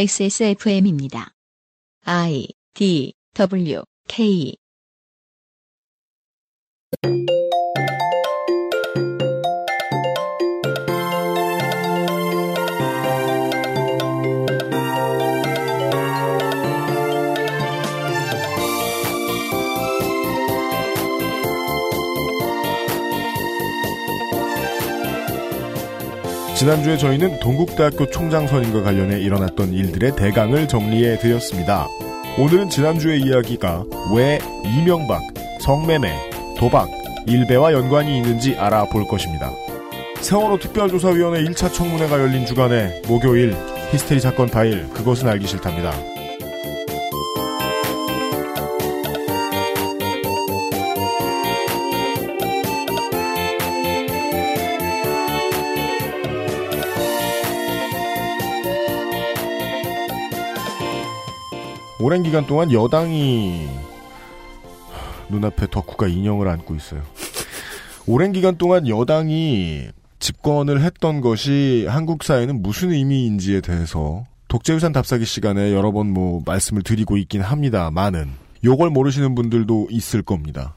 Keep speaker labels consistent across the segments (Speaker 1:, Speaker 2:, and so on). Speaker 1: XSFM입니다. I D W K
Speaker 2: 지난주에 저희는 동국대학교 총장 선임과 관련해 일어났던 일들의 대강을 정리해 드렸습니다. 오늘은 지난주의 이야기가 왜 이명박, 성매매, 도박, 일배와 연관이 있는지 알아볼 것입니다. 세월호 특별조사위원회 1차 청문회가 열린 주간에 목요일 히스테리 사건 파일 그것은 알기 싫답니다. 오랜 기간 동안 여당이 하, 눈앞에 덕후가 인형을 안고 있어요. 오랜 기간 동안 여당이 집권을 했던 것이 한국 사회는 무슨 의미인지에 대해서 독재유산 답사기 시간에 여러 번 뭐 말씀을 드리고 있긴 합니다만은 요걸 모르시는 분들도 있을 겁니다.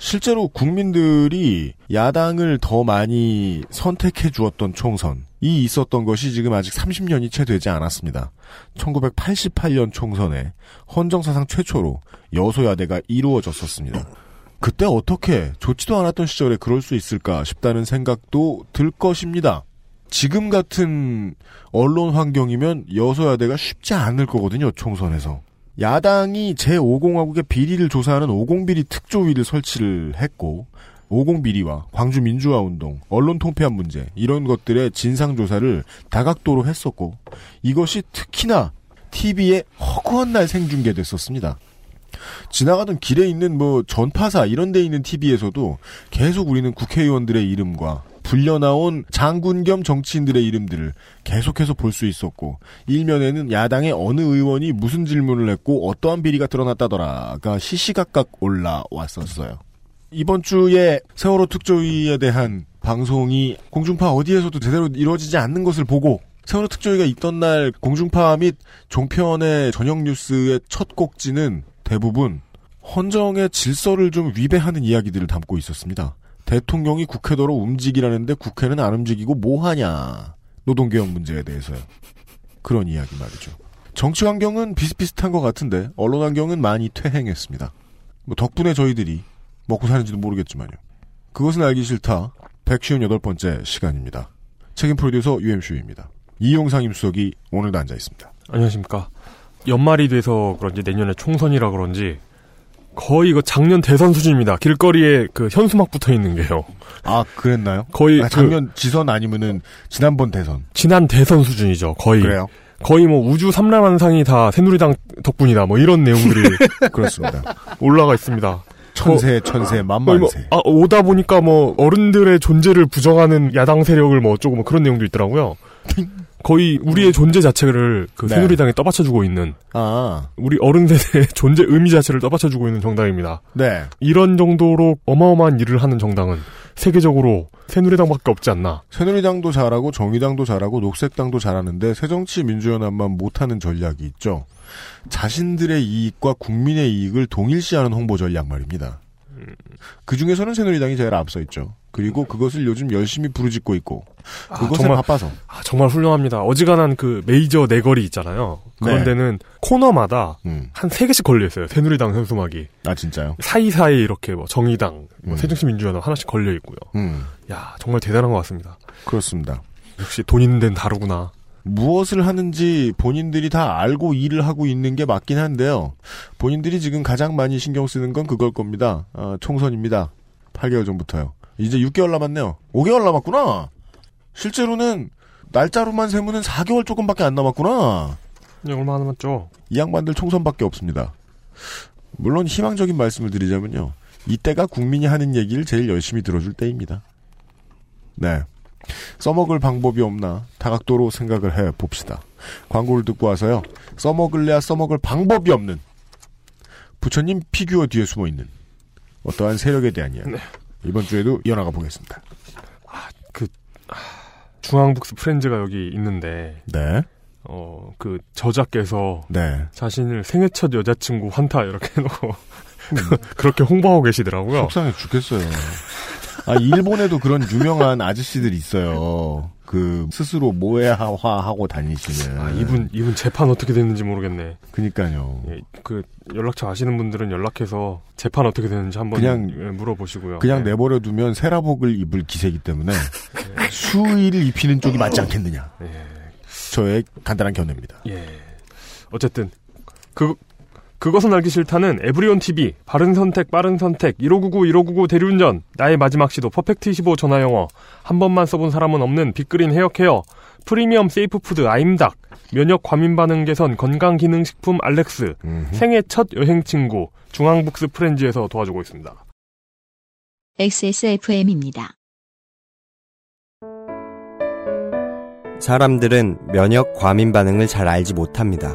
Speaker 2: 실제로 국민들이 야당을 더 많이 선택해 주었던 총선이 있었던 것이 지금 아직 30년이 채 되지 않았습니다. 1988년 총선에 헌정사상 최초로 여소야대가 이루어졌었습니다. 그때 어떻게 좋지도 않았던 시절에 그럴 수 있을까 싶다는 생각도 들 것입니다. 지금 같은 언론 환경이면 여소야대가 쉽지 않을 거거든요, 총선에서. 야당이 제5공화국의 비리를 조사하는 50비리 특조위를 설치를 했고, 50비리와 광주민주화운동, 언론 통폐합 문제, 이런 것들의 진상조사를 다각도로 했었고, 이것이 특히나 TV에 허구한 날 생중계됐었습니다. 지나가던 길에 있는 뭐 전파사 이런 데 있는 TV에서도 계속 우리는 국회의원들의 이름과 불려나온 장군 겸 정치인들의 이름들을 계속해서 볼 수 있었고 일면에는 야당의 어느 의원이 무슨 질문을 했고 어떠한 비리가 드러났다더라가 시시각각 올라왔었어요. 이번 주에 세월호 특조위에 대한 방송이 공중파 어디에서도 제대로 이루어지지 않는 것을 보고 세월호 특조위가 있던 날 공중파 및 종편의 저녁 뉴스의 첫 꼭지는 대부분 헌정의 질서를 좀 위배하는 이야기들을 담고 있었습니다. 대통령이 국회도로 움직이라는데 국회는 안 움직이고 뭐 하냐. 노동개혁 문제에 대해서요. 그런 이야기 말이죠. 정치 환경은 비슷비슷한 것 같은데 언론 환경은 많이 퇴행했습니다. 뭐 덕분에 저희들이 먹고 사는지도 모르겠지만요. 그것은 알기 싫다. 158번째 시간입니다. 책임 프로듀서 UMC입니다. 이용상 임수석이 오늘도 앉아 있습니다.
Speaker 3: 안녕하십니까. 연말이 돼서 그런지 내년에 총선이라 그런지 거의 이거 작년 대선 수준입니다. 길거리에 그 현수막 붙어 있는 게요.
Speaker 2: 아 그랬나요?
Speaker 3: 거의
Speaker 2: 아,
Speaker 3: 그
Speaker 2: 작년 지선 아니면은 지난번 대선
Speaker 3: 지난 대선 수준이죠. 거의
Speaker 2: 그래요?
Speaker 3: 거의 뭐 우주 삼라만상이 다 새누리당 덕분이다. 뭐 이런 내용들이
Speaker 2: 그렇습니다.
Speaker 3: 어. 올라가 있습니다.
Speaker 2: 천세 천세
Speaker 3: 거의 뭐,
Speaker 2: 만만세.
Speaker 3: 아, 오다 보니까 뭐 어른들의 존재를 부정하는 야당 세력을 뭐 어쩌고 뭐 그런 내용도 있더라고요. 거의 우리의 존재 자체를 그
Speaker 2: 네.
Speaker 3: 새누리당에 떠받쳐주고 있는
Speaker 2: 아
Speaker 3: 우리 어른 세대의 존재 의미 자체를 떠받쳐주고 있는 정당입니다.
Speaker 2: 네.
Speaker 3: 이런 정도로 어마어마한 일을 하는 정당은 세계적으로 새누리당밖에 없지 않나.
Speaker 2: 새누리당도 잘하고 정의당도 잘하고 녹색당도 잘하는데 새정치민주연합만 못하는 전략이 있죠. 자신들의 이익과 국민의 이익을 동일시하는 홍보 전략 말입니다. 그 중에서는 새누리당이 제일 앞서 있죠. 그리고 그것을 요즘 열심히 부르짖고 있고
Speaker 3: 아,
Speaker 2: 그것에
Speaker 3: 정말
Speaker 2: 바빠서
Speaker 3: 아, 정말 훌륭합니다. 어지간한 그 메이저 네거리 있잖아요. 그런
Speaker 2: 네.
Speaker 3: 데는 코너마다
Speaker 2: 음.
Speaker 3: 한 세 개씩 걸려 있어요. 새누리당 현수막이
Speaker 2: 아 진짜요? 사
Speaker 3: 사이사이 이렇게 뭐 정의당, 뭐
Speaker 2: 음.
Speaker 3: 새정치민주연합 하나씩 걸려 있고요.
Speaker 2: 음
Speaker 3: 야 정말 대단한 것 같습니다.
Speaker 2: 그렇습니다.
Speaker 3: 역시 돈 있는 데는 다르구나.
Speaker 2: 무엇을 하는지 본인들이 다 알고 일을 하고 있는 게 맞긴 한데요. 본인들이 지금 가장 많이 신경 쓰는 건 그걸 겁니다. 아, 총선입니다. 8개월 전부터요. 이제 6개월 남았네요. 5개월 남았구나. 실제로는 날짜로만 세면은 4개월 조금밖에 안 남았구나.
Speaker 3: 네, 얼마 안 남았죠.
Speaker 2: 이 양반들 총선밖에 없습니다. 물론 희망적인 말씀을 드리자면요. 이때가 국민이 하는 얘기를 제일 열심히 들어줄 때입니다. 네. 써먹을 방법이 없나 다각도로 생각을 해 봅시다. 광고를 듣고 와서요. 써먹을래야 써먹을 방법이 없는 부처님 피규어 뒤에 숨어 있는 어떠한 세력에 대한 이야기. 이번 주에도 이어나가 보겠습니다.
Speaker 3: 중앙북스 프렌즈가 여기 있는데
Speaker 2: 네.
Speaker 3: 어, 그 저자께서
Speaker 2: 네.
Speaker 3: 자신을 생애 첫 여자친구 환타 이렇게 해놓고 그렇게 홍보하고 계시더라고요.
Speaker 2: 속상해 죽겠어요. 아, 일본에도 그런 유명한 아저씨들 있어요. 그, 스스로 모해화하고 다니시는.
Speaker 3: 아, 이분 이분 재판 어떻게 됐는지 모르겠네.
Speaker 2: 그니까요.
Speaker 3: 예, 그 연락처 아시는 분들은 연락해서 재판 어떻게 되는지 한번
Speaker 2: 그냥-
Speaker 3: 예, 물어보시고요.
Speaker 2: 그냥
Speaker 3: 예.
Speaker 2: 내버려두면 세라복을 입을 기세이기 때문에 수의를 입히는 쪽이 맞지 않겠느냐. 저의 간단한 견해입니다.
Speaker 3: 예. 어쨌든 그 그것은 알기 싫다는 에브리온 TV 바른 선택 빠른 선택 1599 1599 대리운전 나의 마지막 시도 퍼펙트 25 전화 영어 한 번만 써본 사람은 없는 빅그린 헤어 케어 프리미엄 세이프 푸드 아임닭 면역 과민 반응 개선 건강 기능 식품 알렉스 생애 첫 여행 친구 중앙북스 프렌즈에서 도와주고 있습니다.
Speaker 1: XSFM입니다.
Speaker 4: 사람들은 면역 과민 반응을 잘 알지 못합니다.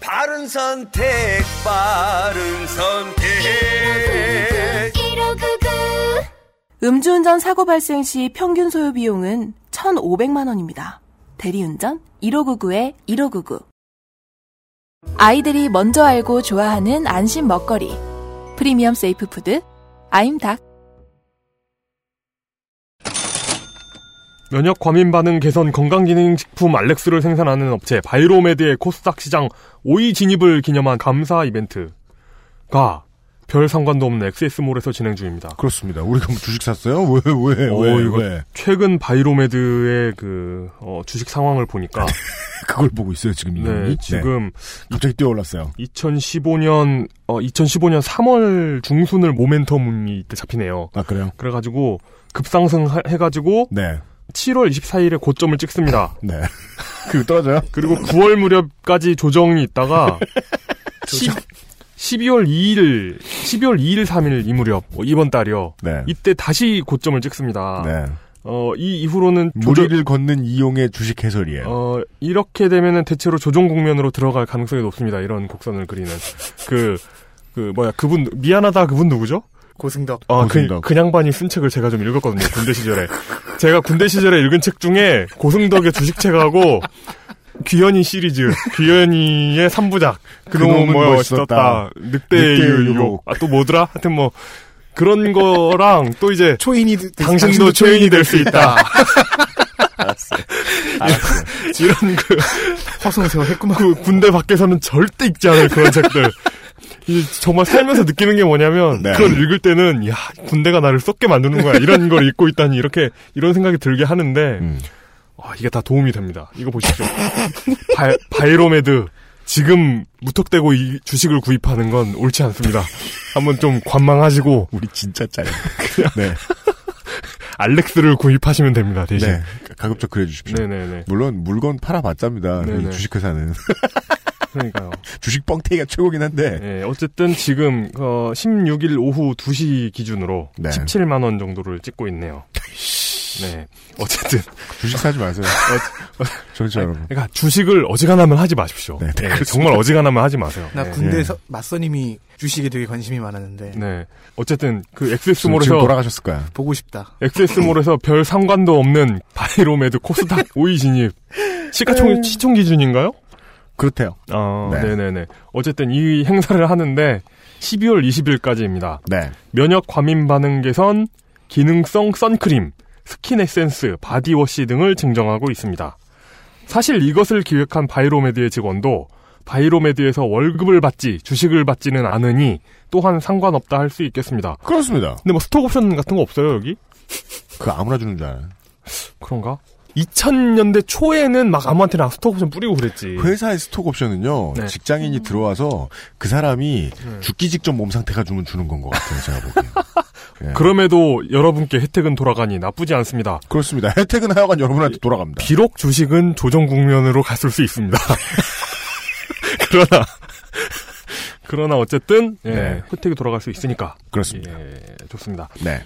Speaker 5: 바른 선택, 바른 선택.
Speaker 6: 음주운전 사고 발생 시 평균 소요 비용은 1,500만 원입니다. 대리운전 1599에 1599. 아이들이 먼저 알고 좋아하는 안심 먹거리. 프리미엄 세이프 푸드 아임닭.
Speaker 3: 면역 과민 반응 개선 건강 기능 식품 알렉스를 생산하는 업체 바이로메드의 코스닥 시장 5위 진입을 기념한 감사 이벤트가 별 상관도 없는 XS몰에서 진행 중입니다.
Speaker 2: 그렇습니다. 우리가 뭐 주식 샀어요? 왜, 왜,
Speaker 3: 어,
Speaker 2: 네, 왜,
Speaker 3: 이거-
Speaker 2: 왜?
Speaker 3: 최근 바이로메드의 그 어, 주식 상황을 보니까
Speaker 2: 아, 그걸 보고 있어요, 지금 이 형이?
Speaker 3: 네, 지금
Speaker 2: 갑자기 뛰어올랐어요.
Speaker 3: 2015년 어, 2015년 3월 중순을 모멘텀이 이때 잡히네요.
Speaker 2: 아, 그래요?
Speaker 3: 그래가지고 급상승해가지고
Speaker 2: 네.
Speaker 3: 7월 24일에 고점을 찍습니다.
Speaker 2: 네. 그 떨어져요?
Speaker 3: 그리고 9월 무렵까지 조정이 있다가 1 2월 2일, 12월 2일, 3일 이 무렵 어, 이번 달이요.
Speaker 2: 네.
Speaker 3: 이때 다시 고점을 찍습니다.
Speaker 2: 네.
Speaker 3: 어, 이 이후로는 조정,
Speaker 2: 무리를 걷는 이용의 주식 해설이에요.
Speaker 3: 어, 이렇게 되면은 대체로 조정 국면으로 들어갈 가능성이 높습니다. 이런 곡선을 그리는 그. 그 뭐야 그분 미안하다 그분 누구죠?
Speaker 7: 고승덕.
Speaker 3: 아, 그,
Speaker 2: 고승덕.
Speaker 3: 그 양반이 쓴 책을 제가 좀 읽었거든요 군대 시절에 제가 군대 시절에 읽은 책 중에 고승덕의 주식책하고 귀현이 시리즈 귀현이의 3부작 그놈은
Speaker 2: 그놈은
Speaker 3: 멋있었다
Speaker 2: 멋있었다.
Speaker 3: 늑대의
Speaker 2: 늑대의
Speaker 3: 유혹
Speaker 2: 유혹.
Speaker 3: 아 또 뭐더라 하여튼 뭐 그런 거랑 또 이제
Speaker 7: 초인이
Speaker 3: 당신도 초인이 될 수 있다 아, 이런 그
Speaker 7: 허송세월 했구만.
Speaker 3: 그 군대 밖에서는 절대 읽지 않을 그런 책들. 이 정말 살면서 느끼는 게 뭐냐면
Speaker 2: 네.
Speaker 3: 그걸 읽을 때는 야 군대가 나를 썩게 만드는 거야 이런 걸 읽고 있다니 이렇게 이런 생각이 들게 하는데
Speaker 2: 음.
Speaker 3: 아, 이게 다 도움이 됩니다. 이거 보십시오. 바, 바이로메드 지금 무턱대고 이 주식을 구입하는 건 옳지 않습니다. 한번 좀 관망하시고
Speaker 2: 우리 진짜 짜요. 네.
Speaker 3: 알렉스를 구입하시면 됩니다 대신.
Speaker 2: 네. 가급적 그래 주십시오.
Speaker 3: 네네네.
Speaker 2: 물론 물건 팔아봤답니다.
Speaker 3: 네네.
Speaker 2: 이 주식회사는
Speaker 3: 그러니까요.
Speaker 2: 주식 뻥튀기가 최고긴 한데
Speaker 3: 예, 어쨌든 지금 어, 16일 오후 2시 기준으로
Speaker 2: 네.
Speaker 3: 17만 원 정도를 찍고 있네요. 네, 어쨌든
Speaker 2: 주식 사지 마세요. 정치 여러분.
Speaker 3: 그러니까 주식을 어지간하면 하지 마십시오.
Speaker 2: 네, 네,
Speaker 3: 예,
Speaker 2: 그렇습니다.
Speaker 3: 정말 어지간하면 하지 마세요.
Speaker 7: 나
Speaker 3: 네.
Speaker 7: 군대에서 맞선님이 주식에 되게 관심이 많았는데
Speaker 3: 네, 어쨌든 그
Speaker 2: 지금 지금
Speaker 3: 엑세스몰에서
Speaker 2: 돌아가셨을 거야.
Speaker 7: 보고 싶다.
Speaker 3: 엑세스몰에서 별 상관도 없는 바이로메드 코스닥 오이 진입 시가총 시총 기준인가요?
Speaker 2: 그렇대요.
Speaker 3: 아,
Speaker 2: 네.
Speaker 3: 네. 네네 어쨌든 이 행사를 하는데 12월 20일까지입니다.
Speaker 2: 네.
Speaker 3: 면역 과민 반응 개선, 기능성 선크림, 스킨 에센스, 바디워시 등을 증정하고 있습니다. 사실 이것을 기획한 바이로메드의 직원도 바이로메드에서 월급을 받지 주식을 받지는 않으니 또한 상관없다 할 수 있겠습니다.
Speaker 2: 그렇습니다.
Speaker 3: 근데 뭐 스톡 옵션 같은 거 없어요 여기?
Speaker 2: 그 아무나 주는 줄 알아요.
Speaker 3: 그런가? 2000년대 초에는 막 아무한테나 스톡 옵션 뿌리고 그랬지.
Speaker 2: 회사의 스톡 옵션은요.
Speaker 3: 예. 네.
Speaker 2: 직장인이 들어와서 그 사람이 죽기 직전 몸 상태가 주면 주는 건 것 같아요. 제가 보기엔. 예.
Speaker 3: 그럼에도 여러분께 혜택은 돌아가니 나쁘지 않습니다.
Speaker 2: 그렇습니다. 혜택은 하여간
Speaker 3: 예.
Speaker 2: 여러분한테 돌아갑니다.
Speaker 3: 비록 주식은 조정 국면으로 갔을 수 있습니다. 그러나 그러나 어쨌든 예,
Speaker 2: 네.
Speaker 3: 혜택이 돌아갈 수 있으니까
Speaker 2: 그렇습니다.
Speaker 3: 예, 좋습니다.
Speaker 2: 네.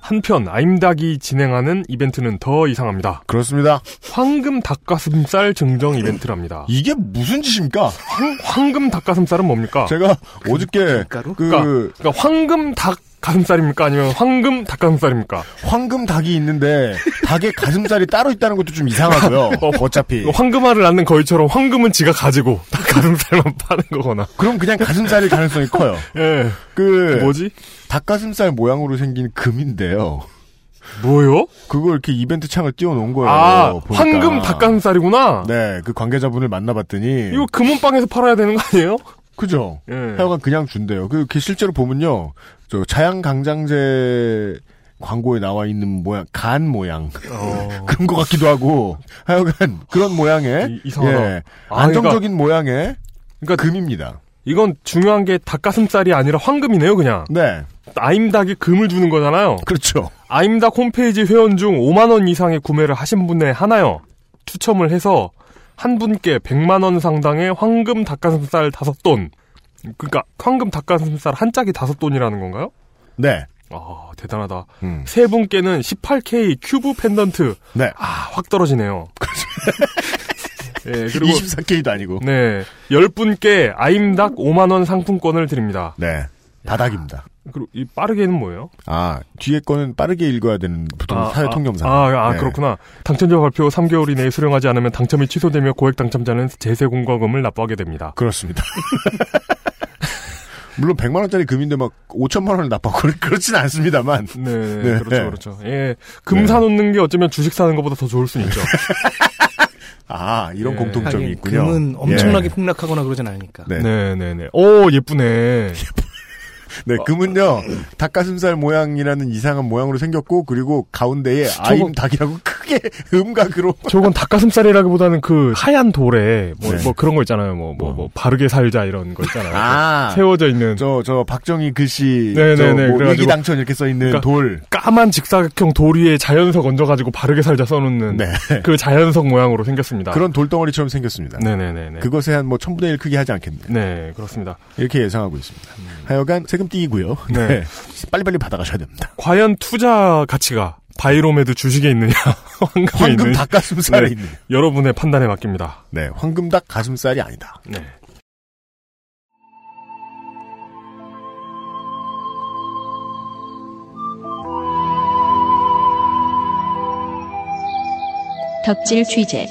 Speaker 3: 한편 아임닭이 진행하는 이벤트는 더 이상합니다.
Speaker 2: 그렇습니다.
Speaker 3: 황금 닭가슴살 증정 이벤트랍니다.
Speaker 2: 이게 무슨 짓입니까?
Speaker 3: 황, 황금 닭가슴살은 뭡니까?
Speaker 2: 제가 어저께
Speaker 7: 밀가루?
Speaker 2: 그
Speaker 3: 아. 그러니까 황금 닭가슴살입니까? 아니면 황금 닭가슴살입니까?
Speaker 2: 황금 닭이 있는데 닭의 가슴살이 따로 있다는 것도 좀 이상하고요.
Speaker 3: 어,
Speaker 2: 어차피
Speaker 3: 이거 황금알을 낳는 거위처럼 황금은 지가 가지고 닭가슴살만 파는 거거나.
Speaker 2: 그럼 그냥 가슴살일 가능성이 커요.
Speaker 3: 예.
Speaker 2: 그
Speaker 3: 뭐지?
Speaker 2: 닭가슴살 모양으로 생긴 금인데요.
Speaker 3: 뭐요?
Speaker 2: 그걸 이렇게 이벤트 창을 띄워놓은 거예요.
Speaker 3: 아,
Speaker 2: 보니까.
Speaker 3: 황금 닭가슴살이구나.
Speaker 2: 네, 그 관계자분을 만나봤더니
Speaker 3: 이거 금은방에서 팔아야 되는 거 아니에요?
Speaker 2: 그죠.
Speaker 3: 예.
Speaker 2: 하여간 그냥 준대요. 그, 그 실제로 보면요, 저 자양 강장제 광고에 나와 있는 모양, 간 모양,
Speaker 7: 어.
Speaker 2: 그런 것 같기도 하고, 하여간 그런 모양의
Speaker 3: 이- 이상하다.
Speaker 2: 예,
Speaker 3: 아,
Speaker 2: 안정적인 모양의
Speaker 3: 그러니까
Speaker 2: 금입니다.
Speaker 3: 이건 중요한 게 닭가슴살이 아니라 황금이네요, 그냥.
Speaker 2: 네,
Speaker 3: 아임닭이 금을 주는 거잖아요.
Speaker 2: 그렇죠.
Speaker 3: 아임닭 홈페이지 회원 중 5만 원 이상의 구매를 하신 분에 하나요. 추첨을 해서 한 분께 100만 원 상당의 황금 닭가슴살 5돈. 그러니까 황금 닭가슴살 한 짝이 5돈이라는 건가요?
Speaker 2: 네,
Speaker 3: 아, 대단하다.
Speaker 2: 음,
Speaker 3: 세 분께는 18K 큐브 펜던트.
Speaker 2: 네.
Speaker 3: 아, 확 떨어지네요. 예, 그리고
Speaker 2: 24K도 아니고,
Speaker 3: 네. 10분께 아임닭 5만 원 상품권을 드립니다.
Speaker 2: 네, 바닥입니다.
Speaker 3: 그리고 이 빠르게는 뭐예요?
Speaker 2: 아 뒤에 거는 빠르게 읽어야 되는 보통 사회 통념상.
Speaker 3: 아, 아,
Speaker 2: 네.
Speaker 3: 그렇구나. 당첨자 발표 3개월 이내에 수령하지 않으면 당첨이 취소되며 고액 당첨자는 제세 공과금을 납부하게 됩니다.
Speaker 2: 그렇습니다. 물론 100만 원짜리 금인데 막 5천만 원을 납하고 그렇진 않습니다만.
Speaker 3: 네, 네,
Speaker 2: 네.
Speaker 3: 그렇죠, 그렇죠. 예, 금 사놓는 게 어쩌면 주식 사는 것보다 더 좋을 수는 있죠.
Speaker 2: 아, 이런
Speaker 3: 예.
Speaker 2: 공통점이
Speaker 7: 하긴
Speaker 2: 있군요.
Speaker 7: 금은
Speaker 2: 예.
Speaker 7: 엄청나게 폭락하거나 그러진 않으니까.
Speaker 2: 네. 네.
Speaker 3: 네, 네, 네. 오, 예쁘네. 어.
Speaker 2: 금은요. 닭가슴살 모양이라는 이상한 모양으로 생겼고 그리고 가운데에 아임 닭이라고 크게 음각으로
Speaker 3: 저건 닭가슴살이라기보다는 그 하얀 돌에 뭐,
Speaker 2: 네.
Speaker 3: 뭐 그런 거 있잖아요. 뭐, 뭐, 뭐 바르게 살자 이런 거 있잖아요.
Speaker 2: 아.
Speaker 3: 세워져 있는
Speaker 2: 저 저 박정희 글씨
Speaker 3: 네, 네, 네.
Speaker 2: 저뭐
Speaker 3: 그래가지고-
Speaker 2: 일기당천 이렇게 써 있는
Speaker 3: 그러니까-
Speaker 2: 돌.
Speaker 3: 까만 직사각형 돌 위에 자연석 얹어가지고 바르게 살자 써놓는
Speaker 2: 네.
Speaker 3: 그 자연석 모양으로 생겼습니다.
Speaker 2: 그런 돌덩어리처럼 생겼습니다.
Speaker 3: 네, 네, 네, 네.
Speaker 2: 그것에 한 뭐 천분의 일 크기 하지 않겠네.
Speaker 3: 네, 그렇습니다.
Speaker 2: 이렇게 예상하고 있습니다. 하여간 세금 띠이고요.
Speaker 3: 음. 네.
Speaker 2: 네. 빨리빨리 받아가셔야 됩니다.
Speaker 3: 과연 투자 가치가 바이로메드 주식에 있느냐, 황금에
Speaker 2: 황금
Speaker 3: 있느냐,
Speaker 2: 닭가슴살에
Speaker 3: 네.
Speaker 2: 있는.
Speaker 3: 여러분의 판단에 맡깁니다.
Speaker 2: 네, 황금 닭 가슴살이 아니다.
Speaker 3: 네.
Speaker 1: 덕질 취재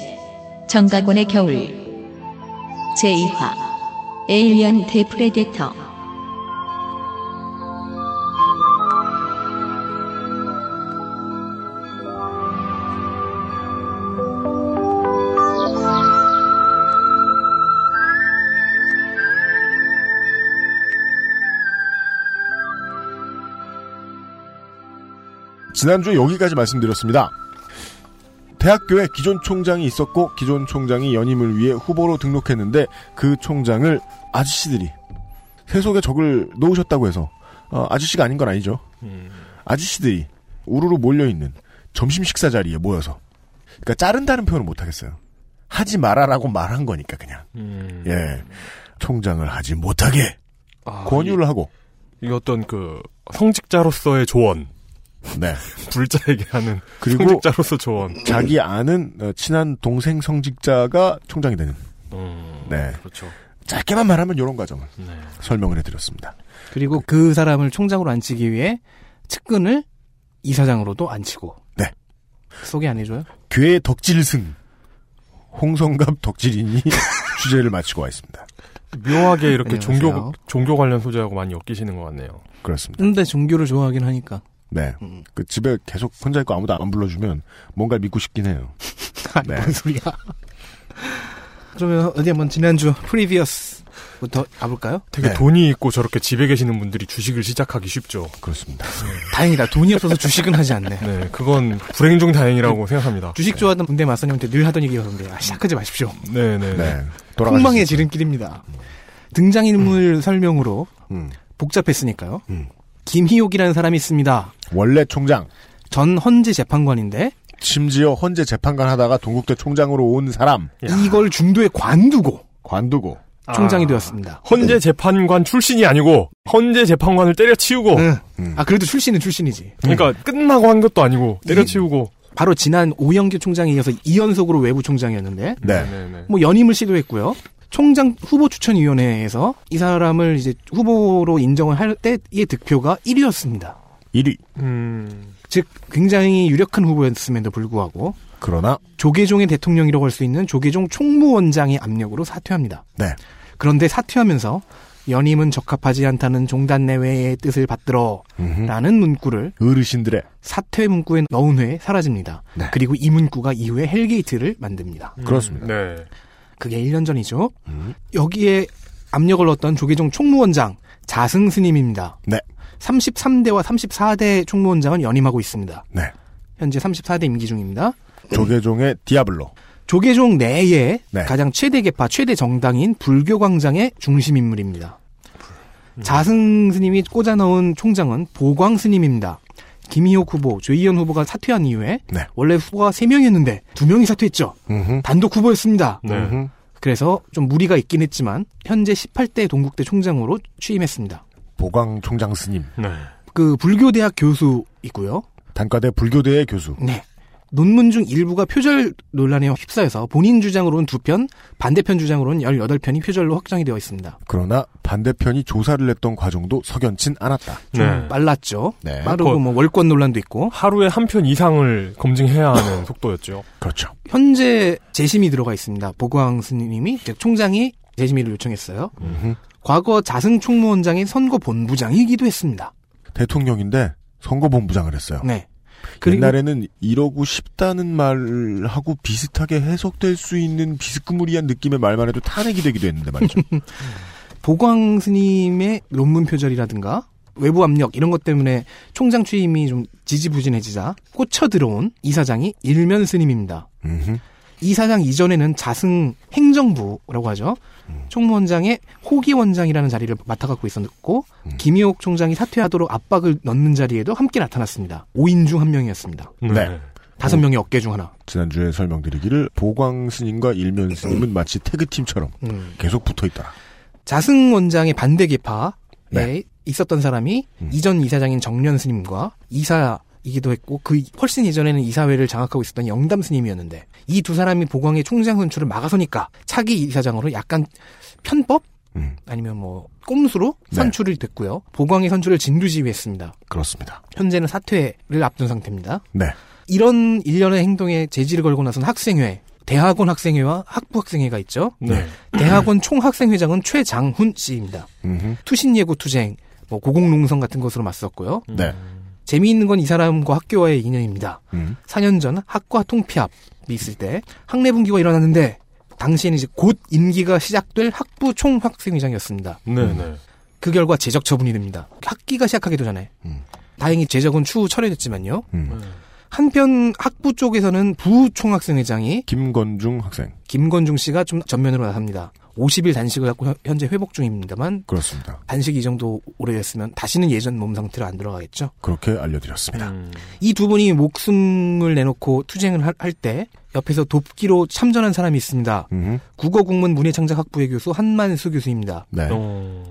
Speaker 1: 정가곤의 겨울 제2화 에일리언 대 프레데터
Speaker 2: 지난주에 여기까지 말씀드렸습니다. 대학교에 기존 총장이 있었고 기존 총장이 연임을 위해 후보로 등록했는데 그 총장을 아저씨들이 세속에 적을 놓으셨다고 해서 어, 아저씨가 아닌 건 아니죠. 아저씨들이 우르르 몰려 있는 점심 식사 자리에 모여서 그러니까 자른다는 표현을 못 하겠어요. 하지 마라라고 말한 거니까 그냥
Speaker 3: 음,
Speaker 2: 예 총장을 하지 못하게
Speaker 3: 아,
Speaker 2: 권유를 하고
Speaker 3: 이, 이 어떤 그 성직자로서의 조언,
Speaker 2: 네
Speaker 3: 불자에게 하는
Speaker 2: 그리고
Speaker 3: 성직자로서 조언.
Speaker 2: 자기 아는 어, 친한 동생 성직자가 총장이 되는
Speaker 3: 음,
Speaker 2: 네
Speaker 3: 그렇죠.
Speaker 2: 짧게만 말하면 이런 과정을
Speaker 3: 네.
Speaker 2: 설명을 해드렸습니다.
Speaker 7: 그리고 그 사람을 총장으로 앉히기 위해 측근을 이사장으로도 앉히고.
Speaker 2: 네.
Speaker 7: 소개 안 해줘요?
Speaker 2: 괴 덕질승 홍성갑 덕질인이 주제를 마치고 와 있습니다.
Speaker 3: 묘하게 이렇게
Speaker 7: 안녕하세요.
Speaker 3: 종교 종교 관련 소재하고 많이 엮이시는 것 같네요.
Speaker 2: 그렇습니다.
Speaker 7: 근데 종교를 좋아하긴 하니까.
Speaker 2: 네,
Speaker 7: 음.
Speaker 2: 그 집에 계속 혼자 있고 아무도 안 불러주면 뭔가 믿고 싶긴 해요.
Speaker 7: 아니,
Speaker 2: 네.
Speaker 7: 뭔 소리야. 그러면 어디 한번 지난주 프리비어스부터 가볼까요?
Speaker 3: 되게
Speaker 2: 네.
Speaker 3: 돈이 있고 저렇게 집에 계시는 분들이 주식을 시작하기 쉽죠.
Speaker 2: 그렇습니다.
Speaker 7: 다행이다. 돈이 없어서 주식은 하지 않네.
Speaker 3: 네, 그건 불행 중 다행이라고 생각합니다.
Speaker 7: 주식 좋아하던 군대 맞선님한테 늘 하던 얘기였는데 아, 시작하지 마십시오.
Speaker 3: 네, 네, 네.
Speaker 2: 네,
Speaker 7: 폭망의
Speaker 2: 돌아가셨어요.
Speaker 7: 지름길입니다. 등장인물 설명으로
Speaker 2: 음.
Speaker 7: 복잡했으니까요.
Speaker 2: 음.
Speaker 7: 김희옥이라는 사람이 있습니다.
Speaker 2: 원래 총장,
Speaker 7: 전 헌재 재판관인데
Speaker 2: 심지어 헌재 재판관 하다가 동국대 총장으로 온 사람
Speaker 7: 이걸 중도에 관두고
Speaker 2: 관두고
Speaker 7: 총장이
Speaker 3: 아,
Speaker 7: 되었습니다.
Speaker 3: 헌재 재판관 출신이 아니고 헌재 재판관을 때려치우고
Speaker 7: 응. 아 그래도 출신은 출신이지.
Speaker 3: 그러니까 끝나고 한 것도 아니고 때려치우고
Speaker 7: 바로 지난 오영규 총장에 이어서 2연속으로 외부 총장이었는데
Speaker 2: 네.
Speaker 3: 네네.
Speaker 7: 뭐 연임을 시도했고요. 총장 후보 추천위원회에서 이 사람을 이제 후보로 인정을 할 때의 득표가 1위였습니다.
Speaker 2: 1위.
Speaker 3: 음,
Speaker 7: 즉 굉장히 유력한 후보였음에도 불구하고
Speaker 2: 그러나
Speaker 7: 조계종의 대통령이라고 할 수 있는 조계종 총무원장의 압력으로 사퇴합니다.
Speaker 2: 네.
Speaker 7: 그런데 사퇴하면서 연임은 적합하지 않다는 종단 내외의 뜻을 받들어
Speaker 2: 음흠.
Speaker 7: 라는 문구를
Speaker 2: 어르신들의
Speaker 7: 사퇴 문구에 넣은 후에 사라집니다.
Speaker 2: 네.
Speaker 7: 그리고 이 문구가 이후에 헬게이트를 만듭니다.
Speaker 2: 그렇습니다.
Speaker 3: 네.
Speaker 7: 그게 1년 전이죠.
Speaker 2: 음.
Speaker 7: 여기에 압력을 넣었던 조계종 총무원장 자승 스님입니다.
Speaker 2: 네.
Speaker 7: 33대와 34대 총무원장은 연임하고 있습니다.
Speaker 2: 네.
Speaker 7: 현재 34대 임기 중입니다.
Speaker 2: 조계종의 디아블로.
Speaker 7: 조계종 내에
Speaker 2: 네.
Speaker 7: 가장 최대 계파, 최대 정당인 불교광장의 중심 인물입니다.
Speaker 2: 음.
Speaker 7: 자승 스님이 꽂아넣은 총장은 보광 스님입니다. 김희옥 후보, 조희연 후보가 사퇴한 이후에
Speaker 2: 네.
Speaker 7: 원래 후보가 3명이었는데 2명이 사퇴했죠.
Speaker 2: 음흠.
Speaker 7: 단독 후보였습니다.
Speaker 3: 네.
Speaker 2: 음흠.
Speaker 7: 그래서 좀 무리가 있긴 했지만 현재 18대 동국대 총장으로 취임했습니다.
Speaker 2: 보광 총장 스님.
Speaker 3: 네.
Speaker 7: 그 불교대학 교수이고요.
Speaker 2: 단과대 불교대의 교수.
Speaker 7: 네. 논문 중 일부가 표절 논란에 휩싸여서 본인 주장으로는 두편 반대편 주장으로는 18편이 표절로 확정이 되어 있습니다.
Speaker 2: 그러나 반대편이 조사를 했던 과정도 석연친 않았다.
Speaker 7: 좀
Speaker 3: 네.
Speaker 7: 빨랐죠.
Speaker 2: 네.
Speaker 7: 빠르고
Speaker 3: 거-
Speaker 7: 뭐 월권 논란도 있고
Speaker 3: 하루에 한 편 이상을 검증해야 하는 속도였죠.
Speaker 2: 그렇죠.
Speaker 7: 현재 재심이 들어가 있습니다. 보광 스님이 즉 총장이 재심의를 요청했어요. 과거 자승 총무원장의 선거 본부장이기도 했습니다.
Speaker 2: 대통령인데 선거본부장을 했어요.
Speaker 7: 네. 그리고
Speaker 2: 옛날에는 이러고 싶다는 말하고 비슷하게 해석될 수 있는 비스크무리한 느낌의 말만 해도 탄핵이 되기도 했는데 말이죠.
Speaker 7: 보광 스님의 논문 표절이라든가 외부 압력 이런 것 때문에 총장 취임이 좀 지지부진해지자 꽂혀 들어온 이사장이 일면 스님입니다.
Speaker 2: 음흠.
Speaker 7: 이사장 이전에는 자승 행정부라고 하죠. 총무원장의 호기 원장이라는 자리를 맡아갖고 있었고 김희옥 총장이 사퇴하도록 압박을 넣는 자리에도 함께 나타났습니다. 5인 중 한 명이었습니다.
Speaker 2: 네.
Speaker 7: 다섯 명의 어깨 중 하나.
Speaker 2: 지난주에 설명드리기를 보광 스님과 일면 스님은 마치 태그팀처럼
Speaker 7: 음.
Speaker 2: 계속 붙어 있더라.
Speaker 7: 자승 원장의 반대 계파에
Speaker 2: 네. 음.
Speaker 7: 있었던 사람이 이전 이사장인 정련 스님과 이사이기도 했고 그 훨씬 이전에는 이사회를 장악하고 있었던 영담 스님이었는데 이 두 사람이 보광의 총장 선출을 막아서니까 차기 이사장으로 약간 편법
Speaker 2: 음.
Speaker 7: 아니면 뭐 꼼수로
Speaker 2: 네.
Speaker 7: 선출이 됐고요. 보광의 선출을 진두지휘했습니다.
Speaker 2: 그렇습니다.
Speaker 7: 현재는 사퇴를 앞둔 상태입니다.
Speaker 2: 네.
Speaker 7: 이런 일련의 행동에 제지를 걸고 나선 학생회, 대학원 학생회와 학부 학생회가 있죠.
Speaker 3: 네.
Speaker 7: 대학원 총학생회장은 최장훈 씨입니다.
Speaker 2: 음흠.
Speaker 7: 투신 예고 투쟁, 뭐 고공농성 같은 것으로 맞섰고요.
Speaker 2: 네.
Speaker 7: 재미있는 건 이 사람과 학교와의 인연입니다.
Speaker 2: 음.
Speaker 7: 4년 전 학과 통피합이 있을 때 학내 분기가 일어났는데 당시에는 이제 곧 임기가 시작될 학부 총학생회장이었습니다.
Speaker 3: 네. 네.
Speaker 7: 그 결과 제적 처분이 됩니다. 학기가 시작하기도 전에.
Speaker 2: 음.
Speaker 7: 다행히 제적은 추후 철회됐지만요.
Speaker 2: 음.
Speaker 7: 한편 학부 쪽에서는 부총학생회장이
Speaker 2: 김건중 학생.
Speaker 7: 김건중 씨가 좀 전면으로 나섭니다. 50일 단식을 갖고 현- 현재 회복 중입니다만
Speaker 2: 그렇습니다.
Speaker 7: 단식이 이 정도 오래됐으면 다시는 예전 몸 상태로 안 들어가겠죠.
Speaker 2: 그렇게 알려드렸습니다.
Speaker 3: 음.
Speaker 7: 이 두 분이 목숨을 내놓고 투쟁을 할 때 옆에서 돕기로 참전한 사람이 있습니다.
Speaker 2: 음.
Speaker 7: 국어국문 문예창작학부의 교수 한만수 교수입니다.
Speaker 2: 네.
Speaker 3: 어.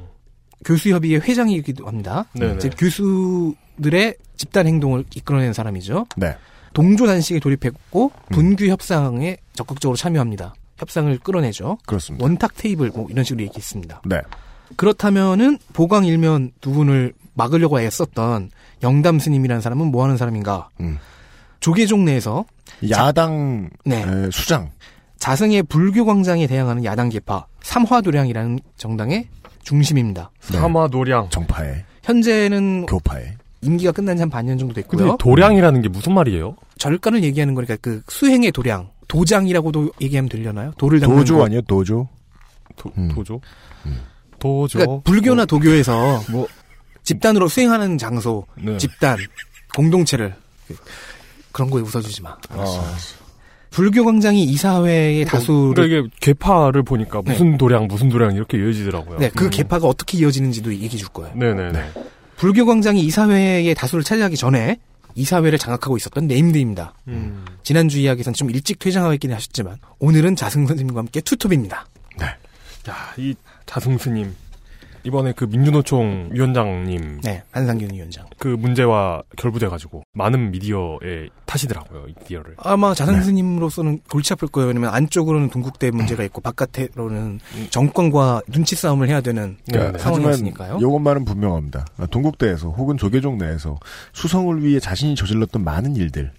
Speaker 7: 교수협의회 회장이기도 합니다.
Speaker 3: 네네.
Speaker 7: 즉 교수들의 집단 행동을 이끌어낸 사람이죠.
Speaker 2: 네.
Speaker 7: 동조 단식에 돌입했고
Speaker 3: 음.
Speaker 7: 분규 협상에 적극적으로 참여합니다. 협상을 끌어내죠.
Speaker 2: 그렇습니다.
Speaker 7: 원탁 테이블 뭐 이런 식으로 얘기했습니다.
Speaker 2: 네.
Speaker 7: 그렇다면은 보강 일면 두 분을 막으려고 애썼던 영담 스님이라는 사람은 뭐 하는 사람인가?
Speaker 2: 음.
Speaker 7: 조계종 내에서
Speaker 2: 야당
Speaker 7: 네.
Speaker 2: 에, 수장.
Speaker 7: 자승의 불교 광장에 대항하는 야당 계파 삼화도량이라는 정당의 중심입니다.
Speaker 2: 네.
Speaker 3: 사마 도량.
Speaker 2: 정파의
Speaker 7: 현재는
Speaker 2: 교파의
Speaker 7: 임기가 끝난 지 한 반년 정도
Speaker 3: 근데
Speaker 7: 됐고요.
Speaker 3: 도량이라는 게 무슨 말이에요?
Speaker 7: 절간을 얘기하는 거니까 그 수행의 도량, 도장이라고도 얘기하면 들려나요? 도를 닦는
Speaker 2: 도조
Speaker 7: 거.
Speaker 2: 아니에요? 도조.
Speaker 3: 도,
Speaker 2: 음.
Speaker 3: 도조? 도조.
Speaker 7: 그러니까 불교나 도교에서 뭐 집단으로 수행하는 장소,
Speaker 3: 네.
Speaker 7: 집단, 공동체를 그런 거에 웃어주지 마. 불교 광장이 이사회의
Speaker 3: 아. 그러니까
Speaker 7: 다수를
Speaker 3: 이게 개파를 보니까 무슨 도량 무슨 도량 이렇게 이어지더라고요.
Speaker 7: 그
Speaker 3: 음.
Speaker 7: 네, 그 계파가 어떻게 이어지는지도 얘기해 줄 거예요.
Speaker 3: 네네네.
Speaker 7: 불교광장이 이사회의 다수를 차지하기 전에 이사회를 장악하고 있었던 네임드입니다. 지난주 이야기에선 좀 일찍 퇴장하고 있긴 하셨지만 오늘은 자승 선생님과 함께 투톱입니다.
Speaker 3: 야, 이 자승 스님. 이번에 그 민주노총 위원장님
Speaker 7: 네, 한상균 위원장.
Speaker 3: 그 문제와 결부돼가지고 많은 미디어에 타시더라고요, 이 미디어를.
Speaker 7: 아마 자승 스님으로서는 골치 아플 거예요. 왜냐면 안쪽으로는 동국대 문제가 있고 바깥으로는 정권과 눈치 싸움을 해야 되는
Speaker 3: 네, 네.
Speaker 2: 하지만
Speaker 7: 상황이었으니까요.
Speaker 2: 이것만은 분명합니다. 아, 동국대에서 혹은 조계종 내에서 수성을 위해 자신이 저질렀던 많은 일들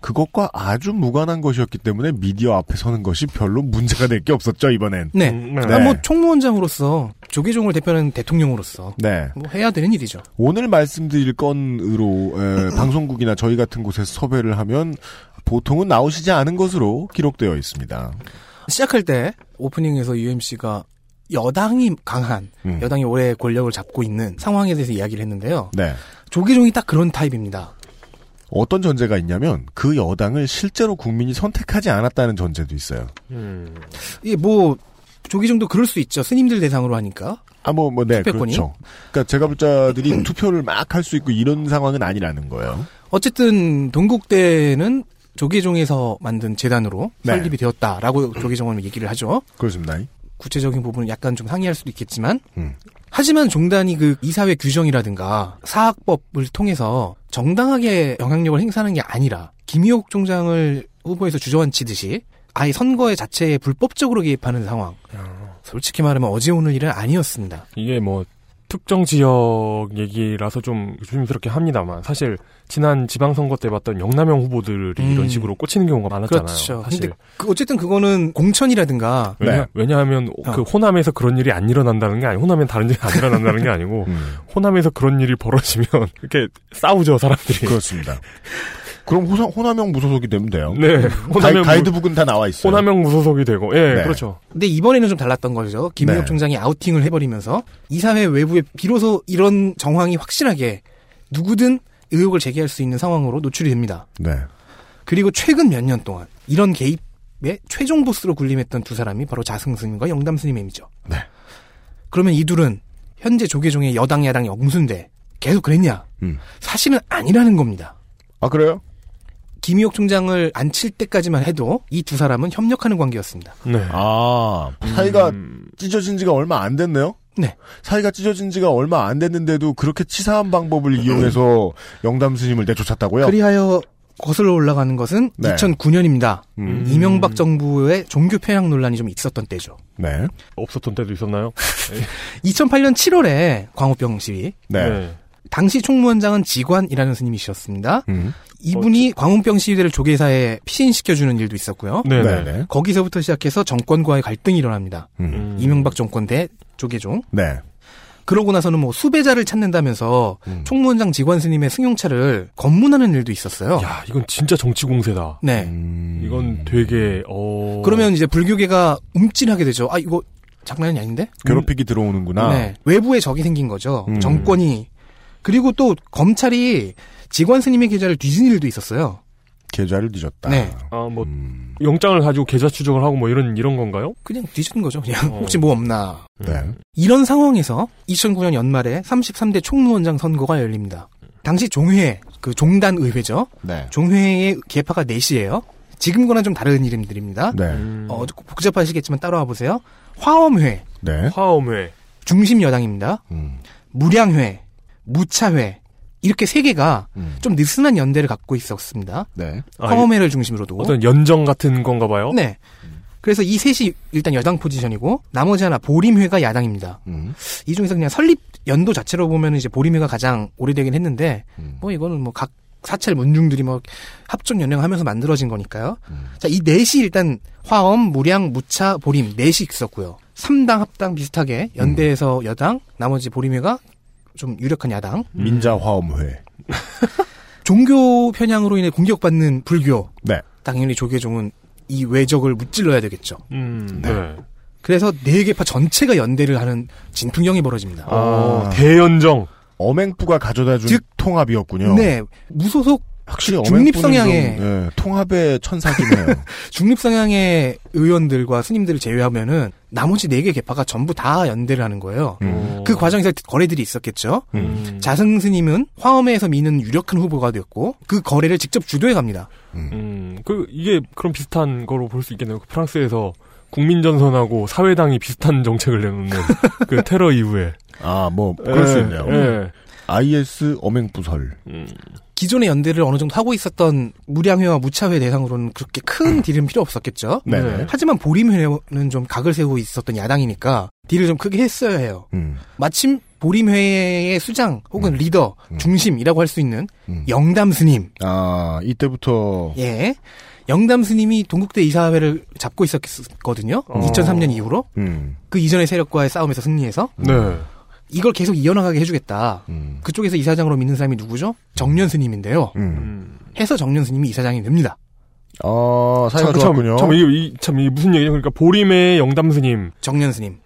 Speaker 2: 그것과 아주 무관한 것이었기 때문에 미디어 앞에 서는 것이 별로 문제가 될 게 없었죠 이번엔.
Speaker 7: 네.
Speaker 3: 음, 네.
Speaker 7: 아, 뭐 총무원장으로서 조계종을 대표하는 대통령으로서
Speaker 2: 네.
Speaker 7: 뭐 해야 되는 일이죠.
Speaker 2: 오늘 말씀드릴 건으로 에, 방송국이나 저희 같은 곳에서 섭외를 하면 보통은 나오시지 않은 것으로 기록되어 있습니다.
Speaker 7: 시작할 때 오프닝에서 UMC가 여당이 강한
Speaker 2: 음.
Speaker 7: 여당이 올해 권력을 잡고 있는 상황에 대해서 이야기를 했는데요.
Speaker 2: 네.
Speaker 7: 조계종이 딱 그런 타입입니다.
Speaker 2: 어떤 전제가 있냐면 그 여당을 실제로 국민이 선택하지 않았다는 전제도 있어요.
Speaker 3: 음,
Speaker 7: 이게 뭐 조계종도 그럴 수 있죠. 스님들 대상으로 하니까.
Speaker 2: 아, 뭐, 뭐, 네,
Speaker 7: 투표권이?
Speaker 2: 그렇죠. 그러니까 재가불자들이 투표를 막 할 수 있고 이런 상황은 아니라는 거예요.
Speaker 7: 어쨌든 동국대는 조계종에서 만든 재단으로
Speaker 2: 네.
Speaker 7: 설립이 되었다라고 조계종은 얘기를 하죠.
Speaker 2: 그렇습니다.
Speaker 7: 구체적인 부분은 약간 좀 상이할 수도 있겠지만
Speaker 2: 음.
Speaker 7: 하지만 종단이 그 이사회 규정이라든가 사학법을 통해서 정당하게 영향력을 행사하는 게 아니라 김희옥 총장을 후보에서 주저앉히듯이 아예 선거에 자체에 불법적으로 개입하는 상황. 솔직히 말하면 어제 오늘 일은 아니었습니다.
Speaker 3: 이게 뭐 특정 지역 얘기라서 좀 조심스럽게 합니다만 사실 지난 지방선거 때 봤던 영남형 후보들이
Speaker 7: 음.
Speaker 3: 이런 식으로 꽂히는 경우가 많았잖아요. 사실.
Speaker 7: 근데 그 어쨌든 그거는 공천이라든가
Speaker 2: 네.
Speaker 3: 왜냐, 왜냐하면
Speaker 7: 어.
Speaker 3: 그 호남에서 그런 일이 안 일어난다는 게 아니고 호남엔 다른 데안 일어난다는 게 아니고
Speaker 2: 음,
Speaker 3: 호남에서 그런 일이 벌어지면 이렇게 싸우죠 사람들이.
Speaker 2: 그렇습니다. 그럼 호남형 무소속이 되면 돼요.
Speaker 3: 네.
Speaker 2: 가이,
Speaker 3: 호남형 무,
Speaker 2: 가이드북은 다 나와 있어요.
Speaker 3: 네. 호남형 무소속이 되고 예
Speaker 2: 네.
Speaker 3: 그렇죠.
Speaker 7: 근데 이번에는 좀 달랐던 거죠. 김민혁
Speaker 2: 네.
Speaker 7: 총장이 아우팅을 해버리면서 이사회 외부에 비로소 이런 정황이 확실하게 누구든 의혹을 제기할 수 있는 상황으로 노출이 됩니다.
Speaker 2: 네.
Speaker 7: 그리고 최근 몇 년 동안 이런 개입의 최종 보스로 군림했던 두 사람이 바로 자승스님과 영담스님임이죠.
Speaker 2: 네.
Speaker 7: 그러면 이 둘은 현재 조계종의 여당 야당 영수인데 계속 그랬냐?
Speaker 2: 음.
Speaker 7: 사실은 아니라는 겁니다.
Speaker 2: 아, 그래요?
Speaker 7: 김희옥 총장을 안 칠 때까지만 해도 이 두 사람은 협력하는 관계였습니다.
Speaker 3: 네.
Speaker 2: 아, 사이가
Speaker 3: 음,
Speaker 2: 찢어진 지가 얼마 안 됐네요?
Speaker 7: 네.
Speaker 2: 사이가 찢어진 지가 얼마 안 됐는데도 그렇게 치사한 방법을 이용해서 영담 스님을 내쫓았다고요?
Speaker 7: 그리하여 거슬러 올라가는 것은
Speaker 2: 네.
Speaker 7: 2009년입니다.
Speaker 2: 음.
Speaker 7: 이명박 정부의 종교 편향 논란이 좀 있었던 때죠.
Speaker 2: 네.
Speaker 3: 없었던 때도 있었나요?
Speaker 7: 2008년 7월에 광우병 시위.
Speaker 2: 네.
Speaker 7: 당시 총무원장은 지관이라는 스님이셨습니다.
Speaker 2: 음.
Speaker 7: 이분이 광우병 시위대를 조계사에 피신시켜주는 일도 있었고요.
Speaker 3: 네.
Speaker 2: 네.
Speaker 3: 네.
Speaker 2: 네.
Speaker 7: 거기서부터 시작해서 정권과의 갈등이 일어납니다.
Speaker 2: 음.
Speaker 3: 음.
Speaker 7: 이명박 정권 대 조계종.
Speaker 2: 네.
Speaker 7: 그러고 나서는 뭐 수배자를 찾는다면서
Speaker 2: 음.
Speaker 7: 총무원장 지관 스님의 승용차를 검문하는 일도 있었어요.
Speaker 3: 야 이건 진짜 정치 공세다.
Speaker 7: 네.
Speaker 2: 네. 음.
Speaker 3: 이건 되게 어
Speaker 7: 그러면 이제 불교계가 움찔하게 되죠. 아 이거 장난이 아닌데?
Speaker 2: 괴롭히기 들어오는구나.
Speaker 7: 네. 외부의 적이 생긴 거죠.
Speaker 2: 아. 음.
Speaker 7: 정권이. 그리고 또 검찰이 직원 스님의 계좌를 뒤진 일도 있었어요.
Speaker 2: 계좌를 뒤졌다.
Speaker 7: 네.
Speaker 3: 아뭐
Speaker 2: 음.
Speaker 3: 영장을 가지고 계좌 추적을 하고 뭐 이런 이런 건가요?
Speaker 7: 그냥 뒤진 거죠. 그냥
Speaker 3: 어.
Speaker 7: 혹시 뭐 없나.
Speaker 2: 네.
Speaker 7: 이런 상황에서 2009년 연말에 33대 총무원장 선거가 열립니다. 당시 종회, 그 종단 의회죠.
Speaker 2: 네.
Speaker 7: 종회의 개파가 넷이에요. 지금과는 좀 다른 이름들입니다.
Speaker 2: 네.
Speaker 7: 어, 복잡하시겠지만 따라와 보세요. 화엄회,
Speaker 2: 네.
Speaker 3: 화엄회.
Speaker 7: 중심 여당입니다.
Speaker 2: 음.
Speaker 7: 무량회, 무차회 이렇게 세 개가
Speaker 2: 음.
Speaker 7: 좀 느슨한 연대를 갖고 있었습니다.
Speaker 2: 네.
Speaker 3: 아,
Speaker 7: 화엄회를 중심으로도.
Speaker 3: 어떤 음. 연정 같은 건가 봐요.
Speaker 7: 네. 그래서 이 셋이 일단 여당 포지션이고 나머지 하나 보림회가 야당입니다.
Speaker 2: 음.
Speaker 7: 이 중에서 그냥 설립 연도 자체로 보면 이제 보림회가 가장 오래되긴 했는데
Speaker 2: 음.
Speaker 7: 뭐 이거는 뭐 각 사찰 문중들이 뭐 합종 연행하면서 만들어진 거니까요.
Speaker 3: 음.
Speaker 7: 자, 이 넷이 일단 화엄, 무량, 무차, 보림 넷이 있었고요. 삼당 합당 비슷하게 연대에서 여당, 나머지 보림회가 좀 유력한 야당.
Speaker 2: 민자 화엄회.
Speaker 7: 종교 편향으로 인해 공격받는 불교.
Speaker 2: 네.
Speaker 7: 당연히 조계종은 이 외적을 무찔러야 되겠죠.
Speaker 3: 음,
Speaker 2: 네.
Speaker 3: 네.
Speaker 7: 그래서 네개파 전체가 연대를 하는 진풍경이 벌어집니다.
Speaker 2: 아.
Speaker 3: 어, 대연정.
Speaker 2: 엄행부가 가져다 준
Speaker 7: 즉-
Speaker 2: 통합이었군요.
Speaker 7: 네. 무소속
Speaker 2: 확실히 엄
Speaker 7: 중립 성향의-
Speaker 2: 예, 통합의 천사기네요.
Speaker 7: 중립 성향의 의원들과 스님들을 제외하면은 나머지 네 개 개파가 전부 다 연대를 하는 거예요.
Speaker 2: 음.
Speaker 3: 어.
Speaker 7: 그 과정에서 거래들이 있었겠죠.
Speaker 2: 음.
Speaker 7: 자승 스님은 화엄회에서 미는 유력한 후보가 되었고 그 거래를 직접 주도해 갑니다.
Speaker 3: 음, 그 이게 그런 비슷한 거로 볼 수 있겠네요. 그 프랑스에서 국민전선하고 사회당이 비슷한 정책을 내놓는 그 테러 이후에
Speaker 2: 아, 뭐 그럴 수
Speaker 3: 예,
Speaker 2: 있네요.
Speaker 3: 예.
Speaker 2: IS 엄행부설.
Speaker 3: 음,
Speaker 7: 기존의 연대를 어느 정도 하고 있었던 무량회와 무차회 대상으로는 그렇게 큰
Speaker 2: 음.
Speaker 7: 딜은 필요 없었겠죠.
Speaker 2: 네.
Speaker 3: 네.
Speaker 7: 하지만 보림회는 좀 각을 세우고 있었던 야당이니까 딜을 좀 크게 했어야 해요.
Speaker 2: 음,
Speaker 7: 마침 보림회의 수장 혹은
Speaker 2: 음.
Speaker 7: 리더
Speaker 2: 음.
Speaker 7: 중심이라고 할 수 있는
Speaker 2: 음.
Speaker 7: 영담 스님
Speaker 2: 아, 이때부터
Speaker 7: 예. 영담 스님이 동국대 이사회를 잡고 있었거든요.
Speaker 3: 어.
Speaker 7: 2003년 이후로.
Speaker 2: 음,
Speaker 7: 그 이전의 세력과의 싸움에서 승리해서
Speaker 3: 네.
Speaker 7: 이걸 계속 이어나가게 해주겠다.
Speaker 2: 음,
Speaker 7: 그쪽에서 이사장으로 믿는 사람이 누구죠? 정년 스님인데요.
Speaker 2: 음.
Speaker 3: 음.
Speaker 7: 해서 정년 스님이 이사장이 됩니다.
Speaker 2: 아, 사이가
Speaker 3: 참,
Speaker 2: 좋았군요.
Speaker 3: 참, 참, 이게, 이- 참, 이게 무슨 얘기냐. 그러니까 보림의 영담스님에게
Speaker 7: 정년 스님.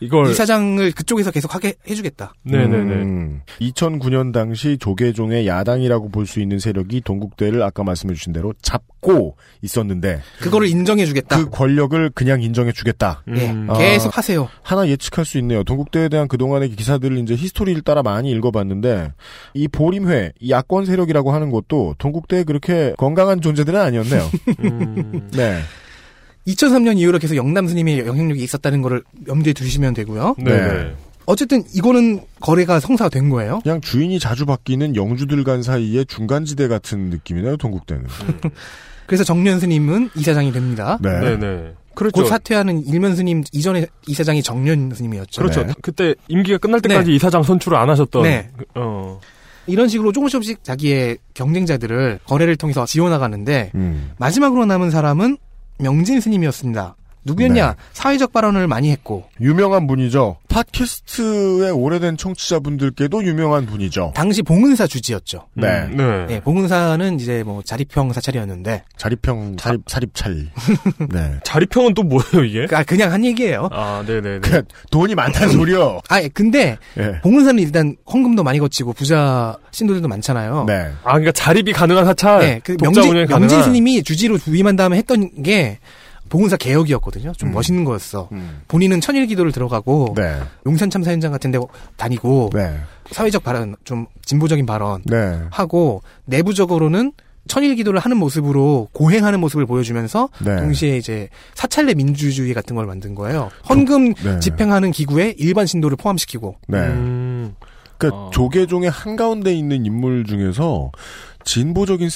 Speaker 3: 이걸.
Speaker 7: 이사장을 그쪽에서 계속 하게 해주겠다.
Speaker 3: 네네네.
Speaker 2: 음, 2009년 당시 조계종의 야당이라고 볼 수 있는 세력이 동국대를 아까 말씀해주신 대로 잡고 있었는데
Speaker 7: 그거를 인정해주겠다.
Speaker 2: 그 권력을 그냥 인정해주겠다.
Speaker 7: 예.
Speaker 3: 음.
Speaker 2: 아.
Speaker 7: 계속 하세요.
Speaker 2: 하나 예측할 수 있네요. 동국대에 대한 그동안의 기사들을 이제 히스토리를 따라 많이 읽어봤는데 이 보림회, 이 야권 세력이라고 하는 것도 동국대에 그렇게 건강한 존재들은 아니었네요.
Speaker 3: 음.
Speaker 2: 네.
Speaker 7: 2003년 이후로 계속 영담 스님의 영향력이 있었다는 거를 염두에 두시면 되고요.
Speaker 3: 네네.
Speaker 7: 어쨌든 이거는 거래가 성사된 거예요.
Speaker 2: 그냥 주인이 자주 바뀌는 영주들 간 사이의 중간지대 같은 느낌이네요, 동국대는.
Speaker 7: 그래서 정년 스님은 이사장이 됩니다.
Speaker 2: 네.
Speaker 3: 네네. 그렇죠.
Speaker 7: 곧 사퇴하는 일면 스님 이전에 이사장이 정년 스님이었죠.
Speaker 3: 그렇죠.
Speaker 2: 네.
Speaker 3: 그때 임기가 끝날 때까지 이사장 선출을 안 하셨던.
Speaker 7: 네.
Speaker 3: 그- 어.
Speaker 7: 이런 식으로 조금씩 조금씩 자기의 경쟁자들을 거래를 통해서 지워나가는데
Speaker 2: 음.
Speaker 7: 마지막으로 남은 사람은 명진 스님이었습니다. 누구였냐?
Speaker 2: 네.
Speaker 7: 사회적 발언을 많이 했고
Speaker 2: 유명한 분이죠. 팟캐스트의 오래된 청취자분들께도 유명한 분이죠.
Speaker 7: 당시 봉은사 주지였죠.
Speaker 3: 음,
Speaker 2: 네.
Speaker 3: 네. 예?
Speaker 7: 예, 봉은사는 이제 뭐 자립형 사찰이었는데
Speaker 2: 자립형, 사립, 사립찰. 네.
Speaker 3: 자립형은 또 뭐예요, 이게?
Speaker 7: 그- 아, 그냥 한 얘기예요.
Speaker 3: 아, 네네네.
Speaker 2: 그냥 그러니까 돈이 많다는 소리요.
Speaker 7: 아 예, 근데
Speaker 2: 예.
Speaker 7: 봉은사는 일단 헌금도 많이 거치고 부자 신도들도 많잖아요.
Speaker 2: 네.
Speaker 3: 아, 그러니까 자립이 가능한 사찰.
Speaker 7: 네, 그
Speaker 3: 독자
Speaker 7: 명진,
Speaker 3: 운영이 가능한.
Speaker 7: 명진 스님이 주지로 부임한 다음에 했던 게 봉은사 개혁이었거든요. 좀 멋있는 거였어.
Speaker 2: 음.
Speaker 7: 본인은 천일기도를 들어가고
Speaker 2: 네.
Speaker 7: 용산 참사 현장 같은 데 다니고
Speaker 2: 네.
Speaker 7: 사회적 발언, 좀 진보적인 발언
Speaker 2: 네.
Speaker 7: 하고 내부적으로는 천일기도를 하는 모습으로 고행하는 모습을 보여주면서
Speaker 2: 네.
Speaker 7: 동시에 이제 사찰내 민주주의 같은 걸 만든 거예요. 헌금
Speaker 2: 네.
Speaker 7: 집행하는 기구에 일반 신도를 포함시키고
Speaker 2: 네.
Speaker 3: 음.
Speaker 2: 그러니까
Speaker 3: 어.
Speaker 2: 조계종의 한가운데 있는 인물 중에서 진보적인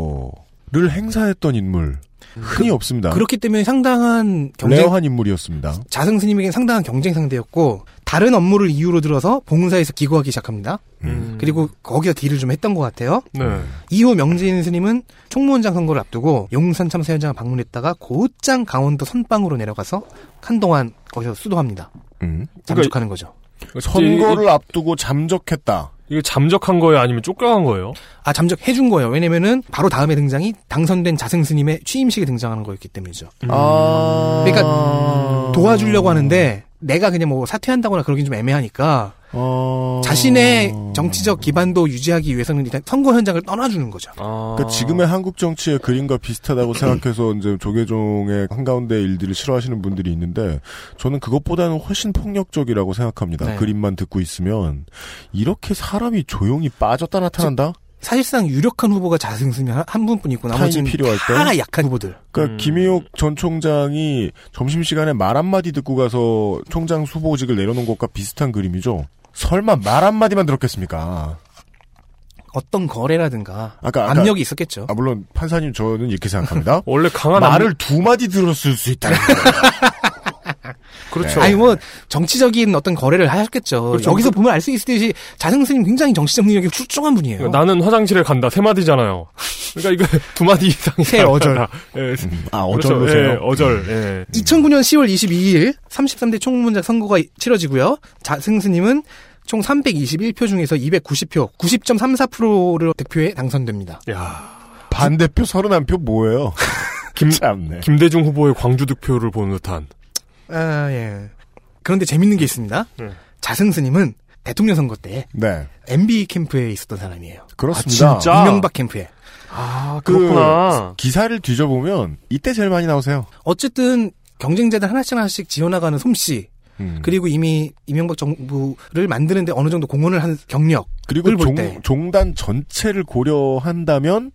Speaker 2: 스피커를 행사했던 인물 흔히 없습니다.
Speaker 7: 음. 그렇기 때문에 상당한 경쟁
Speaker 2: 레어한 인물이었습니다.
Speaker 7: 자승 스님에겐 상당한 경쟁 상대였고 다른 업무를 이유로 들어서 봉사에서 기거하기 시작합니다.
Speaker 3: 음.
Speaker 7: 그리고 거기서 딜을 좀 했던 것 같아요.
Speaker 3: 네.
Speaker 7: 이후 명진 스님은 총무원장 선거를 앞두고 용산 참사 현장을 방문했다가 곧장 강원도 선방으로 내려가서 한동안 거기서 수도합니다.
Speaker 2: 음.
Speaker 7: 잠적하는 거죠.
Speaker 2: 선거를 앞두고 잠적했다.
Speaker 3: 그러니까 이거 잠적한 거예요? 아니면 쫓겨간 거예요?
Speaker 7: 아 잠적해준 거예요. 왜냐면은 바로 다음에 등장이 당선된 자승 스님의 취임식에 등장하는 거였기 때문이죠.
Speaker 2: 아.
Speaker 7: 그러니까 도와주려고 하는데 내가 그냥 뭐 사퇴한다거나 그러긴 좀 애매하니까
Speaker 2: 어.
Speaker 7: 자신의 정치적 기반도 유지하기 위해서는 일단 선거 현장을 떠나주는 거죠.
Speaker 3: 아.
Speaker 2: 그러니까 지금의 한국 정치의 그림과 비슷하다고 생각해서 이제 조계종의 한가운데 일들을 싫어하시는 분들이 있는데 저는 그것보다는 훨씬 폭력적이라고 생각합니다.
Speaker 7: 네.
Speaker 2: 그림만 듣고 있으면 이렇게 사람이 조용히 빠졌다 나타난다?
Speaker 7: 사실상 유력한 후보가 자승 스님 한- 한 분뿐이고 나머지는
Speaker 2: 타임이 필요할 때?
Speaker 7: 다 약한 후보들.
Speaker 2: 그러니까
Speaker 3: 음.
Speaker 2: 김희옥 전 총장이 점심시간에 말 한마디 듣고 가서 총장 수보직을 내려놓은 것과 비슷한 그림이죠. 설마 말 한마디만
Speaker 3: 어?
Speaker 2: 들었겠습니까?
Speaker 7: 어떤 거래라든가
Speaker 2: 아까- 아까-
Speaker 7: 압력이 있었겠죠.
Speaker 2: 아 물론 판사님 저는 이렇게 생각합니다.
Speaker 3: 원래 강한
Speaker 2: 말을 두 마디 들었을 수 있다는 거예요.
Speaker 3: 그렇죠.
Speaker 7: 아니 뭐 정치적인 어떤 거래를 하셨겠죠.
Speaker 2: 그렇죠.
Speaker 7: 여기서
Speaker 2: 그
Speaker 7: 보면 알 수 있듯이 자승 스님 굉장히 정치적 능력이 출중한 분이에요.
Speaker 3: 그러니까 나는 화장실에 간다. 세 마디잖아요. 그러니까 이거 두 마디 이상이
Speaker 7: 세 어절.
Speaker 3: 예.
Speaker 2: 아
Speaker 3: 그렇죠.
Speaker 2: 어쩌세요?
Speaker 3: 예, 어절. 예.
Speaker 7: 2009년 10월 22일 33대 총무원장 선거가 치러지고요. 자승 스님은 총 321표 중에서 290표, 90.34%를 득표해 당선됩니다.
Speaker 3: 예. 야,
Speaker 2: 반대표 31표 뭐예요?
Speaker 3: 김-
Speaker 2: 참네.
Speaker 3: 김대중 후보의 광주 득표를 보는 듯한.
Speaker 7: 아, 예. 그런데 재밌는 게 있습니다.
Speaker 3: 네.
Speaker 7: 자승 스님은 대통령 선거 때
Speaker 2: 네.
Speaker 7: MB 캠프에 있었던 사람이에요.
Speaker 2: 그렇습니다.
Speaker 3: 아, 진짜?
Speaker 7: 이명박 캠프에.
Speaker 3: 아, 그렇구나.
Speaker 2: 기사를 뒤져보면 이때 제일 많이 나오세요.
Speaker 7: 어쨌든 경쟁자들 하나씩 하나씩 지어나가는 솜씨
Speaker 2: 음.
Speaker 7: 그리고 이미 이명박 정부를 만드는데 어느 정도 공헌을 한 경력
Speaker 2: 그리고
Speaker 7: 볼
Speaker 2: 종,
Speaker 7: 때.
Speaker 2: 종단 전체를 고려한다면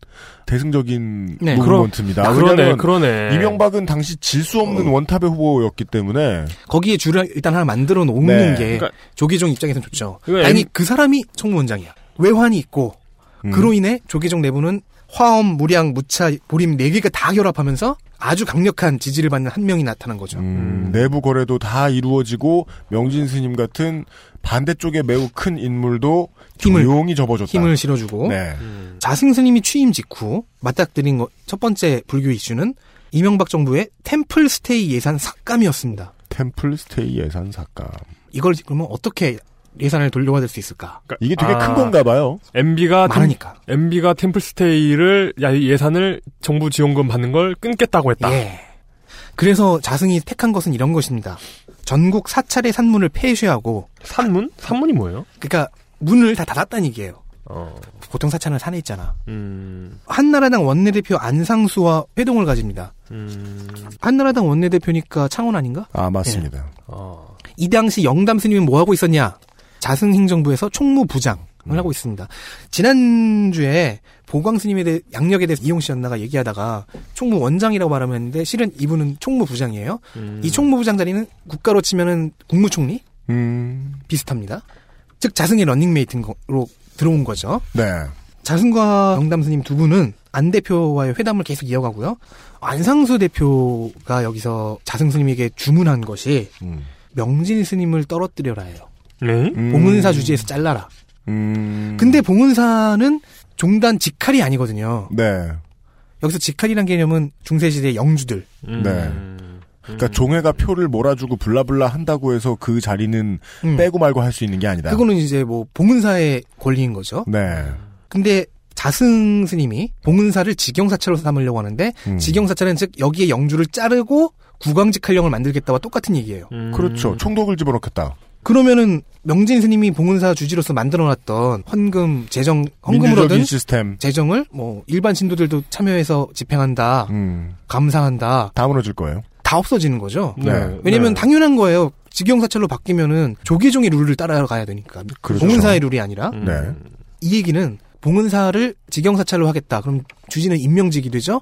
Speaker 2: 대승적인
Speaker 7: 네.
Speaker 2: 무브먼트입니다.
Speaker 3: 아, 그러네, 어.
Speaker 2: 왜냐하면
Speaker 3: 그러네.
Speaker 2: 이명박은 당시 질 수 없는 원탑의 후보였기 때문에
Speaker 7: 거기에 줄을 일단 하나 만들어 놓는
Speaker 2: 네.
Speaker 7: 게
Speaker 3: 그러니까-
Speaker 7: 조기종 입장에서는 좋죠.
Speaker 3: 그거
Speaker 7: 아니
Speaker 3: M-
Speaker 7: 그 사람이 총무원장이야. 외환이 있고
Speaker 2: 음,
Speaker 7: 그로 인해 조기종 내부는 화엄, 무량, 무차, 보림 네 개가 다 결합하면서 아주 강력한 지지를 받는 한 명이 나타난 거죠.
Speaker 2: 음, 내부 거래도 다 이루어지고 명진 스님 같은 반대쪽에 매우 큰 인물도
Speaker 7: 힘을-
Speaker 2: 조용히 접어줬다.
Speaker 7: 힘을 실어주고
Speaker 2: 네.
Speaker 3: 음.
Speaker 7: 자승 스님이 취임 직후 맞닥뜨린 거- 첫 번째 불교 이슈는 이명박 정부의 템플 스테이 예산 삭감이었습니다.
Speaker 2: 템플 스테이 예산 삭감.
Speaker 7: 이걸 그러면 어떻게 예산을 돌려받을 수 있을까?
Speaker 3: 그러니까-
Speaker 2: 이게 되게
Speaker 3: 아,
Speaker 2: 큰 건가 봐요. 아,
Speaker 3: MB가
Speaker 7: 많으니까.
Speaker 3: MB가 템플스테이를 야- 예산을 정부 지원금 받는 걸 끊겠다고
Speaker 2: 아.
Speaker 3: 했다.
Speaker 7: 예. 그래서 자승이 택한 것은 이런 것입니다. 전국 사찰의 산문을 폐쇄하고,
Speaker 3: 산문? 산문이 뭐예요?
Speaker 7: 그러니까 문을 다 닫았다는 얘기예요.
Speaker 3: 어,
Speaker 7: 보통 사찰은 산에 있잖아.
Speaker 3: 음,
Speaker 7: 한나라당 원내대표 안상수와 회동을 가집니다.
Speaker 3: 음,
Speaker 7: 한나라당 원내대표니까 창원 아닌가?
Speaker 2: 아 맞습니다.
Speaker 3: 어,
Speaker 7: 이 당시 영담 스님이 뭐 하고 있었냐? 자승 행정부에서 총무부장을 하고 있습니다. 지난주에 보광 스님에 대해 양력에 대해서 이용 씨 연나가 얘기하다가 총무 원장이라고 말하면 했는데 실은 이분은 총무부장이에요. 이 총무부장 자리는 국가로 치면은 국무총리
Speaker 2: 음,
Speaker 7: 비슷합니다. 즉 자승의 런닝메이트로 들어온 거죠.
Speaker 2: 네.
Speaker 7: 자승과 영담 스님 두 분은 안 대표와의 회담을 계속 이어가고요. 안상수 대표가 여기서 자승 스님에게 주문한 것이
Speaker 2: 음.
Speaker 7: 명진 스님을 떨어뜨려라 해요.
Speaker 3: 네?
Speaker 2: 음.
Speaker 7: 봉은사 주지에서 잘라라.
Speaker 2: 음.
Speaker 7: 근데 봉은사는 종단 직할이 아니거든요.
Speaker 2: 네.
Speaker 7: 여기서 직할이란 개념은 중세시대 영주들.
Speaker 3: 음,
Speaker 2: 네. 그러니까 종회가 표를 몰아주고 블라블라 한다고 해서 그 자리는
Speaker 7: 음.
Speaker 2: 빼고 말고 할 수 있는 게 아니다.
Speaker 7: 그거는 이제 뭐 봉은사의 권리인 거죠.
Speaker 2: 네.
Speaker 7: 근데 자승 스님이 봉은사를 직영사찰로 삼으려고 하는데
Speaker 2: 음.
Speaker 7: 직영사찰은 즉 여기에 영주를 자르고 구강직할령을 만들겠다와 똑같은 얘기예요.
Speaker 3: 음.
Speaker 2: 그렇죠. 총독을 집어넣겠다.
Speaker 7: 그러면은 명진 스님이 봉은사 주지로서 만들어놨던 헌금 재정 헌금으로 든
Speaker 2: 민주적인 시스템.
Speaker 7: 재정을 뭐 일반 신도들도 참여해서 집행한다,
Speaker 2: 음.
Speaker 7: 감사한다
Speaker 2: 다 무너질 거예요.
Speaker 7: 다 없어지는 거죠.
Speaker 2: 네.
Speaker 7: 왜냐면
Speaker 3: 네.
Speaker 7: 당연한 거예요. 직영사찰로 바뀌면은 조계종의 룰을 따라가야 되니까
Speaker 2: 그렇죠.
Speaker 7: 봉은사의 룰이 아니라
Speaker 3: 음.
Speaker 2: 네.
Speaker 7: 이 얘기는 봉은사를 직영사찰로 하겠다. 그럼 주지는 임명직이 되죠.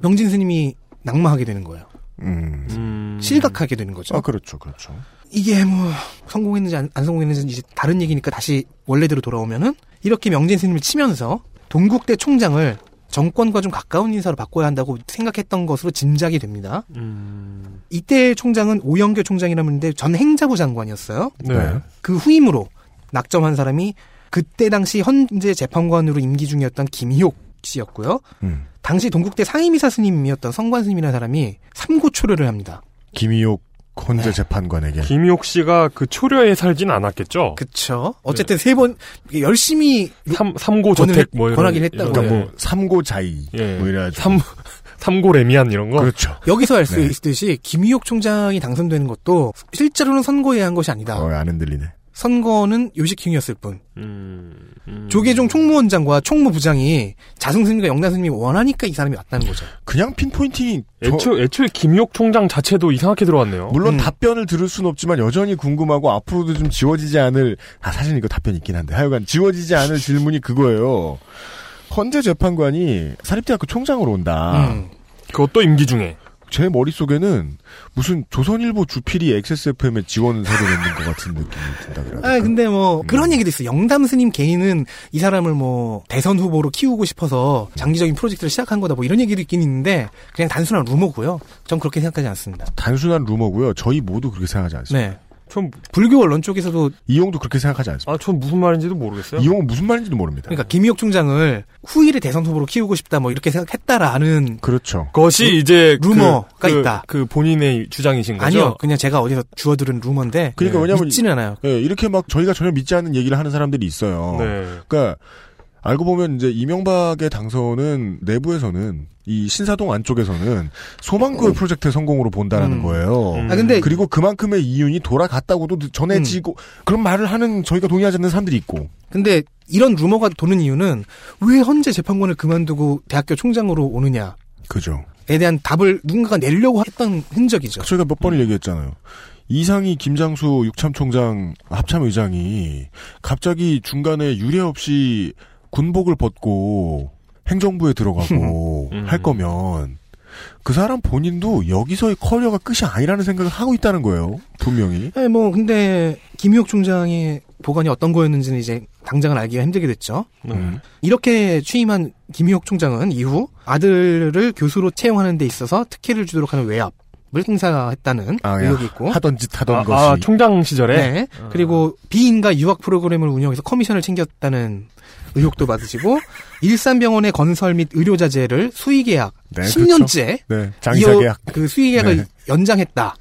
Speaker 7: 명진 스님이 낙마하게 되는 거예요.
Speaker 2: 음.
Speaker 3: 음.
Speaker 7: 실각하게 되는 거죠.
Speaker 2: 아, 그렇죠. 그렇죠.
Speaker 7: 이게 뭐 성공했는지 안, 안 성공했는지 이제 다른 얘기니까 다시 원래대로 돌아오면은 이렇게 명진 스님을 치면서 동국대 총장을 정권과 좀 가까운 인사로 바꿔야 한다고 생각했던 것으로 짐작이 됩니다.
Speaker 3: 음.
Speaker 7: 이때 총장은 오영교 총장이라는데 전 행자부 장관이었어요.
Speaker 3: 네.
Speaker 2: 네.
Speaker 7: 그 후임으로 낙점한 사람이 그때 당시 현재 재판관으로 임기 중이었던 김희옥 씨였고요.
Speaker 2: 음.
Speaker 7: 당시 동국대 상임이사 스님이었던 성관 스님이라는 사람이 삼고초려를 합니다.
Speaker 2: 김희옥 헌재 재판관에게.
Speaker 3: 네. 김희옥 씨가 그 초려에 살진 않았겠죠?
Speaker 7: 그쵸. 어쨌든 세 번, 열심히
Speaker 3: 삼, 삼고 저택
Speaker 7: 권을-
Speaker 3: 뭐 이런.
Speaker 7: 권하기를 했다고.
Speaker 2: 그러니까
Speaker 3: 이런-
Speaker 2: 뭐 삼고자이
Speaker 3: 예.
Speaker 2: 뭐 이래 가지고.
Speaker 3: 삼, 삼고 레미안 이런 거?
Speaker 2: 그렇죠.
Speaker 7: 여기서 알 수
Speaker 2: 네.
Speaker 7: 있듯이 김희옥 총장이 당선되는 것도 실제로는 선거에 한 것이 아니다.
Speaker 2: 어, 안 흔들리네.
Speaker 7: 선거는 요식행위였을 뿐.
Speaker 3: 음, 음.
Speaker 7: 조계종 총무원장과 총무부장이 자승스님과 영남스님이 원하니까 이 사람이 왔다는 거죠.
Speaker 2: 그냥 핀포인팅이 저-
Speaker 3: 애초, 애초에 김욕 총장 자체도 이상하게 들어왔네요.
Speaker 2: 물론
Speaker 7: 음.
Speaker 2: 답변을 들을 순 없지만 여전히 궁금하고 앞으로도 좀 지워지지 않을 아 사실 이거 답변 있긴 한데 하여간 지워지지 않을 질문이 그거예요. 헌재 재판관이 사립대학교 총장으로 온다.
Speaker 7: 음.
Speaker 3: 그것도 임기 중에.
Speaker 2: 제 머릿속에는 무슨 조선일보 주필이 XSFM에 지원을 사게 되는 것 같은 느낌이 든다 그래요.
Speaker 7: 아 근데
Speaker 2: 음.
Speaker 7: 뭐 그런 얘기도 있어. 영담 스님 개인은 이 사람을 뭐 대선 후보로 키우고 싶어서 장기적인 프로젝트를 시작한 거다. 뭐 이런 얘기도 있긴 있는데 그냥 단순한 루머고요. 전 그렇게 생각하지 않습니다.
Speaker 2: 단순한 루머고요. 저희 모두 그렇게 생각하지 않습니다.
Speaker 7: 네.
Speaker 3: 전,
Speaker 7: 불교 언론 쪽에서도
Speaker 2: 이용도 그렇게 생각하지 않습니다.
Speaker 3: 아, 전 무슨 말인지도 모르겠어요.
Speaker 2: 이용은 무슨 말인지도 모릅니다.
Speaker 7: 그러니까 김희옥 총장을 후일의 대선 후보로 키우고 싶다. 뭐 이렇게 생각했다라는
Speaker 2: 그렇죠.
Speaker 3: 그것이 이제
Speaker 7: 루머가
Speaker 3: 그, 그,
Speaker 7: 있다.
Speaker 3: 그 본인의 주장이신 거죠?
Speaker 7: 아니요. 그냥 제가 어디서 주워들은 루머인데
Speaker 2: 그러니까 왜냐면
Speaker 7: 믿지는 않아요.
Speaker 2: 예, 이렇게 막 저희가 전혀 믿지 않는 얘기를 하는 사람들이 있어요.
Speaker 3: 네.
Speaker 2: 그러니까 알고 보면 이제 이명박의 당선은 내부에서는 이 신사동 안쪽에서는 소망구의 프로젝트의 성공으로 본다라는
Speaker 7: 음.
Speaker 2: 거예요.
Speaker 3: 음.
Speaker 7: 아 근데
Speaker 2: 그리고 그만큼의 이윤이 돌아갔다고도 늦- 전해지고 그런 말을 하는 저희가 동의하지 않는 사람들이 있고
Speaker 7: 근데 이런 루머가 도는 이유는 왜 헌재 재판관을 그만두고 대학교 총장으로 오느냐에
Speaker 2: 그죠.
Speaker 7: 대한 답을 누군가가 내려고 했던 흔적이죠.
Speaker 2: 저희가 몇
Speaker 7: 음.
Speaker 2: 번을 얘기했잖아요. 이상희 김장수 육참총장 합참의장이 갑자기 중간에 유례 없이 군복을 벗고 행정부에 들어가고
Speaker 3: 음.
Speaker 2: 할 거면 그 사람 본인도 여기서의 커리어가 끝이 아니라는 생각을 하고 있다는 거예요. 분명히.
Speaker 7: 네, 뭐 근데 김희옥 총장의 보관이 어떤 거였는지는 이제 당장은 알기가 힘들게 됐죠.
Speaker 3: 그-
Speaker 2: 음.
Speaker 7: 이렇게 취임한 김희옥 총장은 이후 아들을 교수로 채용하는 데 있어서 특혜를 주도록 하는 외압을 행사했다는
Speaker 2: 아, 야.
Speaker 7: 의혹이 있고
Speaker 2: 하던 짓 하던
Speaker 3: 아,
Speaker 2: 것이.
Speaker 3: 아, 총장 시절에 아.
Speaker 7: 네. 그리고 비인가 유학 프로그램을 운영해서 커미션을 챙겼다는 의혹도 받으시고 일산병원의 건설 및 의료자재를 수의계약
Speaker 2: 네,
Speaker 7: 10년째
Speaker 2: 네. 장사 계약.
Speaker 7: 그 수의계약을
Speaker 2: 네.
Speaker 7: 연장했다라는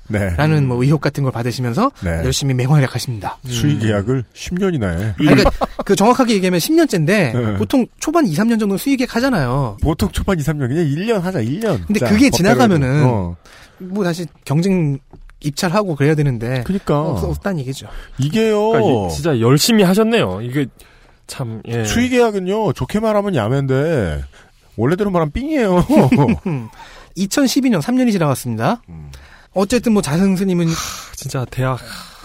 Speaker 2: 네.
Speaker 7: 뭐 의혹 같은 걸 받으시면서
Speaker 2: 네.
Speaker 7: 열심히 맹활약하십니다.
Speaker 2: 수의 계약을 10년이나 해.
Speaker 7: 아니, 그러니까 그 정확하게 얘기하면 10년째인데
Speaker 2: 음. 네.
Speaker 7: 보통 초반 2, 3년 정도 수의계약 하잖아요.
Speaker 2: 보통 초반 2, 3년 그냥 1년 하자. 1년.
Speaker 7: 근데
Speaker 2: 자, 법대로
Speaker 7: 그게 지나가면은
Speaker 2: 해도. 어.
Speaker 7: 뭐 다시 경쟁 입찰하고 그래야 되는데
Speaker 2: 그러니까
Speaker 7: 네. 없- 없다는 얘기죠.
Speaker 2: 이게요.
Speaker 3: 그러니까 이- 진짜 열심히 하셨네요. 이게 참 예.
Speaker 2: 수의 계약은요. 좋게 말하면 야매인데 원래대로 말하면 삥이에요.
Speaker 7: 2012년 3년이 지나갔습니다.
Speaker 2: 음.
Speaker 7: 어쨌든 뭐 자승 스님은
Speaker 3: 아, 진짜 대학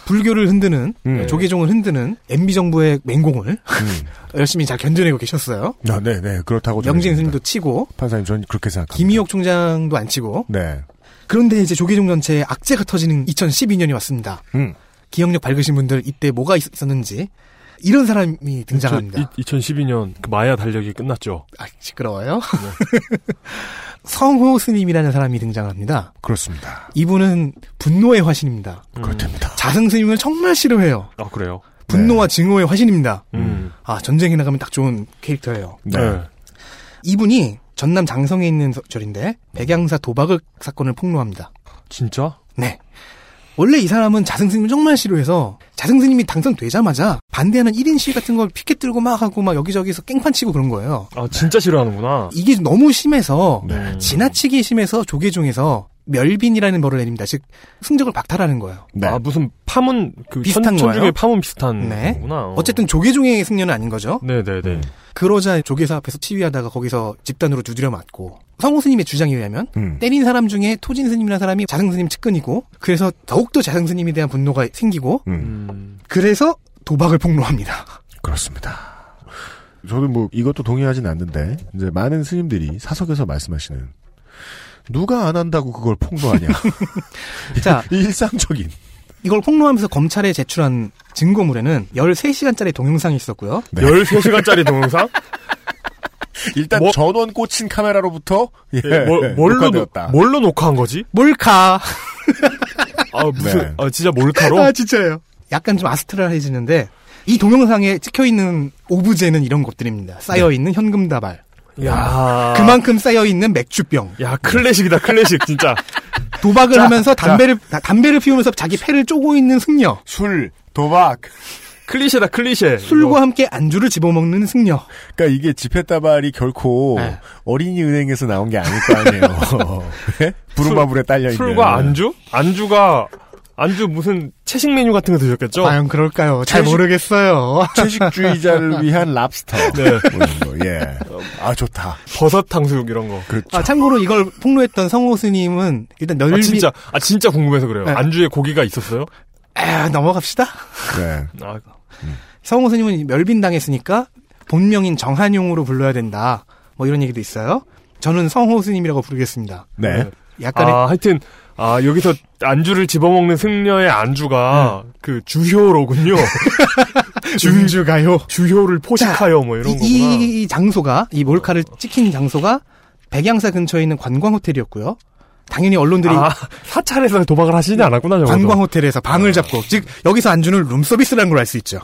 Speaker 7: 불교를 흔드는
Speaker 2: 음.
Speaker 7: 네, 조계종을 흔드는 MB 정부의 맹공을
Speaker 2: 음.
Speaker 7: 열심히 잘 견뎌내고 계셨어요.
Speaker 2: 아, 네, 네. 그렇다고
Speaker 7: 영진
Speaker 2: 생각합니다.
Speaker 7: 스님도 치고
Speaker 2: 판사님 저는 그렇게 생각합니다.
Speaker 7: 김희옥 총장도 안 치고
Speaker 2: 네.
Speaker 7: 그런데 이제 조계종 전체에 악재가 터지는 2012년이 왔습니다.
Speaker 2: 음.
Speaker 7: 기억력 밝으신 분들 이때 뭐가 있- 있었는지 이런 사람이 등장합니다.
Speaker 3: 2012년 그 마야 달력이 끝났죠.
Speaker 7: 아, 시끄러워요. 성호 스님이라는 사람이 등장합니다.
Speaker 2: 그렇습니다.
Speaker 7: 이분은 분노의 화신입니다.
Speaker 3: 음.
Speaker 2: 그렇답니다.
Speaker 7: 자승 스님을 정말 싫어해요.
Speaker 3: 아 그래요.
Speaker 7: 분노와
Speaker 2: 네.
Speaker 7: 증오의 화신입니다.
Speaker 3: 음.
Speaker 7: 아, 전쟁에 나가면 딱 좋은 캐릭터예요.
Speaker 2: 네.
Speaker 7: 이분이 전남 장성에 있는 서- 절인데 백양사 도박을 사건을 폭로합니다.
Speaker 3: 진짜?
Speaker 7: 네. 원래 이 사람은 자승 스님을 정말 싫어해서 자승 스님이 당선되자마자 반대하는 1인 시위 같은 걸 피켓 들고 막 하고 막 여기저기서 깽판 치고 그런 거예요.
Speaker 3: 아 진짜 싫어하는구나.
Speaker 7: 이게 너무 심해서
Speaker 3: 네.
Speaker 7: 지나치게 심해서 조계종에서 멸빈이라는 벌을 내립니다. 즉 승적을 박탈하는 거예요.
Speaker 2: 네.
Speaker 3: 아 무슨 파문 그 천,
Speaker 7: 비슷한 거예요?
Speaker 3: 천중의 파문 비슷한
Speaker 7: 네.
Speaker 3: 거구나.
Speaker 7: 어쨌든 조계종의 승려는 아닌 거죠.
Speaker 3: 네네네.
Speaker 7: 그러자 조계사 앞에서 치위하다가 거기서 집단으로 두드려 맞고 성호 스님의 주장에 의하면
Speaker 2: 음.
Speaker 3: 네.
Speaker 7: 때린 사람 중에 토진 스님이라는 사람이 자승 스님 측근이고 그래서 더욱더 자승 스님에 대한 분노가 생기고
Speaker 2: 음.
Speaker 3: 음.
Speaker 7: 그래서 도박을 폭로합니다.
Speaker 2: 그렇습니다. 저도 뭐 이것도 동의하진 않는데 이제 많은 스님들이 사석에서 말씀하시는 누가 안 한다고 그걸 폭로하냐.
Speaker 7: 자,
Speaker 2: 이 일상적인.
Speaker 7: 이걸 폭로하면서 검찰에 제출한 증거물에는 13시간짜리 동영상이 있었고요.
Speaker 2: 네.
Speaker 3: 13시간짜리 동영상?
Speaker 2: 일단
Speaker 3: 뭐-
Speaker 2: 전원 꽂힌 카메라로부터 예,
Speaker 7: 네.
Speaker 3: 뭘- 뭘로, 노,
Speaker 2: 녹화되었다.
Speaker 3: 뭘로 녹화한 거지?
Speaker 7: 몰카.
Speaker 3: 아, 무슨,
Speaker 2: 네.
Speaker 3: 아, 진짜 몰카로?
Speaker 7: 아, 진짜예요. 약간 좀 아스트랄해지는데 이 동영상에 찍혀 있는 오브제는 이런 것들입니다. 쌓여 있는 현금 다발.
Speaker 3: 야
Speaker 7: 그만큼 쌓여 있는 맥주병.
Speaker 3: 야, 클래식이다, 클래식, 진짜.
Speaker 7: 도박을 하면서 담배를 다- 담배를 피우면서 자기 패를 쪼고 있는 승려.
Speaker 2: 술, 도박.
Speaker 3: 클리셰다, 클리셰.
Speaker 7: 술과 함께 안주를 집어먹는 승려.
Speaker 2: 그러니까 이게 지폐다발이 결코
Speaker 7: 네.
Speaker 2: 어린이 은행에서 나온 게 아닐 거 아니에요. 네? 부루마블에 딸려
Speaker 3: 이거
Speaker 2: 있는
Speaker 3: 술과 안주? 안주가, 안주 무슨 채식 메뉴 같은 거 드셨겠죠?
Speaker 7: 과연 그럴까요? 잘
Speaker 2: 채식-
Speaker 7: 모르겠어요.
Speaker 2: 채식주의자를 위한 랍스터.
Speaker 3: 네.
Speaker 2: 뭐 이런 거, 예. 아 좋다.
Speaker 3: 버섯 탕수육 이런 거.
Speaker 2: 그렇죠.
Speaker 7: 아, 참고로 이걸 폭로했던 성호 스님은 일단 멸비
Speaker 3: 아, 진짜, 아, 진짜 궁금해서 그래요.
Speaker 7: 네.
Speaker 3: 안주에 고기가 있었어요?
Speaker 7: 에, 아, 넘어갑시다.
Speaker 2: 네.
Speaker 3: 아,
Speaker 7: 성호 스님은 멸빈 당했으니까 본명인 정한용으로 불러야 된다. 뭐 이런 얘기도 있어요. 저는 성호 스님이라고 부르겠습니다.
Speaker 2: 네.
Speaker 7: 약간의
Speaker 3: 아, 하여튼, 아, 여기서 안주를 집어먹는 승려의 안주가
Speaker 7: 네.
Speaker 3: 그 주효로군요.
Speaker 7: 중주가요.
Speaker 3: 주효를 포식하여 뭐 이런
Speaker 7: 음. 이,
Speaker 3: 거구나.
Speaker 7: 이- 이 장소가 이 몰카를 찍힌 장소가 백양사 근처에 있는 관광 호텔이었고요. 당연히 언론들이
Speaker 3: 아, 사찰에서 도박을 하시진 않았구나, 적어도.
Speaker 7: 관광 호텔에서 방을 잡고 즉 여기서 안주는 룸 서비스라는 걸 알 수 있죠.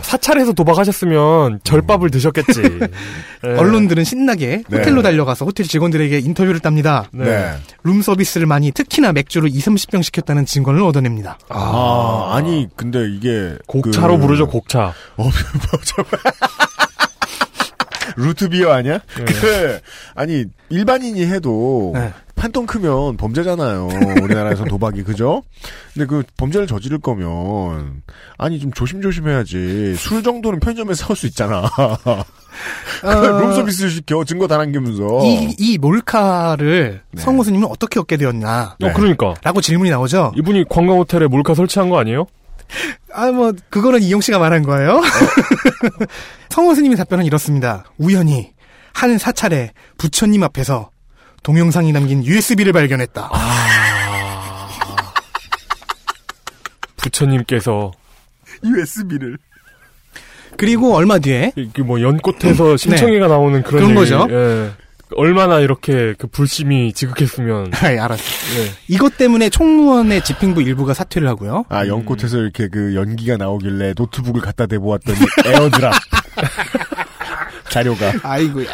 Speaker 3: 사찰에서 도박하셨으면 절밥을 드셨겠지. 예.
Speaker 7: 음. 언론들은 신나게
Speaker 2: 네.
Speaker 7: 호텔로 달려가서 호텔 직원들에게 인터뷰를 답니다.
Speaker 2: 네.
Speaker 7: 룸 서비스를 많이 특히나 맥주를 2, 30병 시켰다는 증거를 얻어냅니다.
Speaker 2: 아, 아니 근데 이게
Speaker 3: 곡차로 어,
Speaker 2: 그-
Speaker 3: 부르죠, 곡차.
Speaker 2: 어, 뭐, 저- 루트비어 아니야? 그 아니 일반인이 해도
Speaker 7: 네.
Speaker 2: 판돈 크면 범죄잖아요. 우리나라에서 도박이 그죠? 근데 그 범죄를 저지를 거면 아니 좀 조심조심 해야지. 술 정도는 편의점에서 살 수 있잖아. 그 룸서비스 시켜 증거 다 남기면서.
Speaker 7: 이, 이 몰카를
Speaker 2: 어. 네.
Speaker 7: 성우 스님은 어떻게 얻게 되었냐?
Speaker 2: 네.
Speaker 3: 어, 그러니까.
Speaker 7: 라고 질문이 나오죠.
Speaker 3: 이분이 관광 호텔에 몰카 설치한 거 아니에요?
Speaker 7: 아, 뭐, 그거는 이용 씨가 말한 거예요. 성호 스님의 답변은 이렇습니다. 우연히 한 사찰에 부처님 앞에서 동영상이 담긴 USB를 발견했다.
Speaker 2: 아,
Speaker 3: 부처님께서
Speaker 2: USB를.
Speaker 7: 그리고 얼마 뒤에
Speaker 3: 이게 뭐 연꽃에서 신청회가 나오는 그런,
Speaker 7: 음. 네. 그런
Speaker 3: 얘기,
Speaker 7: 거죠.
Speaker 3: 예. 얼마나 이렇게 그 불심이 지극했으면
Speaker 7: 아이, 알았어.
Speaker 3: 예.
Speaker 7: 이것 때문에 총무원의 지핑부 일부가 사퇴를 하고요.
Speaker 2: 아 연꽃에서 이렇게 그 연기가 나오길래 노트북을 갖다 대보았더니 에어드랍. 자료가 그
Speaker 7: 아이고야.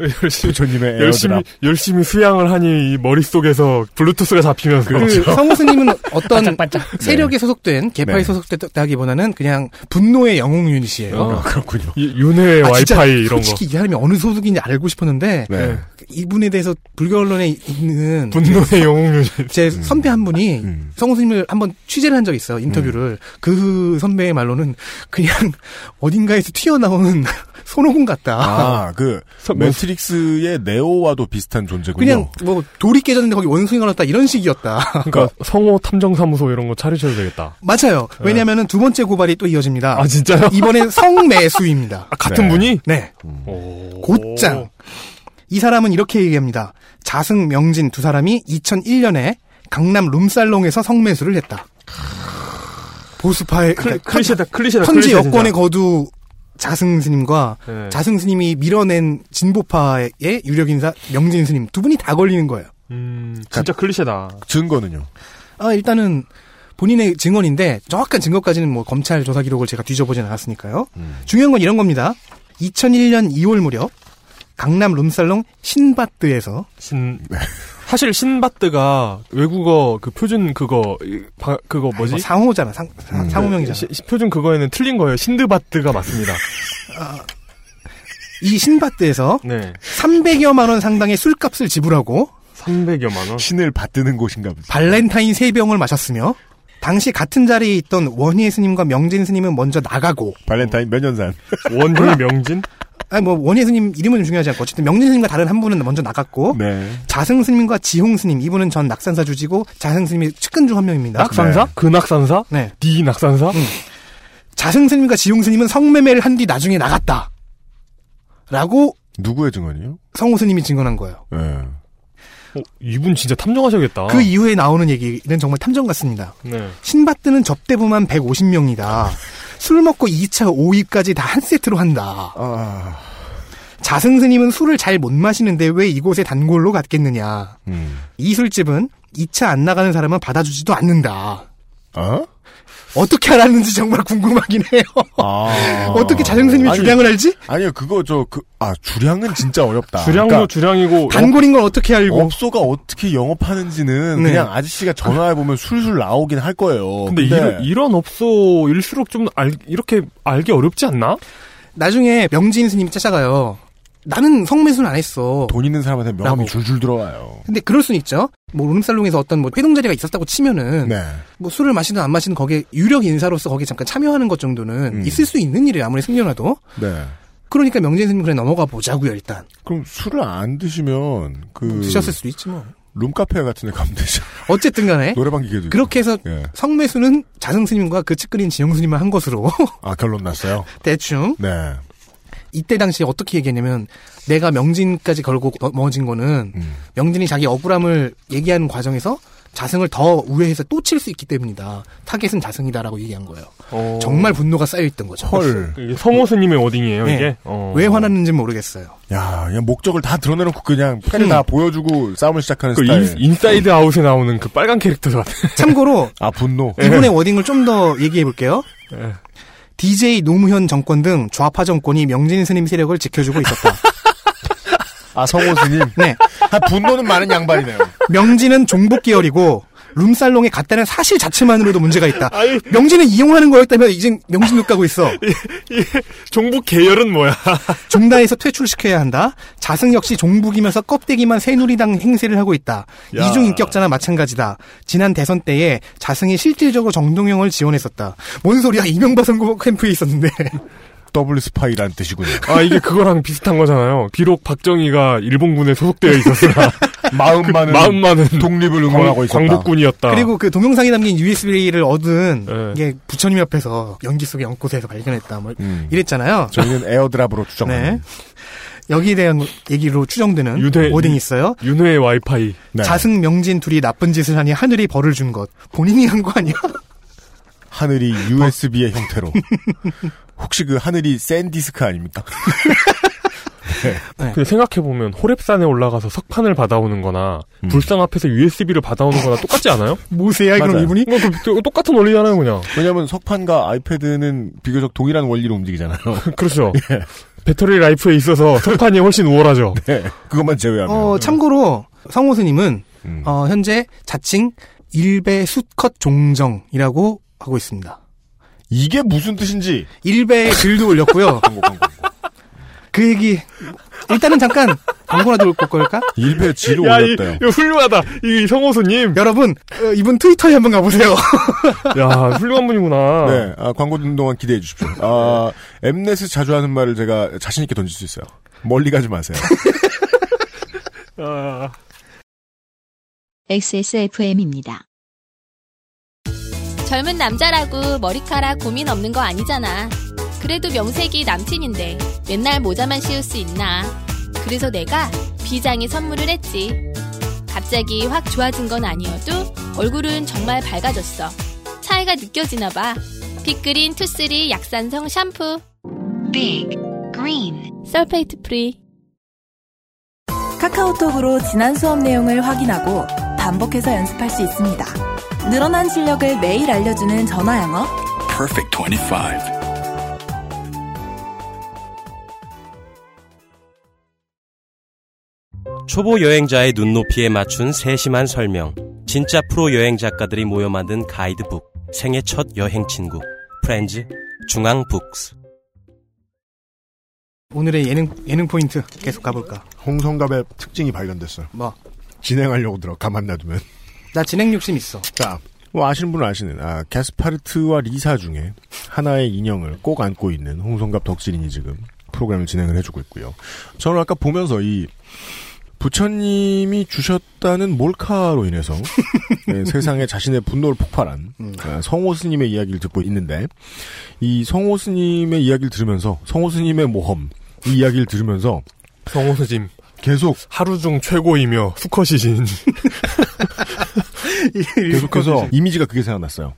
Speaker 3: 열심히
Speaker 2: 부처님의
Speaker 3: 열심히
Speaker 2: 에어드랍.
Speaker 3: 열심히 수양을 하니 이 머릿속에서 블루투스가 잡히면서
Speaker 7: 그 성호 스님은 어떤 세력에 소속된 개파에
Speaker 2: 네.
Speaker 7: 소속됐다기보다는 그냥 분노의 영웅 유닛이에요.
Speaker 2: 아, 그렇군요.
Speaker 3: 이- 윤회의
Speaker 7: 아, 진짜
Speaker 3: 와이파이 이런 거
Speaker 7: 솔직히 이 사람이 어느 소속인지 알고 싶었는데
Speaker 2: 네.
Speaker 7: 이분에 대해서 불교 언론에 있는
Speaker 3: 분노의 영웅 유닛
Speaker 7: 제 선배 한 분이
Speaker 2: 음.
Speaker 7: 성우 스님을 한번 취재를 한 적이 있어요. 인터뷰를. 그 선배의 말로는 그냥 어딘가에서 튀어나오는 손오공 같다.
Speaker 2: 아, 그
Speaker 3: 선- 뭐-
Speaker 2: 매트릭스의 네오와도 비슷한 존재군요.
Speaker 7: 그냥 뭐 돌이 깨졌는데 거기 원숭이 걸렸다 이런 식이었다.
Speaker 3: 그러니까 성호 탐정사무소 이런 거 차리셔도 되겠다
Speaker 7: 맞아요. 왜냐하면 두 번째 고발이 또 이어집니다.
Speaker 3: 네. 아 진짜요?
Speaker 7: 이번엔 성매수입니다.
Speaker 3: 아, 같은
Speaker 2: 네.
Speaker 3: 분이?
Speaker 7: 네.
Speaker 3: 오.
Speaker 7: 곧장. 이 사람은 이렇게 얘기합니다. 자승 명진 두 사람이 2001년에 강남 룸살롱에서 성매수를 했다. 보수파의
Speaker 3: 클,
Speaker 7: 그러니까
Speaker 3: 클리셰다 클리셰다
Speaker 7: 현지
Speaker 3: 클리셰, 진짜.
Speaker 7: 여권의 거두 자승 스님과
Speaker 3: 네.
Speaker 7: 자승 스님이 밀어낸 진보파의 유력 인사 명진 스님 두 분이 다 걸리는 거예요.
Speaker 3: 음, 진짜 클리셰다
Speaker 2: 증거는요.
Speaker 7: 아, 일단은 본인의 증언인데 정확한 증거까지는 뭐 검찰 조사 기록을 제가 뒤져보진 않았으니까요.
Speaker 3: 음.
Speaker 7: 중요한 건 이런 겁니다. 2001년 2월 무렵 강남 룸살롱 신바트에서
Speaker 3: 신 사실 신바트가 외국어 그 표준 그거 이, 바- 그거 뭐지? 음.
Speaker 7: 뭐 상호잖아 상, 상- 상호명이잖아.
Speaker 3: 시- 시- 표준 그거에는 틀린 거예요. 신드바트가 맞습니다.
Speaker 7: 이 신바트에서
Speaker 3: 네.
Speaker 7: 300여만 원 상당의 술값을 지불하고
Speaker 3: 300여만 원.
Speaker 2: 신을 받드는 곳인가 보다.
Speaker 7: 발렌타인 세병을 마셨으며 당시 같은 자리에 있던 원희애 스님과 명진 스님은 먼저 나가고
Speaker 2: 발렌타인 몇년산
Speaker 3: 원희 명진?
Speaker 7: 아니 뭐 원희애 스님 이름은 중요하지 않고 어쨌든 명진 스님과 다른 한 분은 먼저 나갔고
Speaker 2: 네.
Speaker 7: 자승 스님과 지홍 스님 이분은 전 낙산사 주지고 자승 스님이 측근 중 한 명입니다.
Speaker 2: 아,
Speaker 3: 낙산사? 그 낙산사?
Speaker 7: 네.
Speaker 3: 니 낙산사?
Speaker 7: 자승 스님과 지홍 스님은 성매매를 한 뒤 나중에 나갔다. 라고
Speaker 2: 누구의 증언이요?
Speaker 7: 성호 스님이 증언한 거예요.
Speaker 2: 예.
Speaker 3: 어, 이분 진짜 탐정하셔야겠다.
Speaker 2: 어.
Speaker 7: 그 이후에 나오는 얘기는 정말 탐정 같습니다.
Speaker 3: 네.
Speaker 7: 신밧드는 접대부만 150명이다. 술 먹고 2차 5위까지 다 한 세트로 한다.
Speaker 2: 아,
Speaker 7: 자승 스님은 술을 잘 못 마시는데 왜 이곳에 단골로 갔겠느냐.
Speaker 2: 음.
Speaker 7: 이 술집은 2차 안 나가는 사람은 받아주지도 않는다.
Speaker 2: 아?
Speaker 7: 어떻게 알았는지 정말 궁금하긴 해요.
Speaker 2: 아.
Speaker 7: 어떻게 자승 스님이
Speaker 2: 아니,
Speaker 7: 주량을 알지?
Speaker 2: 아니요, 그거 저 그 아 주량은 진짜 어렵다.
Speaker 3: 주량도
Speaker 2: 그러니까
Speaker 3: 주량이고
Speaker 7: 단골인 걸 어떻게 알고?
Speaker 2: 업소가 어떻게 영업하는지는
Speaker 7: 네.
Speaker 2: 그냥 아저씨가 전화해 보면 술술 나오긴 할 거예요.
Speaker 3: 근데 이런, 이런 업소일수록 좀 알, 이렇게 알기 어렵지 않나?
Speaker 7: 나중에 명진 스님이 찾아가요. 나는 성매수는 안 했어.
Speaker 2: 돈 있는 사람한테 명함이
Speaker 7: 라고.
Speaker 2: 줄줄 들어와요.
Speaker 7: 근데 그럴 순 있죠. 뭐 룸살롱에서 어떤 뭐 회동 자리가 있었다고 치면은
Speaker 2: 네.
Speaker 7: 뭐 술을 마시든 안 마시든 거기에 유력 인사로서 거기에 잠깐 참여하는 것 정도는
Speaker 2: 음.
Speaker 7: 있을 수 있는 일이에요. 아무리 승려라도.
Speaker 2: 네.
Speaker 7: 그러니까 명진 스님 그래 넘어가 보자고요 일단.
Speaker 2: 그럼 술을 안 드시면 그
Speaker 7: 드셨을 수도 있지 뭐.
Speaker 2: 룸카페 같은 데 가면 되죠.
Speaker 7: 어쨌든 간에
Speaker 2: 노래방 기계도 있고.
Speaker 7: 그렇게 해서
Speaker 2: 예.
Speaker 7: 성매수는 자승 스님과 그 측근인 지영 스님만 한 것으로
Speaker 2: 아, 결론 났어요.
Speaker 7: 대충
Speaker 2: 네.
Speaker 7: 이때 당시에 어떻게 얘기했냐면 내가 명진까지 걸고 넘어진 거는
Speaker 2: 음.
Speaker 7: 명진이 자기 억울함을 얘기하는 과정에서 자승을 더 우회해서 또 칠 수 있기 때문이다. 타겟은 자승이다라고 얘기한 거예요.
Speaker 3: 어.
Speaker 7: 정말 분노가 쌓여있던 거죠.
Speaker 2: 헐.
Speaker 3: 그 이게 성호스님의 워딩이에요,
Speaker 7: 네.
Speaker 3: 이게? 어.
Speaker 7: 왜 화났는지 모르겠어요.
Speaker 2: 야, 그냥 목적을 다 드러내놓고 그냥 패를
Speaker 7: 음.
Speaker 2: 다 보여주고 싸움을 시작하는
Speaker 3: 그
Speaker 2: 스타일.
Speaker 3: 인, 사이드 아웃에 나오는 그 빨간 캐릭터 같아.
Speaker 7: 참고로
Speaker 2: 아, 분노.
Speaker 7: 예. 이분의 워딩을 좀 더 얘기해 볼게요.
Speaker 3: 예.
Speaker 7: DJ 노무현 정권 등 좌파 정권이 명진 스님 세력을 지켜주고 있었다.
Speaker 2: 아, 성호스님.
Speaker 7: 네.
Speaker 2: 아, 분노는 많은 양반이네요.
Speaker 7: 명진은 종북 계열이고 룸살롱에 갔다는 사실 자체만으로도 문제가 있다.
Speaker 3: 아니. 예.
Speaker 7: 명진을 이용하는 거였다면 이젠 명진도 가고 있어.
Speaker 3: 종북 계열은 뭐야?
Speaker 7: 중단에서 퇴출시켜야 한다. 자승 역시 종북이면서 껍데기만 새누리당 행세를 하고 있다.
Speaker 3: 야.
Speaker 7: 이중 인격자나 마찬가지다. 지난 대선 때에 자승이 실질적으로 정동영을 지원했었다. 뭔 소리야? 이명박 선거 캠프에 있었는데.
Speaker 2: 더블 스파이란 뜻이군요.
Speaker 3: 아 이게 그거랑 비슷한 거잖아요. 비록 박정희가 일본군에 소속되어 있었으나
Speaker 2: 마음만은,
Speaker 3: 그 마음만은
Speaker 2: 독립을
Speaker 3: 광,
Speaker 2: 응원하고 있었다.
Speaker 3: 광복군이었다.
Speaker 7: 그리고 그 동영상이 담긴 USB를 얻은
Speaker 3: 예.
Speaker 7: 이게 부처님 옆에서 연기 속의 연꽃에서 발견했다. 뭐
Speaker 2: 음.
Speaker 7: 이랬잖아요.
Speaker 2: 저희는 에어드랍으로
Speaker 7: 네.
Speaker 2: 추정합니다.
Speaker 7: 여기에 대한 얘기로 추정되는
Speaker 3: 유대-
Speaker 7: 워딩이 있어요.
Speaker 3: 윤회의 와이파이.
Speaker 2: 네.
Speaker 7: 자승 명진 둘이 나쁜 짓을 하니 하늘이 벌을 준 것. 본인이 한 거 아니야?
Speaker 2: 하늘이 USB의 형태로. 혹시 그 하늘이 샌디스크 아닙니까?
Speaker 3: 근데 생각해보면 호랩산에 올라가서 석판을 받아오는 거나
Speaker 2: 음.
Speaker 3: 불상 앞에서 USB를 받아오는 거나 똑같지 않아요?
Speaker 7: 모세야
Speaker 2: 맞아요.
Speaker 7: 그럼 이분이?
Speaker 3: 뭐, 그- 그, 똑같은 원리잖아요 그냥.
Speaker 2: 왜냐면 석판과 아이패드는 비교적 동일한 원리로 움직이잖아요.
Speaker 3: 그렇죠. 배터리 라이프에 있어서 석판이 훨씬 우월하죠.
Speaker 2: 예. 네. 그것만 제외하면.
Speaker 7: 어, 참고로 성호스님은
Speaker 2: 음.
Speaker 7: 어, 현재 자칭 일배 수컷 종정이라고 하고 있습니다.
Speaker 2: 이게 무슨 뜻인지.
Speaker 7: 일배 글도 올렸고요.
Speaker 2: 광고, 광고, 광고.
Speaker 7: 그 얘기 일단은 잠깐 광고라도 올 걸까?
Speaker 2: 일베 지를
Speaker 3: 야, 이,
Speaker 2: 올렸대요.
Speaker 3: 이거 훌륭하다. 이 성호수님.
Speaker 7: 여러분 어, 이분 트위터에 한번 가보세요.
Speaker 3: 야, 훌륭한 분이구나.
Speaker 2: 네, 아, 광고 듣는 동안 기대해 주십시오. 아, 엠넷이 자주 하는 말을 제가 자신있게 던질 수 있어요. 멀리 가지 마세요.
Speaker 3: 아,
Speaker 1: XSFM입니다.
Speaker 8: 젊은 남자라고 머리카락 고민 없는 거 아니잖아. 그래도 명색이 남친인데 맨날 모자만 씌울 수 있나. 그래서 내가 비장의 선물을 했지. 갑자기 확 좋아진 건 아니어도 얼굴은 정말 밝아졌어. 차이가 느껴지나 봐. 빅그린 투쓰리 약산성 샴푸.
Speaker 9: Big Green.
Speaker 8: 설페이트 프리.
Speaker 6: 카카오톡으로 지난 수업 내용을 확인하고 반복해서 연습할 수 있습니다. 늘어난 실력을 매일 알려주는 전화 영어.
Speaker 5: Perfect 25.
Speaker 4: 초보 여행자의 눈높이에 맞춘 세심한 설명. 진짜 프로 여행 작가들이 모여 만든 가이드북. 생애 첫 여행 친구. 프렌즈 중앙북스.
Speaker 7: 오늘의 예능 예능 포인트 계속 가볼까?
Speaker 2: 홍성갑의 특징이 발견됐어요.
Speaker 7: 뭐?
Speaker 2: 진행하려고 들어, 가만 놔두면.
Speaker 7: 나 진행 욕심 있어.
Speaker 2: 자, 뭐 아시는 분은 아시는, 아, 게스파르트와 리사 중에 하나의 인형을 꼭 안고 있는 홍성갑 덕질인이 지금 프로그램을 진행을 해주고 있고요. 저는 아까 보면서 이 부처님이 주셨다는 몰카로 인해서 네, 세상에 자신의 분노를 폭발한 아, 성호스님의 이야기를 듣고 있는데 이 성호스님의 이야기를 들으면서 성호스님의 모험 이 이야기를 들으면서
Speaker 3: 성호수님.
Speaker 2: 계속
Speaker 3: 하루 중 최고이며 수컷이신.
Speaker 2: 계속해서 이미지가 그게 생각났어요.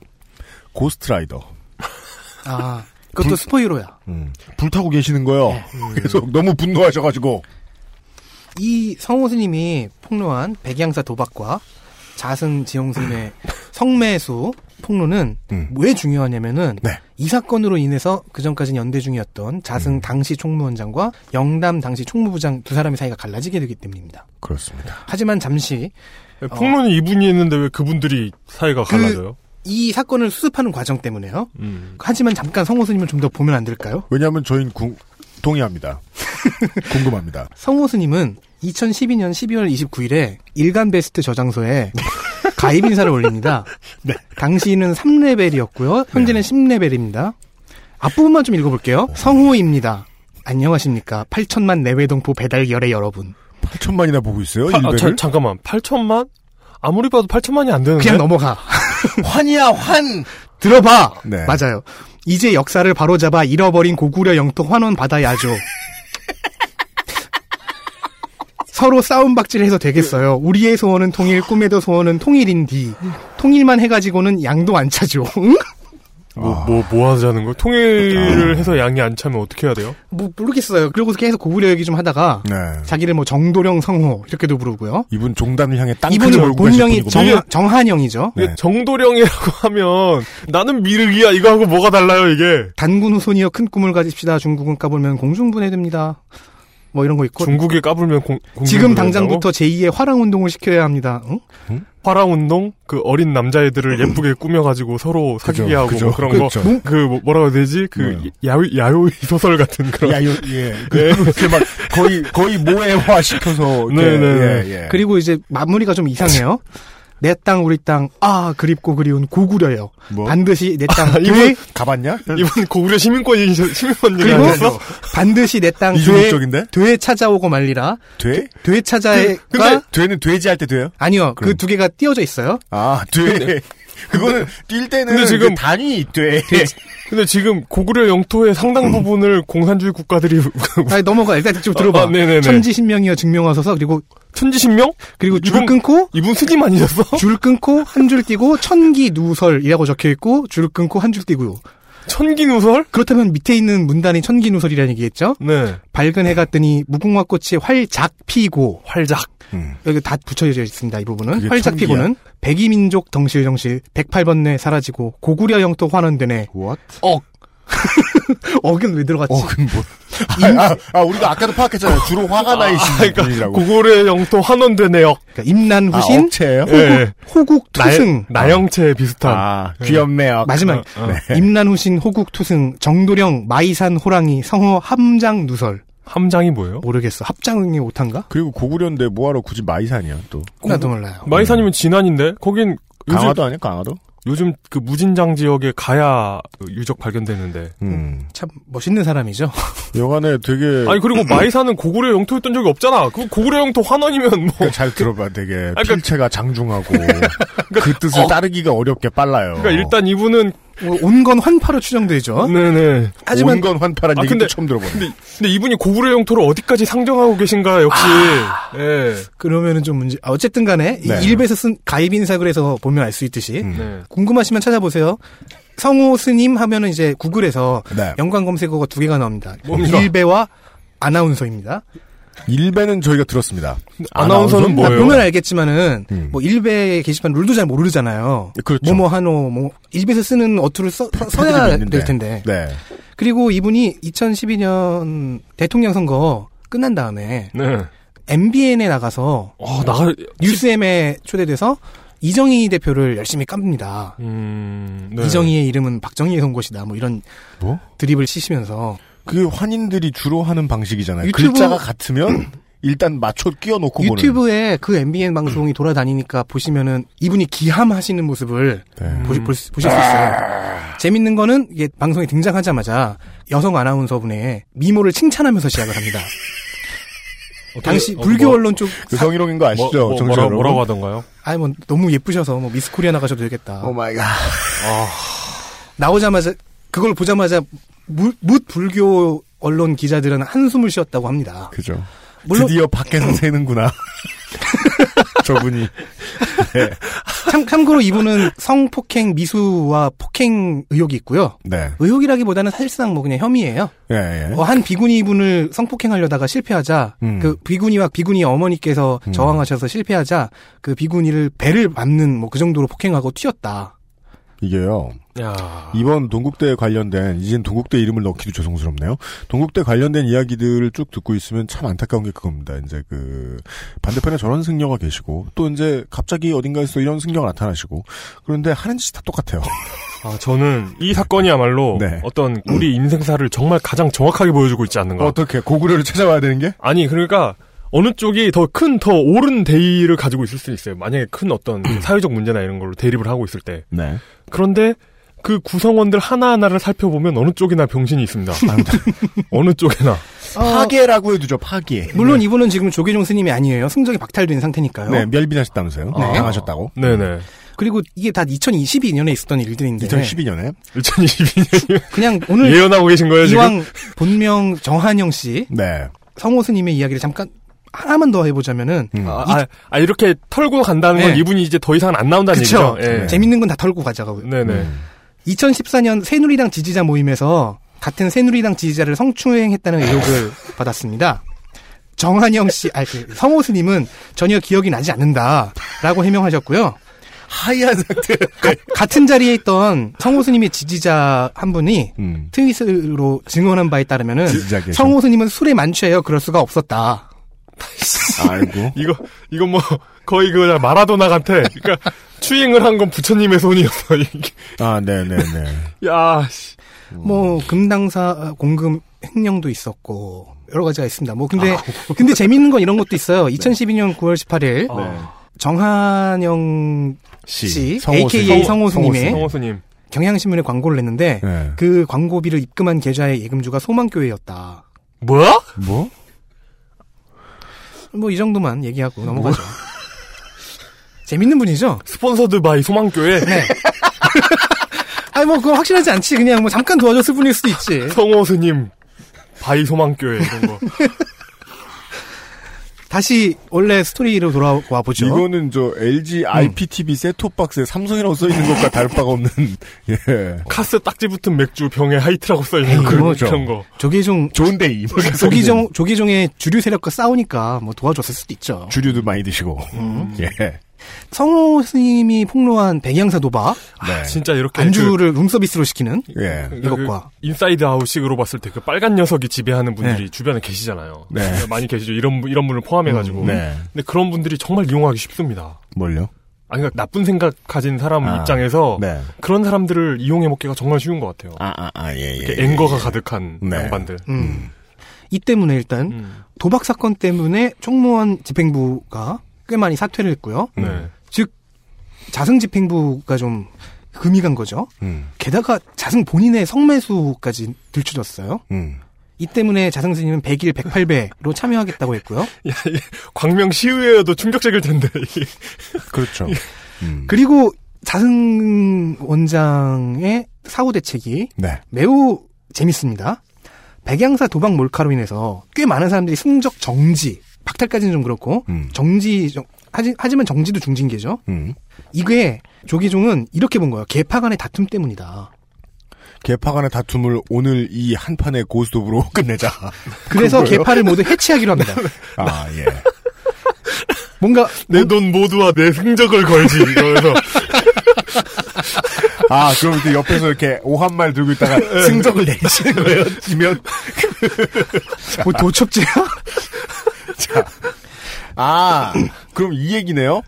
Speaker 2: 고스트라이더.
Speaker 7: 아 그것도 스포이로야.
Speaker 2: 음, 불타고 계시는 거예요. 계속 너무 분노하셔가지고.
Speaker 7: 이 성호스님이 폭로한 백양사 도박과 자승 지용스님의 성매수 폭로는
Speaker 2: 음.
Speaker 7: 왜 중요하냐면은
Speaker 2: 네.
Speaker 7: 이 사건으로 인해서 그 전까지는 연대 중이었던 자승 당시 총무원장과 영남 당시 총무부장 두 사람의 사이가 갈라지게 되기 때문입니다.
Speaker 2: 그렇습니다.
Speaker 7: 하지만 잠시
Speaker 2: 어.
Speaker 3: 폭로는 이분이 했는데 왜 그분들이 사이가 갈라져요?
Speaker 7: 이 사건을 수습하는 과정 때문에요.
Speaker 3: 음.
Speaker 7: 하지만 잠깐 성호스님을 좀 더 보면 안 될까요?
Speaker 2: 왜냐하면 저희는 궁- 동의합니다. 궁금합니다.
Speaker 7: 성호스님은 2012년 12월 29일에 일간 베스트 저장소에 가입 인사를 올립니다. 당시는 3레벨이었고요. 현재는 10레벨입니다. 앞부분만 좀 읽어볼게요. 성호입니다. 안녕하십니까. 8천만 내외 동포 배달 열애 여러분.
Speaker 2: 8천만이나 보고 있어요.
Speaker 3: 파- 아,
Speaker 2: 일배를.
Speaker 3: 자- 잠깐만. 8천만? 아무리 봐도 8천만이 안 되는데.
Speaker 7: 그냥 넘어가.
Speaker 2: 환이야 환.
Speaker 7: 들어봐.
Speaker 2: 네.
Speaker 7: 맞아요. 이제 역사를 바로잡아 잃어버린 고구려 영토 환원 받아야죠. 서로 싸움박질해서 되겠어요. 우리의 소원은 통일, 꿈에도 소원은 통일인디. 통일만 해가지고는 양도 안 차죠. 응?
Speaker 3: 뭐, 뭐, 뭐 하자는 거야? 통일을
Speaker 2: 아.
Speaker 3: 해서 양이 안 차면 어떻게 해야 돼요?
Speaker 7: 뭐 모르겠어요. 그러고서 계속 고구려 얘기 좀 하다가
Speaker 2: 네.
Speaker 7: 자기를 뭐 정도령 성호 이렇게도 부르고요.
Speaker 2: 이분 종단을 향해 땅
Speaker 7: 이분은
Speaker 2: 크게 몰고 가실
Speaker 7: 본명이
Speaker 2: 분이고.
Speaker 7: 정, 정한영이죠.
Speaker 2: 네.
Speaker 3: 이게 정도령이라고 하면 나는 미륵이야 이거 하고 뭐가 달라요 이게
Speaker 7: 단군 후손이여 큰 꿈을 가집시다. 중국은 까불면 공중분해됩니다. 뭐 이런 거 있고
Speaker 3: 중국에 까불면 공, 공격을
Speaker 7: 지금
Speaker 3: 한다고?
Speaker 7: 당장부터 제2의 화랑 운동을 시켜야 합니다. 응?
Speaker 3: 화랑 운동 그 어린 남자애들을 예쁘게 꾸며가지고 서로 사귀게
Speaker 2: 그죠,
Speaker 3: 하고
Speaker 2: 그죠,
Speaker 3: 뭐 그런
Speaker 2: 그죠.
Speaker 3: 거 그 뭐라고 해야 되지 그
Speaker 2: 뭐요?
Speaker 3: 야요 야요이 소설 같은 그런
Speaker 2: 야, 요, 예. 그, 그렇게 막, 거의, 거의 모해화 시켜서.
Speaker 3: 네, 네,
Speaker 2: 예, 예.
Speaker 7: 그리고 이제 마무리가 좀 이상해요. 내 땅 우리 땅 아 그립고 그리운 고구려요.
Speaker 2: 뭐?
Speaker 7: 반드시 내땅
Speaker 3: 이분-
Speaker 7: 교회
Speaker 2: 가봤냐?
Speaker 3: 이번 고구려 시민권이 시민권
Speaker 7: 그리고
Speaker 3: 얘기하셨어?
Speaker 7: 반드시 내땅 교회
Speaker 2: 이중국적인데?
Speaker 7: 되에 찾아오고 말리라.
Speaker 2: 돼? 그,
Speaker 7: 되에
Speaker 2: 근데,
Speaker 7: 네. 찾아가
Speaker 2: 돼는 돼지 할 때 돼요?
Speaker 7: 아니요 그
Speaker 2: 그럼.
Speaker 7: 두 개가 띄어져 있어요.
Speaker 2: 아, 돼. 그거는, 뛸 때는.
Speaker 3: 근데
Speaker 2: 그
Speaker 3: 지금-
Speaker 2: 단위 돼.
Speaker 3: 근데 지금 고구려 영토의 상당 부분을 공산주의 국가들이
Speaker 7: 아니 넘어가 일단 좀 들어봐.
Speaker 3: 아, 네네네.
Speaker 7: 천지 신명이여 증명하소서 그리고
Speaker 3: 천지신명
Speaker 7: 그리고 줄
Speaker 3: 이분-
Speaker 7: 끊고
Speaker 3: 이분 스님 아니셨어?
Speaker 7: 줄 끊고 한 줄 띄고 천기 누설이라고 적혀 있고 줄 끊고 한 줄 띄고
Speaker 3: 천기누설?
Speaker 7: 그렇다면 밑에 있는 문단이 천기 누설이라는 얘기겠죠?
Speaker 3: 네
Speaker 7: 밝은 해가 뜨니 무궁화 꽃이 활짝 피고 음.
Speaker 3: 활작
Speaker 7: 여기 다 붙여져 있습니다. 이 부분은
Speaker 2: 그게
Speaker 7: 활짝
Speaker 2: 천기야?
Speaker 7: 피고는 백이민족 덩실 정실 108번뇌 사라지고 고구려 영토 환원되네
Speaker 2: What?
Speaker 7: 어긴 왜 들어갔지? 그러니까
Speaker 2: 어, 그 뭐. 아, 아, 아, 우리가 아까도 파악했잖아요. 주로 화가 나이신 분이라고.
Speaker 3: 고구려 영토 환원되네요
Speaker 7: 그러니까 임난
Speaker 2: 아,
Speaker 7: 후신
Speaker 2: 업체예요?
Speaker 7: 호국
Speaker 3: 예.
Speaker 7: 호국
Speaker 3: 나,
Speaker 7: 투승
Speaker 3: 나영채 비슷한
Speaker 2: 아, 귀엽네요.
Speaker 7: 마지막 임난 후신 호국 투승 정도령 마이산 호랑이 성호 함장 누설
Speaker 3: 함장이 뭐예요?
Speaker 7: 모르겠어 합장이 오탄가?
Speaker 2: 그리고 고구려인데 뭐하러 굳이 마이산이야, 또.
Speaker 7: 나도 몰라요.
Speaker 3: 마이산이면
Speaker 7: 네.
Speaker 3: 진안인데 거긴 요즘
Speaker 2: 강화도 아니야, 강화도?
Speaker 3: 요즘 그 무진장 지역에 가야 유적 발견됐는데.
Speaker 7: 네.
Speaker 2: 음.
Speaker 7: 참 멋있는 사람이죠.
Speaker 2: 여간에 되게.
Speaker 3: 아니 그리고 마이산은 고구려 영토였던 적이 없잖아. 그 고구려 영토 환원이면 뭐.
Speaker 7: 그렇죠.
Speaker 2: 그러니까 잘 들어봐 되게
Speaker 3: 그러니까-
Speaker 2: 필체가 장중하고 그 뜻을 따르기가 어렵게 빨라요.
Speaker 3: 그러니까 일단 이분은
Speaker 7: 어, 온 건 환파로 추정되죠.
Speaker 3: 네네.
Speaker 7: 하지만
Speaker 2: 온건 환파란
Speaker 3: 아,
Speaker 2: 얘기도
Speaker 3: 근데-
Speaker 2: 처음 들어보네.
Speaker 3: 근데 근데 이분이 고구려 영토를 어디까지 상정하고 계신가 역시.
Speaker 7: 아.
Speaker 3: 예.
Speaker 7: 그러면은 좀 문제. 아, 어쨌든 간에 이
Speaker 2: 네.
Speaker 7: 일베에서 쓴 가입 인사글에서 보면 알 수 있듯이
Speaker 2: 음.
Speaker 3: 네.
Speaker 7: 궁금하시면 찾아보세요. 성호 스님 하면은 이제 구글에서
Speaker 2: 네.
Speaker 7: 연관 검색어가 두 개가 나옵니다.
Speaker 3: 뭡니까?
Speaker 7: 일베와 아나운서입니다.
Speaker 2: 일배는 저희가 들었습니다.
Speaker 3: 아나운서는
Speaker 7: 아,
Speaker 3: 뭐예요?
Speaker 7: 보면 알겠지만은
Speaker 2: 음.
Speaker 7: 뭐 일베 게시판 룰도 잘 모르잖아요.
Speaker 2: 그렇죠.
Speaker 7: 뭐뭐 하노 뭐 일베에서 쓰는 어투를 써, 써-
Speaker 2: 패드립이
Speaker 7: 써야
Speaker 2: 있는데.
Speaker 7: 될 텐데.
Speaker 2: 네.
Speaker 7: 그리고 이분이 2012년 대통령 선거 끝난 다음에
Speaker 3: 네.
Speaker 7: MBN에 나가서
Speaker 3: 어 나가.
Speaker 7: 뉴스엠에 초대돼서 이정희 대표를 열심히 깝니다.
Speaker 3: 음. 네.
Speaker 7: 이정희의 이름은 박정희의 선것이다. 뭐 이런
Speaker 2: 뭐?
Speaker 7: 드립을 치시면서
Speaker 2: 그게 환인들이 주로 하는 방식이잖아요.
Speaker 7: 유튜브-
Speaker 2: 글자가 같으면 일단 맞춰 끼워놓고 보는. 음.
Speaker 7: 유튜브에 그 MBN 방송이 돌아다니니까 보시면은 이분이 기함하시는 모습을
Speaker 2: 네.
Speaker 7: 보시, 볼 수- 보실 수 있어요. 재밌는 거는 이게 방송에 등장하자마자 여성 아나운서분의 미모를 칭찬하면서 시작을 합니다.
Speaker 3: 어떻게-
Speaker 7: 당시
Speaker 3: 어,
Speaker 7: 불교
Speaker 3: 뭐-
Speaker 7: 언론 쪽
Speaker 2: 그 성희롱인 거
Speaker 3: 뭐,
Speaker 2: 아시죠?
Speaker 3: 뭐,
Speaker 2: 정치
Speaker 3: 뭐라,
Speaker 2: 여러분?
Speaker 3: 뭐라고 하던가요?
Speaker 7: 아이 뭐 너무 예쁘셔서 뭐 미스 코리아 나가셔도 되겠다.
Speaker 2: 오 마이 갓.
Speaker 7: 나오자마자 그걸 보자마자 무, 뭇 불교 언론 기자들은 한숨을 쉬었다고 합니다.
Speaker 2: 그죠.
Speaker 7: 물론-
Speaker 2: 드디어 밖에서 새는구나. 저분이. 네.
Speaker 7: 참, 참고로 이분은 성폭행 미수와 폭행 의혹이 있고요.
Speaker 2: 네.
Speaker 7: 의혹이라기보다는 사실상 뭐 그냥 혐의예요.
Speaker 2: 예, 예.
Speaker 7: 어, 한 비구니 분을 성폭행하려다가 실패하자
Speaker 2: 음.
Speaker 7: 그 비구니와 비구니 어머니께서
Speaker 2: 음.
Speaker 7: 저항하셔서 실패하자 그 비구니를 배를 맞는 뭐 그 정도로 폭행하고 튀었다.
Speaker 2: 이게요.
Speaker 3: 야.
Speaker 2: 이번 동국대에 관련된 이젠 동국대 이름을 넣기도 죄송스럽네요. 동국대 관련된 이야기들을 쭉 듣고 있으면 참 안타까운 게 그겁니다. 이제 그 반대편에 저런 승려가 계시고 또 이제 갑자기 어딘가에서 이런 승려가 나타나시고 그런데 하는 짓이 다 똑같아요.
Speaker 3: 아 저는 이 사건이야말로
Speaker 2: 네.
Speaker 3: 어떤 우리 인생사를 정말 가장 정확하게 보여주고 있지 않는가.
Speaker 2: 어떻게 고구려를 찾아와야 되는 게?
Speaker 3: 아니 그러니까 어느 쪽이 더 큰 더 옳은 대의를 가지고 있을 수 있어요. 만약에 큰 어떤
Speaker 7: 음.
Speaker 3: 사회적 문제나 이런 걸로 대립을 하고 있을 때.
Speaker 2: 네.
Speaker 3: 그런데 그 구성원들 하나하나를 살펴보면 어느 쪽이나 병신이 있습니다. 어느 쪽에나.
Speaker 2: 파괴라고 해두죠. 파괴.
Speaker 7: 물론 이분은 지금 조계종 스님이 아니에요. 승적이 박탈된 상태니까요.
Speaker 2: 네, 멸빈하셨다면서요. 당하셨다고.
Speaker 7: 음.
Speaker 3: 네네.
Speaker 7: 그리고 이게 다 2022년에 있었던
Speaker 2: 네.
Speaker 7: 일들인데
Speaker 2: 2012년에.
Speaker 3: 2022년이면
Speaker 7: 그냥 오늘
Speaker 3: 예언하고 계신 거예요 지금?
Speaker 7: 네. 이왕 본명 정한영 씨
Speaker 2: 네.
Speaker 7: 성호스님의 이야기를 잠깐 하나만 더 해보자면은
Speaker 2: 음.
Speaker 3: 아, 아, 아, 이렇게 털고 간다는 건
Speaker 7: 네.
Speaker 3: 이분이 이제 더 이상 안 나온다는
Speaker 7: 그쵸
Speaker 3: 얘기죠.
Speaker 2: 네.
Speaker 3: 예.
Speaker 7: 재밌는 건 다 털고 가자고
Speaker 3: 네네.
Speaker 7: 2014년 새누리당 지지자 모임에서 같은 새누리당 지지자를 성추행했다는 의혹을 받았습니다 정한영 씨, 아니 그 성호스님은 전혀 기억이 나지 않는다라고 해명하셨고요
Speaker 2: 하얀 상태.
Speaker 7: 같은 자리에 있던 성호 스님의 지지자 한 분이
Speaker 2: 음.
Speaker 7: 트윗으로 증언한 바에 따르면은
Speaker 2: 지지자 계셔.
Speaker 7: 성호 스님은 술에 만취해요. 그럴 수가 없었다.
Speaker 2: 아이고.
Speaker 3: 이거 이거 뭐 거의 그냥 마라도나 같아. 그러니까 추행을 한 건 부처님의 손이었어. 이게.
Speaker 2: 아, 네네네.
Speaker 3: 야, 씨.
Speaker 7: 뭐 금당사 공금 횡령도 있었고 여러 가지가 있습니다. 뭐 근데 근데 재밌는 건 이런 것도 있어요. 2012년 9월 18일 정한영 씨, AKA 예, 성호 스님의
Speaker 3: 성호 스님.
Speaker 7: 경향신문에 광고를 냈는데
Speaker 2: 네.
Speaker 7: 그 광고비를 입금한 계좌의 예금주가 소망교회였다.
Speaker 3: 뭐야?
Speaker 2: 뭐?
Speaker 7: 뭐 이 정도만 얘기하고 넘어가죠. 재밌는 분이죠.
Speaker 3: 스폰서드 바이 소망교회
Speaker 7: 네. 아니 뭐 그거 확실하지 않지. 그냥 뭐 잠깐 도와줬을 뿐일 수도 있지.
Speaker 3: 성호 스님 바이 소망교회 이런 거.
Speaker 7: 다시 원래 스토리로 돌아와 보죠.
Speaker 2: 이거는 저 음. LG IPTV 셋톱박스에 삼성이라고 써 있는 것과 다를 바가 없는 예.
Speaker 3: 카스 딱지 붙은 맥주 병에 하이트라고 써 있는 거
Speaker 7: 뭐
Speaker 3: 그런 거.
Speaker 7: 조계종
Speaker 2: 좋은데 이 뭐, 이렇게 써 있는.
Speaker 7: 아, 조기종 조기종의 주류 세력과 싸우니까 뭐 도와줬을 수도 있죠.
Speaker 2: 주류도 많이 드시고. 예.
Speaker 7: 성호 스님이 폭로한 백양사 도박
Speaker 3: 아, 진짜 이렇게
Speaker 7: 네. 안주를 룸서비스로 시키는
Speaker 2: 예.
Speaker 3: 그,
Speaker 7: 이것과.
Speaker 3: 그 인사이드 아웃식으로 봤을 때 그 빨간 녀석이 지배하는 분들이
Speaker 7: 네.
Speaker 3: 주변에 계시잖아요.
Speaker 2: 네.
Speaker 3: 많이 계시죠. 이런 분- 이런 분을 포함해
Speaker 7: 음,
Speaker 3: 가지고.
Speaker 2: 네.
Speaker 3: 근데 그런 분들이 정말 이용하기 쉽습니다.
Speaker 2: 뭘요?
Speaker 3: 아니 그러니까 나쁜 생각 가진 사람
Speaker 2: 아,
Speaker 3: 입장에서
Speaker 2: 네.
Speaker 3: 그런 사람들을 이용해 먹기가 정말 쉬운 것 같아요.
Speaker 2: 아, 아, 아, 예,
Speaker 3: 이렇게 앵거가 가득한
Speaker 2: 네.
Speaker 3: 양반들.
Speaker 7: 음. 이 때문에 일단
Speaker 3: 음.
Speaker 7: 도박 사건 때문에 총무원 집행부가 꽤 많이 사퇴를 했고요.
Speaker 3: 네.
Speaker 7: 즉 자승 집행부가 좀 금이 간 거죠.
Speaker 2: 음,
Speaker 7: 게다가 자승 본인의 성매수까지 들추졌어요.
Speaker 2: 음.
Speaker 7: 이 때문에 자승 스님은 100일 108배로 참여하겠다고 했고요.
Speaker 3: 야, 이게 광명 시의회여도 충격적일 텐데. 이게.
Speaker 2: 그렇죠. 음.
Speaker 7: 그리고 자승 원장의 사후 대책이
Speaker 2: 네.
Speaker 7: 매우 재밌습니다. 백양사 도박 몰카로 인해서 꽤 많은 사람들이 승적 정지, 박탈까지는 좀 그렇고
Speaker 2: 음.
Speaker 7: 정지 정- 하지, 하지만 정지도 중징계죠.
Speaker 2: 음.
Speaker 7: 이게 조기종은 이렇게 본 거예요. 개파 간의 다툼 때문이다.
Speaker 2: 개파 간의 다툼을 오늘 이 한판의 고스톱으로 끝내자.
Speaker 7: 그래서
Speaker 2: 그거예요?
Speaker 7: 개파를 모두 해체하기로 합니다.
Speaker 2: 아, 예.
Speaker 7: 뭔가
Speaker 3: 내 돈 모두와 내 승적을 걸지. 이러면서
Speaker 2: 아, 그럼 이제 옆에서 이렇게 오한말 들고 있다가
Speaker 3: 네.
Speaker 2: 승적을 내리시는 거예요? 지면?
Speaker 7: 뭐 도첩제야?
Speaker 2: 아, 그럼 이 얘기네요?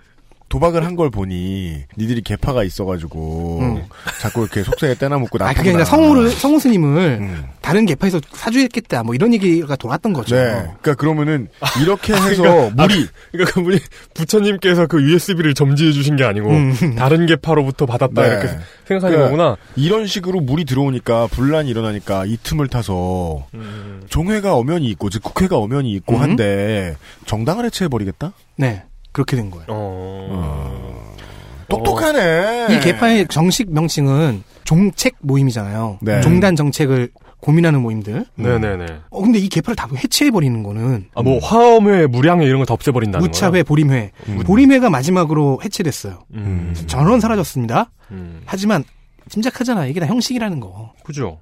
Speaker 2: 도박을 한 걸 보니 니들이 개파가 있어가지고
Speaker 3: 음.
Speaker 2: 자꾸 이렇게 속세에 떼나먹고
Speaker 7: 아,
Speaker 2: 나쁜
Speaker 7: 그게 아니라
Speaker 2: 거다. 네.
Speaker 7: 성우를 성우 스님을
Speaker 2: 음.
Speaker 7: 다른 개파에서 사주했겠다. 뭐 이런 얘기가 돌았던 거죠.
Speaker 2: 네. 그러니까 그러면은 이렇게
Speaker 3: 아,
Speaker 2: 해서 물이
Speaker 3: 그러니까 그분이 부처님께서 그 USB를 점지해 주신 게 아니고 다른 계파로부터 받았다
Speaker 2: 음. 네.
Speaker 3: 이렇게 생각하는
Speaker 2: 그러니까
Speaker 3: 거구나.
Speaker 2: 이런 식으로 물이 들어오니까 분란이 일어나니까 이 틈을 타서
Speaker 3: 음.
Speaker 2: 종회가 엄연히 있고 즉 국회가 엄연히 있고
Speaker 7: 음.
Speaker 2: 한데 정당을 해체해버리겠다?
Speaker 7: 네, 그렇게 된 거예요.
Speaker 3: 어.
Speaker 2: 똑똑하네.
Speaker 3: 예.
Speaker 7: 이 개파의 정식 명칭은 종책 모임이잖아요.
Speaker 2: 네.
Speaker 7: 종단 정책을 고민하는 모임들.
Speaker 2: 음.
Speaker 3: 네네네.
Speaker 7: 어, 근데 이 개파를 다 해체해버리는 거는
Speaker 3: 아, 뭐 화엄회, 무량회 이런 걸 다 없애버린다는
Speaker 7: 무차회,
Speaker 3: 거야.
Speaker 7: 보림회. 보림회가 마지막으로 해체됐어요.
Speaker 3: 음.
Speaker 7: 전원 사라졌습니다.
Speaker 3: 음.
Speaker 7: 하지만 짐작하잖아. 이게 다 형식이라는 거.
Speaker 3: 그죠.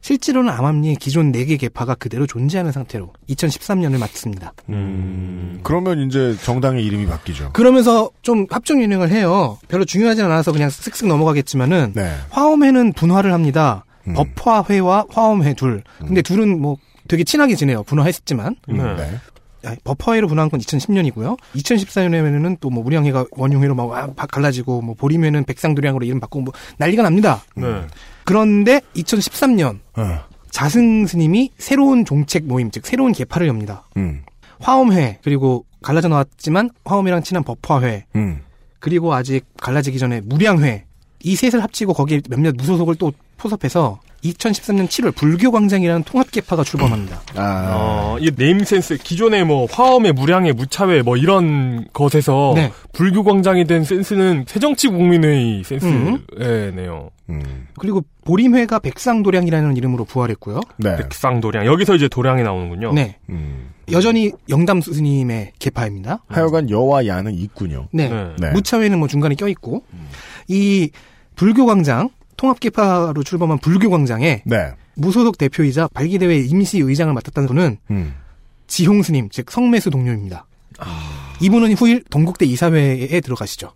Speaker 7: 실제로는 암암리의 기존 4개 개파가 그대로 존재하는 상태로 2013년을 마쳤습니다.
Speaker 2: 음, 그러면 이제 정당의 이름이 바뀌죠.
Speaker 7: 그러면서 좀 합종 유능을 해요. 별로 중요하진 않아서 그냥 쓱쓱 넘어가겠지만은
Speaker 2: 네.
Speaker 7: 화엄회는 분화를 합니다.
Speaker 2: 음.
Speaker 7: 법화회와 화엄회 둘. 근데 둘은 뭐 되게 친하게 지내요. 분화했었지만.
Speaker 2: 음,
Speaker 3: 네.
Speaker 2: 네.
Speaker 7: 아니, 법화회로 분화한 건 2010년이고요. 2014년에는 또 뭐 무량회가 원흉회로 막 와- 바- 갈라지고 뭐 보림회는 백상도량으로 이름 바꾸고 뭐 난리가 납니다.
Speaker 2: 음.
Speaker 3: 네.
Speaker 7: 그런데 2013년
Speaker 2: 어,
Speaker 7: 자승 스님이 새로운 종책 모임 즉 새로운 개파를 엽니다.
Speaker 2: 음,
Speaker 7: 화엄회 그리고 갈라져 나왔지만 화엄이랑 친한 법화회
Speaker 2: 음.
Speaker 7: 그리고 아직 갈라지기 전에 무량회 이 셋을 합치고 거기에 몇몇 무소속을 또 포섭해서 2013년 7월 불교광장이라는 통합계파가 출범합니다.
Speaker 2: 아,
Speaker 3: 어, 이 네임센스, 기존의 뭐, 화엄회, 무량회, 무차회, 뭐, 이런 것에서,
Speaker 7: 네.
Speaker 3: 불교광장이 된 센스는 새정치국민회의 센스네요.
Speaker 2: 음.
Speaker 7: 그리고 보림회가 백상도량이라는 이름으로 부활했고요.
Speaker 2: 네.
Speaker 3: 백상도량. 여기서 이제 도량이 나오는군요.
Speaker 7: 네.
Speaker 2: 음.
Speaker 7: 여전히 영담 스님의 계파입니다.
Speaker 2: 하여간 여와 야는 있군요.
Speaker 7: 네.
Speaker 3: 네.
Speaker 2: 네.
Speaker 7: 무차회는 뭐 중간에 껴있고, 이 불교광장, 통합계파로 출범한 불교광장에
Speaker 2: 네.
Speaker 7: 무소속 대표이자 발기대회 임시의장을 맡았다는 분은
Speaker 2: 음.
Speaker 7: 지홍스님, 즉 성매수 동료입니다. 이분은 후일 동국대 이사회에 들어가시죠.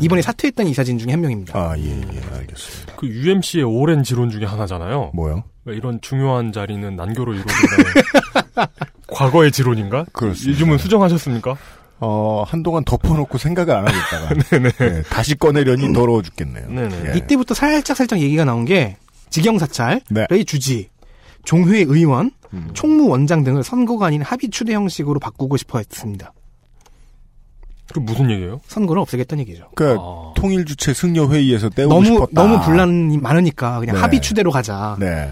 Speaker 7: 이번에 사퇴했던 이사진 중에 한 명입니다.
Speaker 2: 음. 아, 예, 예, 알겠습니다.
Speaker 3: 그 UMC의 오랜 지론 중에 하나잖아요.
Speaker 2: 뭐요?
Speaker 3: 왜 이런 중요한 자리는 난교로 이루어진다. 과거의 지론인가?
Speaker 2: 그렇습니다.
Speaker 3: 이 주문 수정하셨습니까?
Speaker 2: 어, 한동안 덮어놓고 생각을 안 하고 있다가. 네, 다시 꺼내려니 더러워 죽겠네요.
Speaker 3: 네네.
Speaker 2: 예.
Speaker 7: 이때부터 살짝 살짝 얘기가 나온 게 직영사찰의
Speaker 2: 네. 음.
Speaker 7: 주지, 종회 의원, 총무원장 등을 선거가 아닌 합의 추대 형식으로 바꾸고 싶어 했습니다.
Speaker 3: 그 무슨 얘기예요?
Speaker 7: 선거를 없애겠다는 얘기죠.
Speaker 2: 그러니까
Speaker 3: 아.
Speaker 2: 통일주체 승려회의에서 떼우고
Speaker 7: 너무
Speaker 2: 싶었다.
Speaker 7: 너무 아, 분란이 많으니까 그냥
Speaker 2: 네.
Speaker 7: 합의 추대로 가자.
Speaker 2: 네.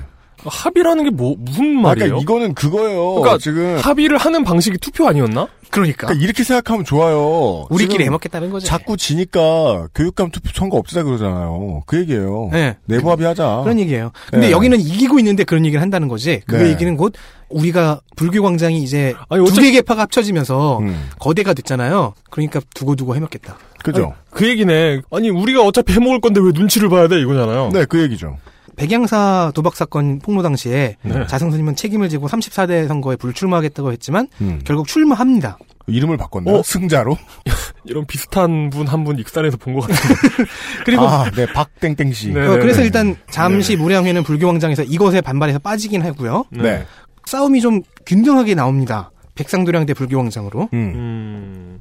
Speaker 3: 합의라는 게 뭐, 무슨
Speaker 2: 아,
Speaker 3: 말이에요?
Speaker 2: 그러니까 이거는 그거예요.
Speaker 3: 그러니까
Speaker 2: 지금
Speaker 3: 합의를 하는 방식이 투표 아니었나?
Speaker 7: 그러니까
Speaker 2: 그러니까 이렇게 생각하면 좋아요.
Speaker 7: 우리끼리
Speaker 2: 지금
Speaker 7: 해먹겠다는 거죠.
Speaker 2: 자꾸 지니까 교육감 투표 선거 없애자 그러잖아요. 그 얘기예요.
Speaker 7: 네.
Speaker 2: 내부
Speaker 3: 어.
Speaker 2: 합의하자.
Speaker 7: 그런 얘기예요. 근데
Speaker 2: 네.
Speaker 7: 여기는 이기고 있는데 그런 얘기를 한다는 거지. 그
Speaker 2: 네.
Speaker 7: 얘기는 곧 우리가 불교 광장이 이제
Speaker 3: 아니,
Speaker 7: 두
Speaker 3: 어차피-
Speaker 7: 개 계파가 합쳐지면서
Speaker 2: 음.
Speaker 7: 거대가 됐잖아요. 그러니까 두고두고 해먹겠다.
Speaker 2: 그죠?
Speaker 3: 그 얘기네. 아니, 우리가 어차피 해먹을 건데 왜 눈치를 봐야 돼?
Speaker 7: 어.
Speaker 3: 이거잖아요.
Speaker 2: 네, 그 얘기죠.
Speaker 7: 백양사 도박 사건 폭로 당시에
Speaker 3: 네.
Speaker 7: 자승스님은 책임을 지고 34대 선거에 불출마하겠다고 했지만
Speaker 2: 음.
Speaker 7: 결국 출마합니다.
Speaker 2: 이름을 바꿨나요?
Speaker 3: 어?
Speaker 2: 승자로?
Speaker 3: 이런 비슷한 분 한 분 익산에서 본 것 같은데.
Speaker 7: 그리고
Speaker 2: 아, 네, 박땡땡 씨.
Speaker 3: 네.
Speaker 2: 네.
Speaker 7: 어, 그래서 일단 잠시 무량회는 불교 광장에서 이것에 반발해서 빠지긴 하고요.
Speaker 3: 음.
Speaker 2: 네.
Speaker 7: 싸움이 좀 균등하게 나옵니다. 백상도량 대 불교 광장으로.
Speaker 2: 음.
Speaker 3: 음.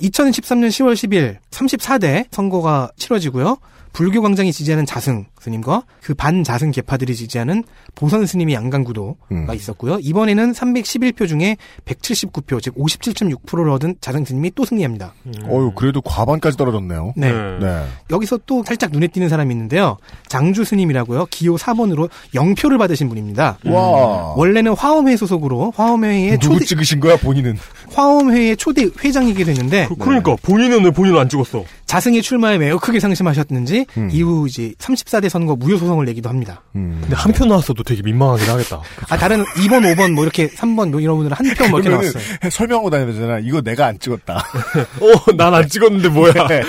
Speaker 7: 2013년 10월 10일 34대 선거가 치러지고요. 불교 광장이 지지하는 자승 스님과 그 반자승 계파들이 지지하는 보선 스님의 양강 구도가
Speaker 2: 음.
Speaker 7: 있었고요. 이번에는 311표 중에 179표, 즉 57.6%를 얻은 자승 스님이 또 승리합니다.
Speaker 2: 어유 그래도 과반까지 떨어졌네요.
Speaker 7: 음. 네.
Speaker 2: 네.
Speaker 7: 여기서 또 살짝 눈에 띄는 사람이 있는데요. 장주 스님이라고요. 기호 4번으로 0표를 받으신 분입니다.
Speaker 2: 와.
Speaker 7: 음. 원래는 화엄회 소속으로 화엄회의
Speaker 2: 누구
Speaker 7: 초대
Speaker 2: 찍으신 거야, 본인은?
Speaker 7: 화엄회의 초대 회장이기도 했는데
Speaker 3: 그, 그러니까
Speaker 2: 네.
Speaker 3: 본인은 왜 본인을 안 찍었어?
Speaker 7: 자승의 출마에 매우 크게 상심하셨는지
Speaker 2: 음.
Speaker 7: 이후 이제 34대 선거 무효 소송을 내기도 합니다.
Speaker 2: 음.
Speaker 3: 근데 한 표 나왔어도 되게 민망하긴 하겠다. 어,
Speaker 7: 아 다른 2번, 5번 뭐 이렇게 3번 뭐 이런 분들은 한 표 뭐
Speaker 2: 그렇죠.
Speaker 7: 이렇게
Speaker 2: 그러면은
Speaker 7: 나왔어요.
Speaker 2: 설명하고 다녀야 되잖아. 이거 내가 안 찍었다.
Speaker 3: 어, 난 안 찍었는데 뭐야.
Speaker 2: 네.